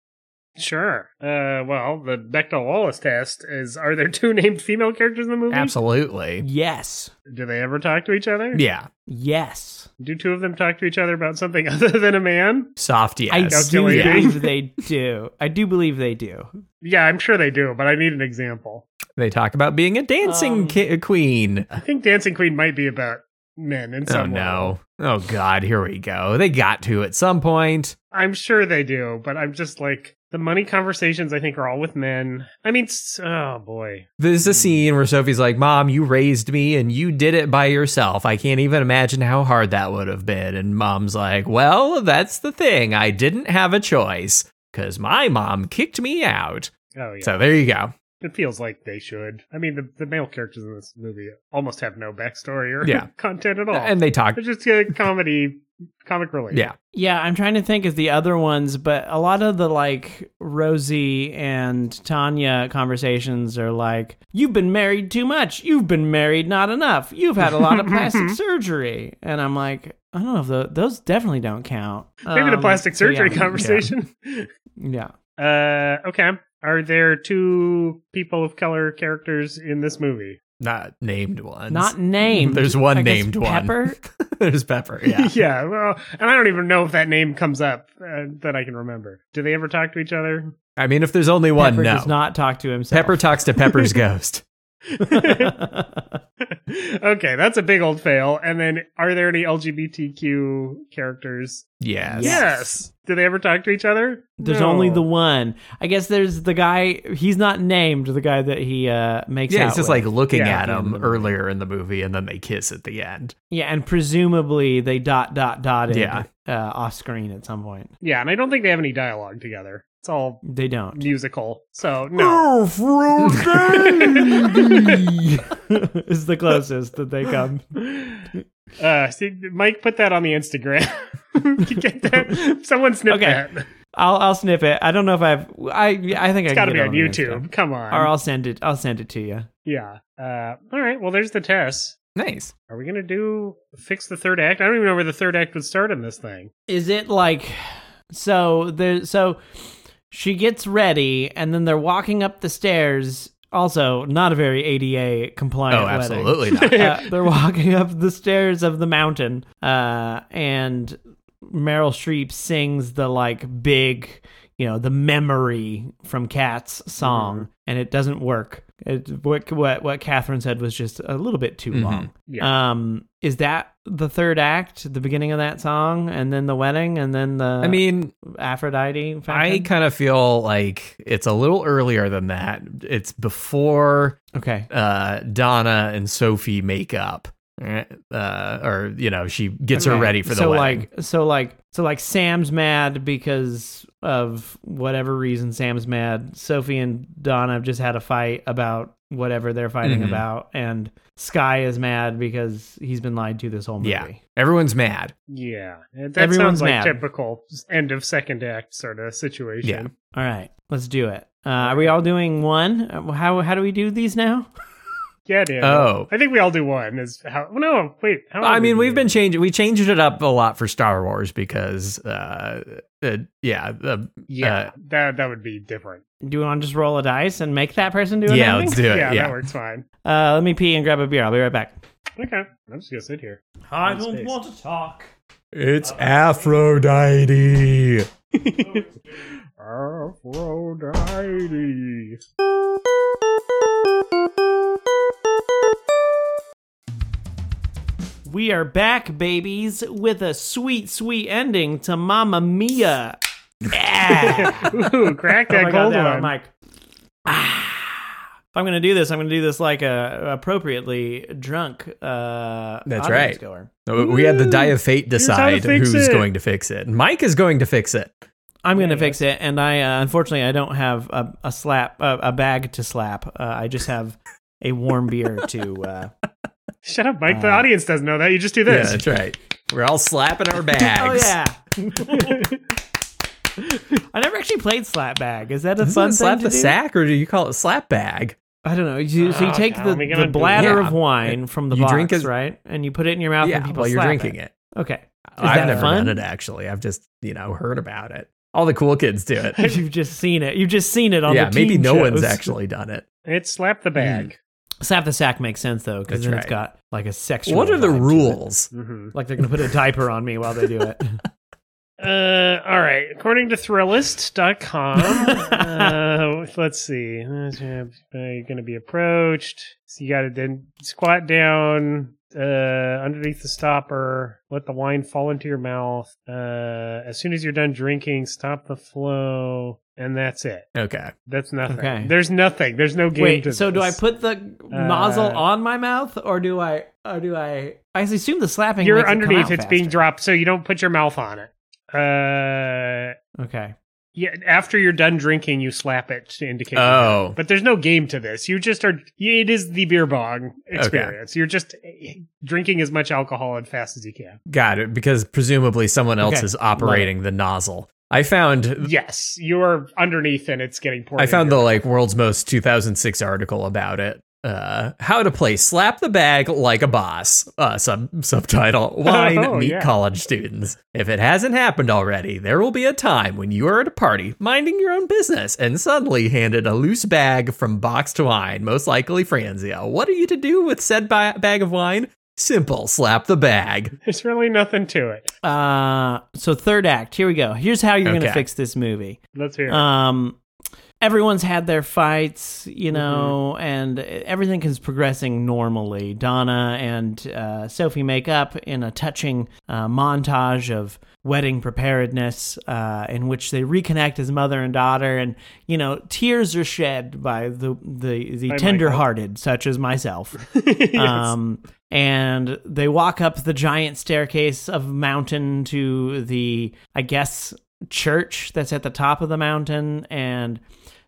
Speaker 3: Sure. Uh, well, the Bechdel Wallace test is: Are there two named female characters in the movie?
Speaker 2: Absolutely.
Speaker 1: Yes.
Speaker 3: Do they ever talk to each other?
Speaker 2: Yeah.
Speaker 1: Yes.
Speaker 3: Do two of them talk to each other about something other than a man?
Speaker 2: Soft
Speaker 1: I
Speaker 2: yes.
Speaker 1: do
Speaker 3: Calculating.
Speaker 1: believe they do. I do believe they do.
Speaker 3: Yeah, I'm sure they do, but I need an example.
Speaker 2: They talk about being a dancing
Speaker 1: Um,
Speaker 2: ki- queen.
Speaker 1: Uh.
Speaker 3: I think Dancing Queen might be about men in
Speaker 2: Oh
Speaker 3: some way.
Speaker 2: no. Oh god, here we go. They got to at some point.
Speaker 3: I'm sure they do, but I'm just like the money conversations. I think are all with men. I mean, s- oh boy,
Speaker 2: There's
Speaker 1: Hmm.
Speaker 2: a scene where Sophie's like, "Mom, you raised me and you did it by yourself. I can't even imagine how hard that would have been." And Mom's like, "Well, that's the thing. I didn't have a choice cuz my mom kicked me out."
Speaker 3: oh yeah,
Speaker 2: So there you go.
Speaker 3: it feels like they should. I mean, the, the male characters in this movie almost have no backstory or
Speaker 2: Yeah.
Speaker 3: content at all.
Speaker 2: And they talk.
Speaker 3: they're just a comedy, comic relief.
Speaker 2: Yeah.
Speaker 1: Yeah, I'm trying to think of the other ones, but a lot of the like Rosie and Tanya conversations are like, "You've been married too much. You've been married not enough. You've had a lot of plastic surgery." And I'm like, I don't know if tho- those definitely don't count.
Speaker 3: Maybe the
Speaker 1: Um,
Speaker 3: plastic
Speaker 1: so yeah.
Speaker 3: surgery conversation.
Speaker 1: Yeah.
Speaker 3: Uh, okay. Are there two people of color characters in this movie?
Speaker 2: Not named ones.
Speaker 1: Not named.
Speaker 2: There's one
Speaker 1: I guess
Speaker 2: named one.
Speaker 1: Pepper?
Speaker 2: There's Pepper. Yeah.
Speaker 3: well, and I don't even know if that name comes up uh, that I can remember. Do they ever talk to each other?
Speaker 2: I mean, if there's only one,
Speaker 1: Pepper
Speaker 2: no.
Speaker 1: does not talk to himself.
Speaker 2: Pepper talks to Pepper's ghost.
Speaker 3: okay, that's a big old fail. And then, are there any LGBTQ characters?
Speaker 2: Yes.
Speaker 1: Yes.
Speaker 3: Do they ever talk to each other?
Speaker 1: There's
Speaker 3: No.
Speaker 1: only the one. I guess there's the guy. He's not named. The guy that he uh, makes.
Speaker 2: Yeah,
Speaker 1: out
Speaker 2: he's just
Speaker 1: with.
Speaker 2: like looking
Speaker 3: Yeah.
Speaker 2: at him earlier in the movie, and then they kiss at the end.
Speaker 1: yeah, and presumably they dot dot dotted
Speaker 2: Yeah.
Speaker 1: uh, off screen at some point.
Speaker 3: Yeah, and I don't think they have any dialogue together. It's all
Speaker 1: They don't.
Speaker 3: musical. So no.
Speaker 1: is the closest that they come.
Speaker 3: Uh, see, Mike put that on the Instagram. you get that? Someone snip
Speaker 1: Okay.
Speaker 3: that.
Speaker 1: I'll I'll snip it. I don't know if I've. I I think I
Speaker 3: It's
Speaker 1: can
Speaker 3: got to
Speaker 1: get it the
Speaker 3: be on YouTube.
Speaker 1: Instagram.
Speaker 3: Come on.
Speaker 1: Or I'll send it. I'll send it to you.
Speaker 3: yeah. Uh, all right. Well, there's the test.
Speaker 2: nice.
Speaker 3: Are we gonna do fix the third act? I don't even know where the third act would start in this thing.
Speaker 1: Is it like so? There so she gets ready, and then they're walking up the stairs. Also, not a very ADA compliant.
Speaker 2: Oh,
Speaker 1: wedding.
Speaker 2: absolutely not.
Speaker 1: uh, they're walking up the stairs of the mountain, uh, and Meryl Streep sings the like big, you know, the memory from Cats song,
Speaker 2: Mm-hmm.
Speaker 1: and it doesn't work. It, what what what Catherine said was just a little bit too
Speaker 2: Mhm.
Speaker 1: long.
Speaker 3: Yeah.
Speaker 1: Um, is that the third act, the beginning of that song, and then the wedding, and then the
Speaker 2: I mean,
Speaker 1: Aphrodite?
Speaker 2: I
Speaker 1: Faction?
Speaker 2: kind of feel like it's a little earlier than that. It's before
Speaker 1: okay.
Speaker 2: uh, Donna and Sophie make up, uh, or you know, she gets her
Speaker 1: Okay.
Speaker 2: ready for the
Speaker 1: so
Speaker 2: wedding.
Speaker 1: like so like so like Sam's mad because of whatever reason Sam's mad. Sophie and Donna have just had a fight about whatever they're fighting
Speaker 2: Mhm.
Speaker 1: about, and Sky is mad because he's been lied to this whole movie.
Speaker 2: yeah, everyone's mad.
Speaker 3: yeah. That
Speaker 1: Everyone's
Speaker 3: sounds like
Speaker 1: mad.
Speaker 3: typical end of second act sort of situation.
Speaker 2: Yeah.
Speaker 1: All right, let's do it. Uh, are we all doing one? Uh, How how do we do these now?
Speaker 3: Yeah, dude.
Speaker 2: Oh.
Speaker 3: I think we all do one. Is how? Well, no, wait. How
Speaker 2: I
Speaker 3: are we
Speaker 2: mean, we've
Speaker 3: doing?
Speaker 2: been changing. We changed it up a lot for Star Wars because, uh, uh yeah, the,
Speaker 3: Yeah,
Speaker 2: uh,
Speaker 3: that that would be different.
Speaker 1: Do you want to just roll a dice and make that person do it?
Speaker 2: yeah. Let's do it.
Speaker 3: yeah,
Speaker 2: Yeah,
Speaker 3: that works fine.
Speaker 1: Uh, let me pee and grab a beer. I'll be right back.
Speaker 3: Okay, I'm just gonna sit here.
Speaker 1: I
Speaker 3: don't Space. want
Speaker 1: to talk.
Speaker 2: it's Aphrodite.
Speaker 3: Aphrodite.
Speaker 1: We are back, babies, with a sweet, sweet ending to Mamma Mia. Yeah.
Speaker 3: Ooh, crack
Speaker 1: Oh
Speaker 3: that
Speaker 1: my God,
Speaker 3: cold
Speaker 1: that
Speaker 3: one.
Speaker 1: Mike. Ah. If I'm going to do this, I'm going to do this like a appropriately drunk. Uh,
Speaker 2: That's
Speaker 1: audience
Speaker 2: right.
Speaker 1: Goer.
Speaker 2: Uh, We had the die of fate
Speaker 3: how to
Speaker 2: decide
Speaker 3: fix
Speaker 2: who's
Speaker 3: it.
Speaker 2: going to fix it. Mike is going to fix it.
Speaker 1: I'm going to
Speaker 3: Yeah.
Speaker 1: fix it, and I uh, unfortunately I don't have a, a slap a, a bag to slap. Uh, I just have a warm beer to. Uh,
Speaker 3: Shut up, Mike. the
Speaker 1: Uh,
Speaker 3: audience doesn't know that. You just do
Speaker 2: Yeah,
Speaker 3: this.
Speaker 2: that's right. We're all slapping our bags.
Speaker 1: Oh yeah. I never actually played slap bag. Is that a
Speaker 2: Doesn't
Speaker 1: fun
Speaker 2: it
Speaker 1: thing
Speaker 2: slap
Speaker 1: to
Speaker 2: the
Speaker 1: do?
Speaker 2: sack, or do you call it slap bag?
Speaker 1: I don't know. You, so you
Speaker 3: Oh,
Speaker 1: take
Speaker 3: God,
Speaker 1: the,
Speaker 3: what are we
Speaker 1: the
Speaker 3: gonna do?
Speaker 1: bladder
Speaker 2: Yeah.
Speaker 1: of wine from the
Speaker 2: You
Speaker 1: box,
Speaker 2: drink it-
Speaker 1: right? And you put it in your mouth and
Speaker 2: yeah,
Speaker 1: people
Speaker 2: while you're
Speaker 1: slap
Speaker 2: drinking it.
Speaker 1: Okay. Is
Speaker 2: I've
Speaker 1: that
Speaker 2: never
Speaker 1: fun?
Speaker 2: done it actually. I've just you know heard about it. All the cool kids do it.
Speaker 1: You've just seen it. You've just seen it on
Speaker 2: yeah,
Speaker 1: the
Speaker 2: maybe
Speaker 1: teen
Speaker 2: no one's
Speaker 1: shows.
Speaker 2: actually done it.
Speaker 3: It's slap the bag.
Speaker 1: Slap the sack makes sense though, because
Speaker 2: That's
Speaker 1: then it's
Speaker 2: right.
Speaker 1: got like a sexual.
Speaker 2: What are the
Speaker 1: vibe to it.
Speaker 2: rules?
Speaker 3: hmm
Speaker 1: Like they're gonna put a diaper on me while they do it.
Speaker 3: Uh, all right. According to Thrillist.com, uh, let's see. Uh, You're going to be approached. So you got to then squat down uh, underneath the stopper. Let the wine fall into your mouth. Uh, as soon as you're done drinking, stop the flow, and that's it.
Speaker 2: Okay.
Speaker 3: That's nothing.
Speaker 1: Okay.
Speaker 3: There's nothing. There's no game. to
Speaker 1: Wait, so do I
Speaker 3: this.
Speaker 1: put the nozzle
Speaker 3: Uh,
Speaker 1: on my mouth, or do I, or do I? I assume the slapping.
Speaker 3: You're
Speaker 1: makes it come
Speaker 3: underneath.
Speaker 1: out
Speaker 3: It's being
Speaker 1: faster.
Speaker 3: dropped, so you don't put your mouth on it. Uh,
Speaker 1: Okay.
Speaker 3: yeah. After you're done drinking, you slap it to indicate. you're
Speaker 2: Oh,
Speaker 3: But there's no game to this. You just are. It is the beer bong experience. You're just eh, drinking as much alcohol and fast as you can.
Speaker 2: got it. Because presumably someone else
Speaker 1: Okay.
Speaker 2: is operating the nozzle. I found
Speaker 3: Yes, you are underneath, and it's getting poured.
Speaker 2: I found the
Speaker 3: into
Speaker 2: like world's most 2006 article about it. Uh, how to play slap the bag like a boss. Uh, sub subtitle: Wine
Speaker 3: Oh,
Speaker 2: meet
Speaker 3: yeah.
Speaker 2: college students. If it hasn't happened already, there will be a time when you are at a party minding your own business and suddenly handed a loose bag from boxed wine, most likely Franzia. What are you to do with said ba- bag of wine? Simple: slap the bag.
Speaker 3: it. There's really nothing to it.
Speaker 1: Uh, so third act. Here we go. Here's how you're gonna
Speaker 2: Okay.
Speaker 1: fix this movie.
Speaker 3: Let's hear. it.
Speaker 1: Um, everyone's had their fights, you know, and everything is progressing normally. Donna and uh, Sophie make up in a touching uh, montage of wedding preparedness, uh, in which they reconnect as mother and daughter, and you know, tears are shed by the the the
Speaker 3: Michael.
Speaker 1: tenderhearted, such as myself. Um, and they walk up the giant staircase of mountain to the, I guess, church that's at the top of the mountain. And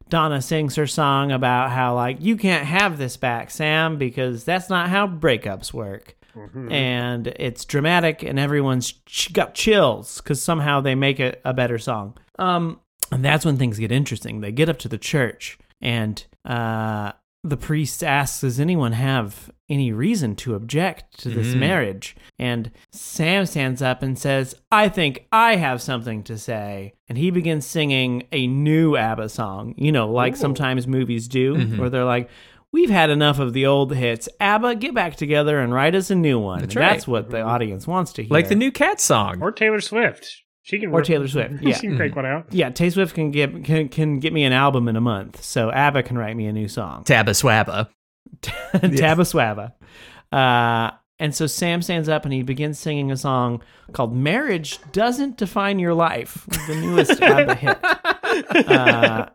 Speaker 1: Donna sings her song about how, like, you can't have this back, Sam, because that's not how breakups work. And it's dramatic, and everyone's ch- got chills because somehow they make it a better song. Um, and that's when things get interesting. They get up to the church, and uh, the priest asks, Does anyone have any reason to object to
Speaker 2: Mm-hmm.
Speaker 1: this marriage? And Sam stands up and says, I think I have something to say. And he begins singing a new ABBA song, you know, like sometimes movies do,
Speaker 2: Mm-hmm.
Speaker 1: where they're like, We've had enough of the old hits. ABBA, get back together and write us a new one. That's,
Speaker 2: right. Mm-hmm.
Speaker 1: that's what the audience wants to hear.
Speaker 2: Like the new cat song.
Speaker 3: or Taylor Swift. She can.
Speaker 1: Or Taylor Swift, yeah. Mm-hmm.
Speaker 3: she can crank one out.
Speaker 1: Yeah, Tay Swift can get can, can get me an album in a month, so ABBA can write me a new song.
Speaker 2: Tabba swabba.
Speaker 1: Tabaswaba. Uh, and so Sam stands up and he begins singing a song called Marriage Doesn't Define Your Life, the newest ABBA hit. Uh,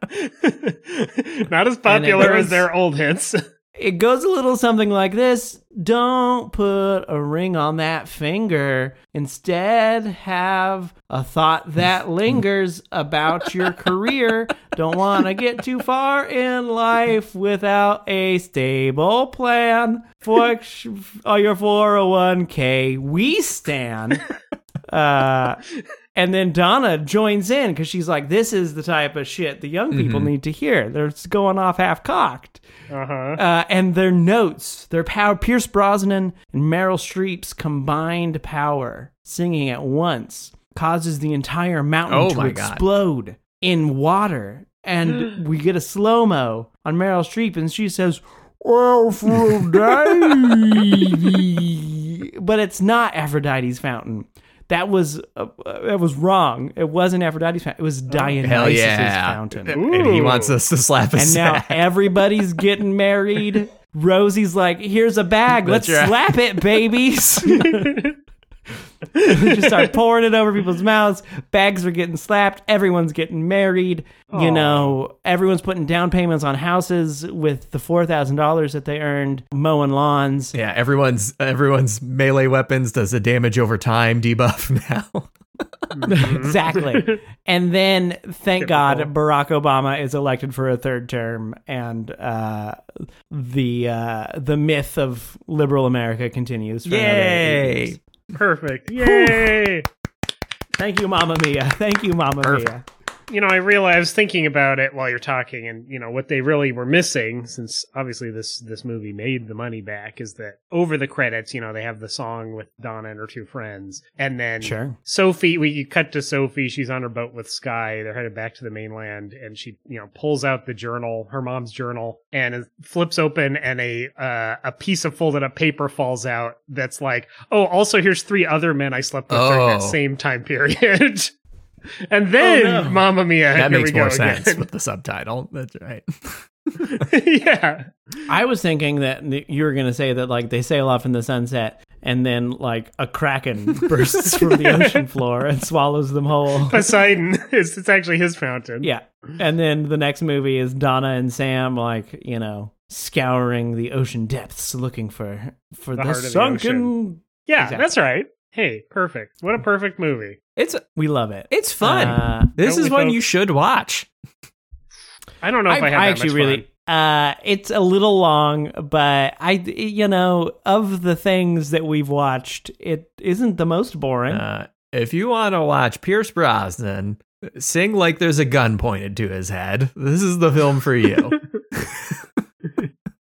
Speaker 3: Not as popular
Speaker 1: goes-
Speaker 3: as their old hits.
Speaker 1: it goes a little something like this Don't put a ring on that finger. Instead, have a thought that lingers about your career. Don't want to get too far in life without a stable plan. For oh your 401k, we stand. Uh, And then Donna joins in because she's like, this is the type of shit the young people need to hear. They're just going off half cocked.
Speaker 3: Uh huh.
Speaker 2: Uh-huh.
Speaker 1: Uh, and their notes, their power, Pierce Brosnan and Meryl Streep's combined power singing at once causes the entire mountain
Speaker 2: Oh
Speaker 1: to
Speaker 2: my God.
Speaker 1: explode in water. And we get a slow mo on Meryl Streep, and she says, Well, from Davy." But it's not Aphrodite's fountain. That was uh, uh, that was wrong. It wasn't Aphrodite's fountain. It was Dionysus'
Speaker 2: Oh, Hell yeah.
Speaker 1: fountain
Speaker 2: And he wants us to slap his
Speaker 1: and now
Speaker 2: sack.
Speaker 1: everybody's getting married. Rosie's like, "Here's a bag. Let's
Speaker 2: That's right.
Speaker 1: slap it, babies." just start pouring it over people's mouths. Bags are getting slapped. Everyone's getting married. You know, everyone's putting down payments on houses with the four thousand dollars that they earned mowing lawns.
Speaker 2: Yeah, everyone's everyone's melee weapons does a damage over time debuff now.
Speaker 1: exactly. And then, thank God, Barack Obama is elected for a third term, and uh, the uh, the myth of liberal America continues. For another eight years.
Speaker 2: Yay!
Speaker 3: Perfect. Yay.
Speaker 1: Thank you, Mamma Mia. Thank you, Mamma Mia.
Speaker 3: you know, I realized thinking about it while you're talking, and you know what they really were missing, since obviously this this movie made the money back, is that over the credits, you know, they have the song with Donna and her two friends, and then
Speaker 1: Sure.
Speaker 3: Sophie. We you cut to Sophie; she's on her boat with Sky. They're headed back to the mainland, and she you know pulls out the journal, her mom's journal, and it flips open, and a uh, a piece of folded up paper falls out. That's like, oh, also here's three other men I slept with during that
Speaker 2: Oh.
Speaker 3: same time period. And then
Speaker 1: Oh, no.
Speaker 3: Mamma Mia.
Speaker 2: That
Speaker 3: here
Speaker 2: makes
Speaker 3: we go
Speaker 2: more sense
Speaker 3: again.
Speaker 2: with the subtitle. That's right.
Speaker 3: yeah.
Speaker 1: I was thinking that you were going to say that, like, they sail off in the sunset, and then, like, a kraken bursts from the ocean floor and swallows them whole.
Speaker 3: Poseidon. It's, it's actually his fountain.
Speaker 1: Yeah. And then the next movie is Donna and Sam, like, you know, scouring the ocean depths looking for for the,
Speaker 3: heart of the
Speaker 1: sunken.
Speaker 3: Yeah,
Speaker 1: Exactly.
Speaker 3: that's right. Hey, perfect. What a perfect movie.
Speaker 2: It's
Speaker 1: we love it.
Speaker 2: it's fun.
Speaker 1: Uh,
Speaker 2: this
Speaker 3: don't
Speaker 2: is
Speaker 3: we,
Speaker 2: one
Speaker 3: folks?
Speaker 2: you should watch.
Speaker 3: I don't know if I, had that
Speaker 1: actually
Speaker 3: much
Speaker 1: really.
Speaker 3: fun.
Speaker 1: Uh, it's a little long, but I, you know, of the things that we've watched, it isn't the most boring.
Speaker 2: Uh, if you want to watch Pierce Brosnan sing like there's a gun pointed to his head, this is the film for you.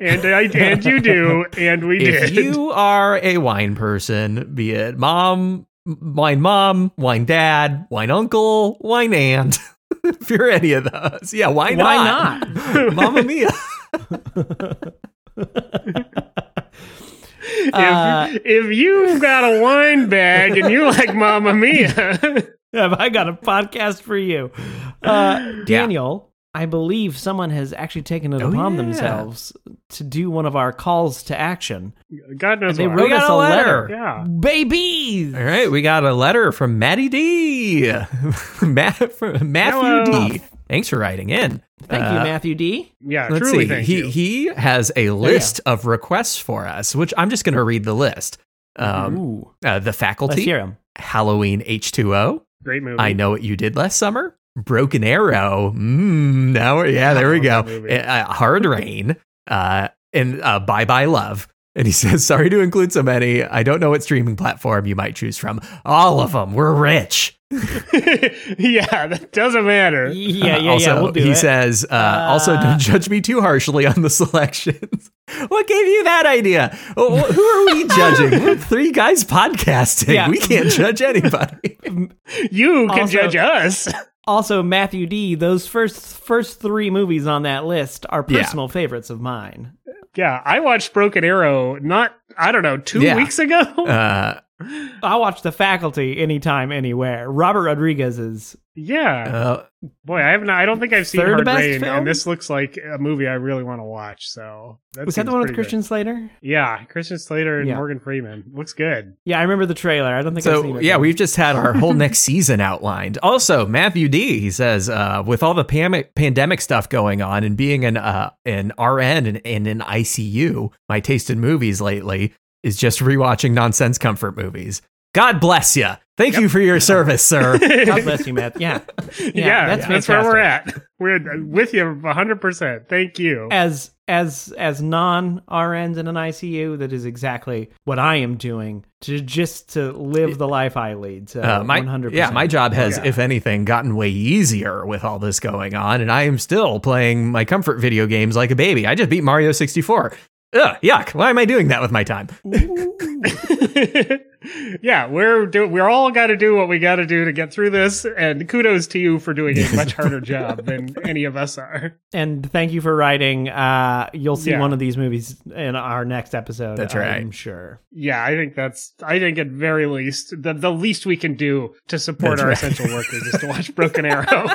Speaker 3: and I and you do, and we
Speaker 2: if
Speaker 3: did.
Speaker 2: you are a wine person, be it mom, wine mom, wine dad, wine uncle, wine aunt, if you're any of those, yeah, why not?
Speaker 1: Why
Speaker 2: Mamma mia.
Speaker 3: if,
Speaker 1: Uh,
Speaker 3: if you've got a wine bag and you like Mamma Mia,
Speaker 1: Have I got a podcast for you? Uh, Daniel, I believe someone has actually taken it
Speaker 2: Oh,
Speaker 1: upon
Speaker 2: yeah.
Speaker 1: themselves to do one of our calls to action.
Speaker 3: God knows
Speaker 1: They
Speaker 3: why.
Speaker 1: wrote
Speaker 2: got
Speaker 1: us
Speaker 2: a
Speaker 1: a letter.
Speaker 2: letter.
Speaker 3: yeah.
Speaker 1: Babies!
Speaker 2: All right, we got a letter from Matty D. Matt, from Matthew
Speaker 3: Hello.
Speaker 2: D. Thanks for writing in. Uh,
Speaker 1: Thank you, Matthew D.
Speaker 3: Yeah,
Speaker 2: Let's
Speaker 3: truly
Speaker 2: see.
Speaker 3: thank
Speaker 2: he
Speaker 3: you.
Speaker 2: he has a list of requests for us, which I'm just going to read the list. Um,
Speaker 1: Ooh.
Speaker 2: uh, the
Speaker 1: Let's
Speaker 2: faculty,
Speaker 1: hear him.
Speaker 2: Halloween H2O,
Speaker 3: Great movie.
Speaker 2: I know what you did last summer. Broken Arrow. Mm, now, we're- yeah, there we go.
Speaker 3: That movie.
Speaker 2: Uh, Hard Rain. Uh, and uh, Bye Bye Love. And he says, "Sorry to include so many. I don't know what streaming platform you might choose from. All of them. We're rich."
Speaker 3: yeah, that doesn't matter.
Speaker 1: Yeah, yeah,
Speaker 2: Uh,
Speaker 1: yeah.
Speaker 2: also,
Speaker 1: we'll do
Speaker 2: he
Speaker 1: it.
Speaker 2: says, uh,
Speaker 1: Uh,
Speaker 2: "Also, don't judge me too harshly on the selections. what gave you that idea? Oh, wh- Who are we judging? We're three guys podcasting.
Speaker 1: Yeah.
Speaker 2: We can't judge anybody."
Speaker 3: You can
Speaker 1: Also-
Speaker 3: judge us.
Speaker 1: also, Matthew D. Those first first three movies on that list are
Speaker 2: Yeah.
Speaker 1: personal favorites of mine.
Speaker 3: Yeah, I watched Broken Arrow not I don't know two
Speaker 2: Yeah.
Speaker 3: weeks ago.
Speaker 2: Uh,
Speaker 1: I watch The Faculty anytime, anywhere. Robert Rodriguez's.
Speaker 3: yeah,
Speaker 2: uh,
Speaker 3: boy, I haven't. I don't think I've seen
Speaker 1: third
Speaker 3: Hard
Speaker 1: best
Speaker 3: Rain,
Speaker 1: film?
Speaker 3: and this looks like a movie I really want to watch. So that
Speaker 1: Was that
Speaker 3: seems
Speaker 1: the one with
Speaker 3: pretty
Speaker 1: Christian Slater?
Speaker 3: Good. Yeah, Christian Slater and
Speaker 1: Yeah.
Speaker 3: Morgan Freeman looks good.
Speaker 1: Yeah, I remember the trailer. I don't think I've seen
Speaker 2: So
Speaker 1: it.
Speaker 2: yeah, we've just had our whole next season outlined. Also, Matthew D. He says, uh, with all the pam- pandemic stuff going on and being an uh, an RN and, and an ICU, my taste in movies lately is just rewatching nonsense comfort movies. God bless you. Thank you for your service, sir.
Speaker 1: God bless you, Matt. Yeah.
Speaker 3: yeah, that's,
Speaker 1: that's
Speaker 3: where we're
Speaker 1: fantastic.
Speaker 3: at. We're uh, with you 100%. Thank you.
Speaker 1: as as as non RNs in an ICU, that is exactly what I am doing to just to live the life I lead. So
Speaker 2: Uh, my,
Speaker 1: one hundred
Speaker 2: yeah, my job has,
Speaker 3: Yeah.
Speaker 2: if anything, gotten way easier with all this going on, and I am still playing my comfort video games like a baby. I just beat Mario 64. Ugh, yuck. Why am I doing that with my time?
Speaker 3: yeah, we're do- we're all got to do what we got to do to get through this, and kudos to you for doing a much harder job than any of us are.
Speaker 1: And thank you for writing. Uh, you'll see
Speaker 3: Yeah.
Speaker 1: one of these movies in our next episode.
Speaker 2: That's
Speaker 1: I'm
Speaker 2: right.
Speaker 1: sure.
Speaker 3: Yeah, I think that's I think at very least the the least we can do to support
Speaker 2: That's
Speaker 3: our
Speaker 2: right.
Speaker 3: essential workers is to watch Broken Arrow.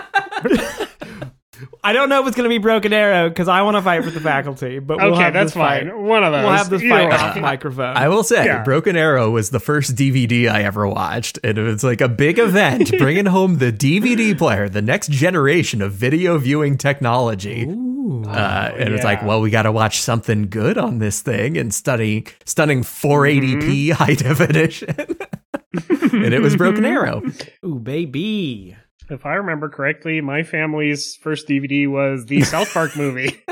Speaker 1: I don't know if it's going to be Broken Arrow because I want to fight with the faculty. But we'll
Speaker 3: okay,
Speaker 1: have
Speaker 3: that's
Speaker 1: this fight.
Speaker 3: fine. One of those.
Speaker 1: We'll have this
Speaker 3: Either
Speaker 1: fight
Speaker 3: way.
Speaker 1: off microphone.
Speaker 2: I will say,
Speaker 3: Yeah.
Speaker 2: Broken Arrow was the first DVD I ever watched, and it's like a big event bringing home the DVD player, the next generation of video viewing technology. Uh, and it's like,
Speaker 3: yeah.
Speaker 2: well, we got to watch something good on this thing and study stunning 480p
Speaker 3: Mm-hmm.
Speaker 2: high definition. and it was Broken Arrow.
Speaker 1: Ooh, baby.
Speaker 3: If I remember correctly, my family's first DVD was the South Park movie.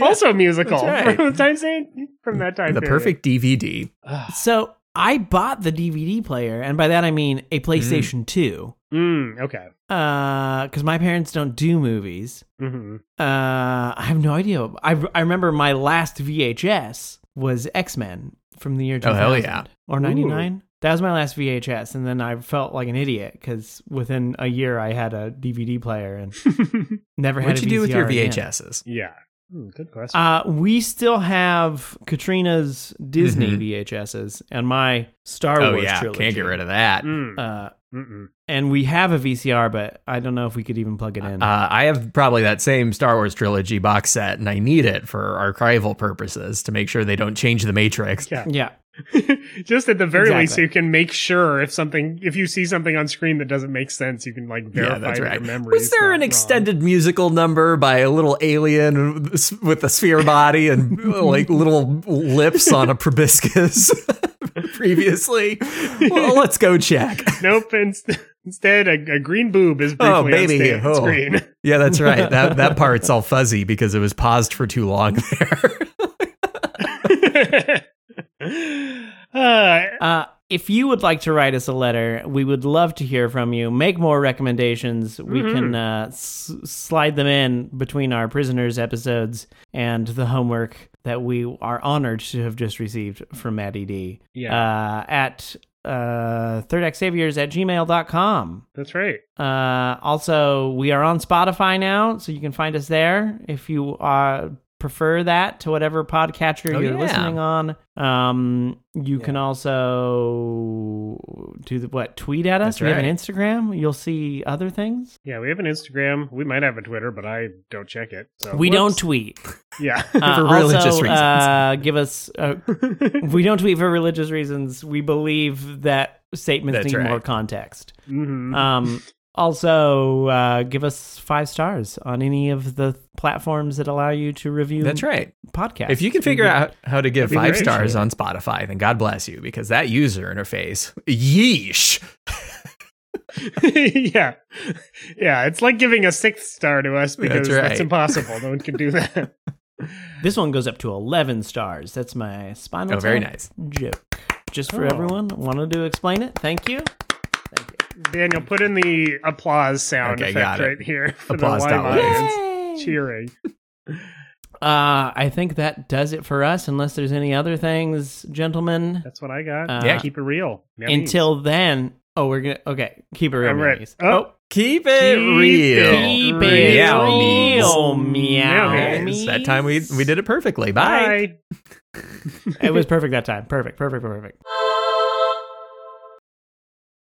Speaker 3: also a musical
Speaker 2: that's right.
Speaker 3: from the time same- from that time
Speaker 2: The
Speaker 3: period.
Speaker 2: perfect DVD.
Speaker 1: So I bought the DVD player, and by that I mean a
Speaker 2: Mm-hmm.
Speaker 1: PlayStation Two,
Speaker 3: Mm, okay.
Speaker 1: because Uh, my parents don't do movies.
Speaker 3: hmm
Speaker 1: Uh, I have no idea. I I remember my last VHS was X Men from the year
Speaker 2: Oh,
Speaker 1: 2000
Speaker 2: hell yeah.
Speaker 1: or ninety nine. That was my last VHS, and then I felt like an idiot because within a year I had a DVD player and never had.
Speaker 2: What'd
Speaker 1: a
Speaker 2: you do with your
Speaker 1: VCR again.
Speaker 2: VHSs?
Speaker 3: Mm-hmm. Yeah. Hmm, good question.
Speaker 1: Uh, we still have Katrina's Disney
Speaker 2: Mhm.
Speaker 1: VHSs and my Star
Speaker 2: Oh,
Speaker 1: Wars
Speaker 2: yeah.
Speaker 1: trilogy.
Speaker 2: Can't get rid of that.
Speaker 3: Mm,
Speaker 1: Uh,
Speaker 3: mm-mm.
Speaker 1: and we have a VCR, but I don't know if we could even plug it in.
Speaker 2: Uh, I have probably that same Star Wars trilogy box set, and I need it for archival purposes to make sure they don't change the Matrix.
Speaker 3: Yeah.
Speaker 1: yeah,
Speaker 3: Just at the very
Speaker 1: Exactly.
Speaker 3: least, you can make sure if something, if you see something on screen that doesn't make sense, you can like verify
Speaker 2: Yeah, that's
Speaker 3: that
Speaker 2: right.
Speaker 3: your memory.
Speaker 2: Was
Speaker 3: is
Speaker 2: there
Speaker 3: not
Speaker 2: an
Speaker 3: wrong.
Speaker 2: extended musical number by a little alien with a sphere body and uh, like little lips on a proboscis previously? Well, let's go check.
Speaker 3: Nope. inst- instead, a, a green boob is briefly
Speaker 2: Oh,
Speaker 3: on
Speaker 2: baby.
Speaker 3: sta-
Speaker 2: Oh.
Speaker 3: screen.
Speaker 2: Yeah, that's right. That that part's all fuzzy because it was paused for too long there. Oh.
Speaker 3: uh,
Speaker 1: Uh, if you would like to write us a letter, we would love to hear from you. Make more recommendations. We
Speaker 3: Mhm.
Speaker 1: can uh, s- slide them in between our prisoners episodes and the homework that we are honored to have just received from Matt ED
Speaker 3: yeah,
Speaker 1: uh, at uh, thirdactsaviors at gmail.com.
Speaker 3: that's right.
Speaker 1: Uh, also, we are on Spotify now, so you can find us there if you uh, prefer that to whatever podcatcher
Speaker 2: Oh,
Speaker 1: you're
Speaker 2: yeah.
Speaker 1: listening on. Um, you can also do the, what? Tweet at us.
Speaker 2: That's
Speaker 1: we have
Speaker 2: right.
Speaker 1: an Instagram. You'll see other things.
Speaker 3: Yeah, we have an Instagram. We might have a Twitter, but I don't check it. So
Speaker 1: we don't
Speaker 3: whoops.
Speaker 1: tweet
Speaker 3: yeah.
Speaker 1: Uh,
Speaker 2: For religious
Speaker 1: also,
Speaker 2: reasons.
Speaker 1: Uh, give us. Uh, we don't tweet for religious reasons. We believe that statements
Speaker 2: That's
Speaker 1: need
Speaker 2: right.
Speaker 1: more context.
Speaker 2: Mm-hmm.
Speaker 3: Mhm.
Speaker 2: Uh.
Speaker 1: Um, also, uh, give us five stars on any of the platforms that allow you to review
Speaker 2: That's right.
Speaker 1: podcasts.
Speaker 2: If you can figure out how to give
Speaker 3: That'd be
Speaker 2: five
Speaker 3: great.
Speaker 2: stars on Spotify, then God bless you because that user interface, yeesh.
Speaker 3: yeah, yeah. It's like giving a sixth star to us because that's,
Speaker 2: That's right.
Speaker 3: impossible. No one can do that.
Speaker 1: this one goes up to 11 stars. That's my spinal
Speaker 2: Oh, very
Speaker 1: tap
Speaker 2: nice.
Speaker 1: joke. Just for
Speaker 3: Oh.
Speaker 1: everyone, wanted to explain it. Thank you.
Speaker 3: Daniel, put in the applause sound
Speaker 2: Okay, got
Speaker 3: effect
Speaker 2: it.
Speaker 3: right here for
Speaker 2: Applause
Speaker 3: the
Speaker 2: dot
Speaker 3: live
Speaker 2: live.
Speaker 3: audience
Speaker 1: Yay!
Speaker 3: cheering.
Speaker 1: Uh, I think that does it for us, unless there's any other things, gentlemen.
Speaker 3: That's what I got.
Speaker 1: Uh,
Speaker 2: Yeah.
Speaker 3: keep it real. Meow.
Speaker 1: Until then, oh, we're going to, okay, keep it real.
Speaker 3: I'm right.
Speaker 1: meanies.
Speaker 3: Oh,
Speaker 2: Keep it
Speaker 3: Keep
Speaker 2: real.
Speaker 3: it
Speaker 1: Keep it
Speaker 2: Meow means.
Speaker 1: real,
Speaker 3: Meow
Speaker 1: meow.
Speaker 3: means.
Speaker 2: Yes, That time we we did it perfectly. Bye.
Speaker 3: bye.
Speaker 1: It was perfect that time. Perfect, perfect, perfect.
Speaker 4: Thank you.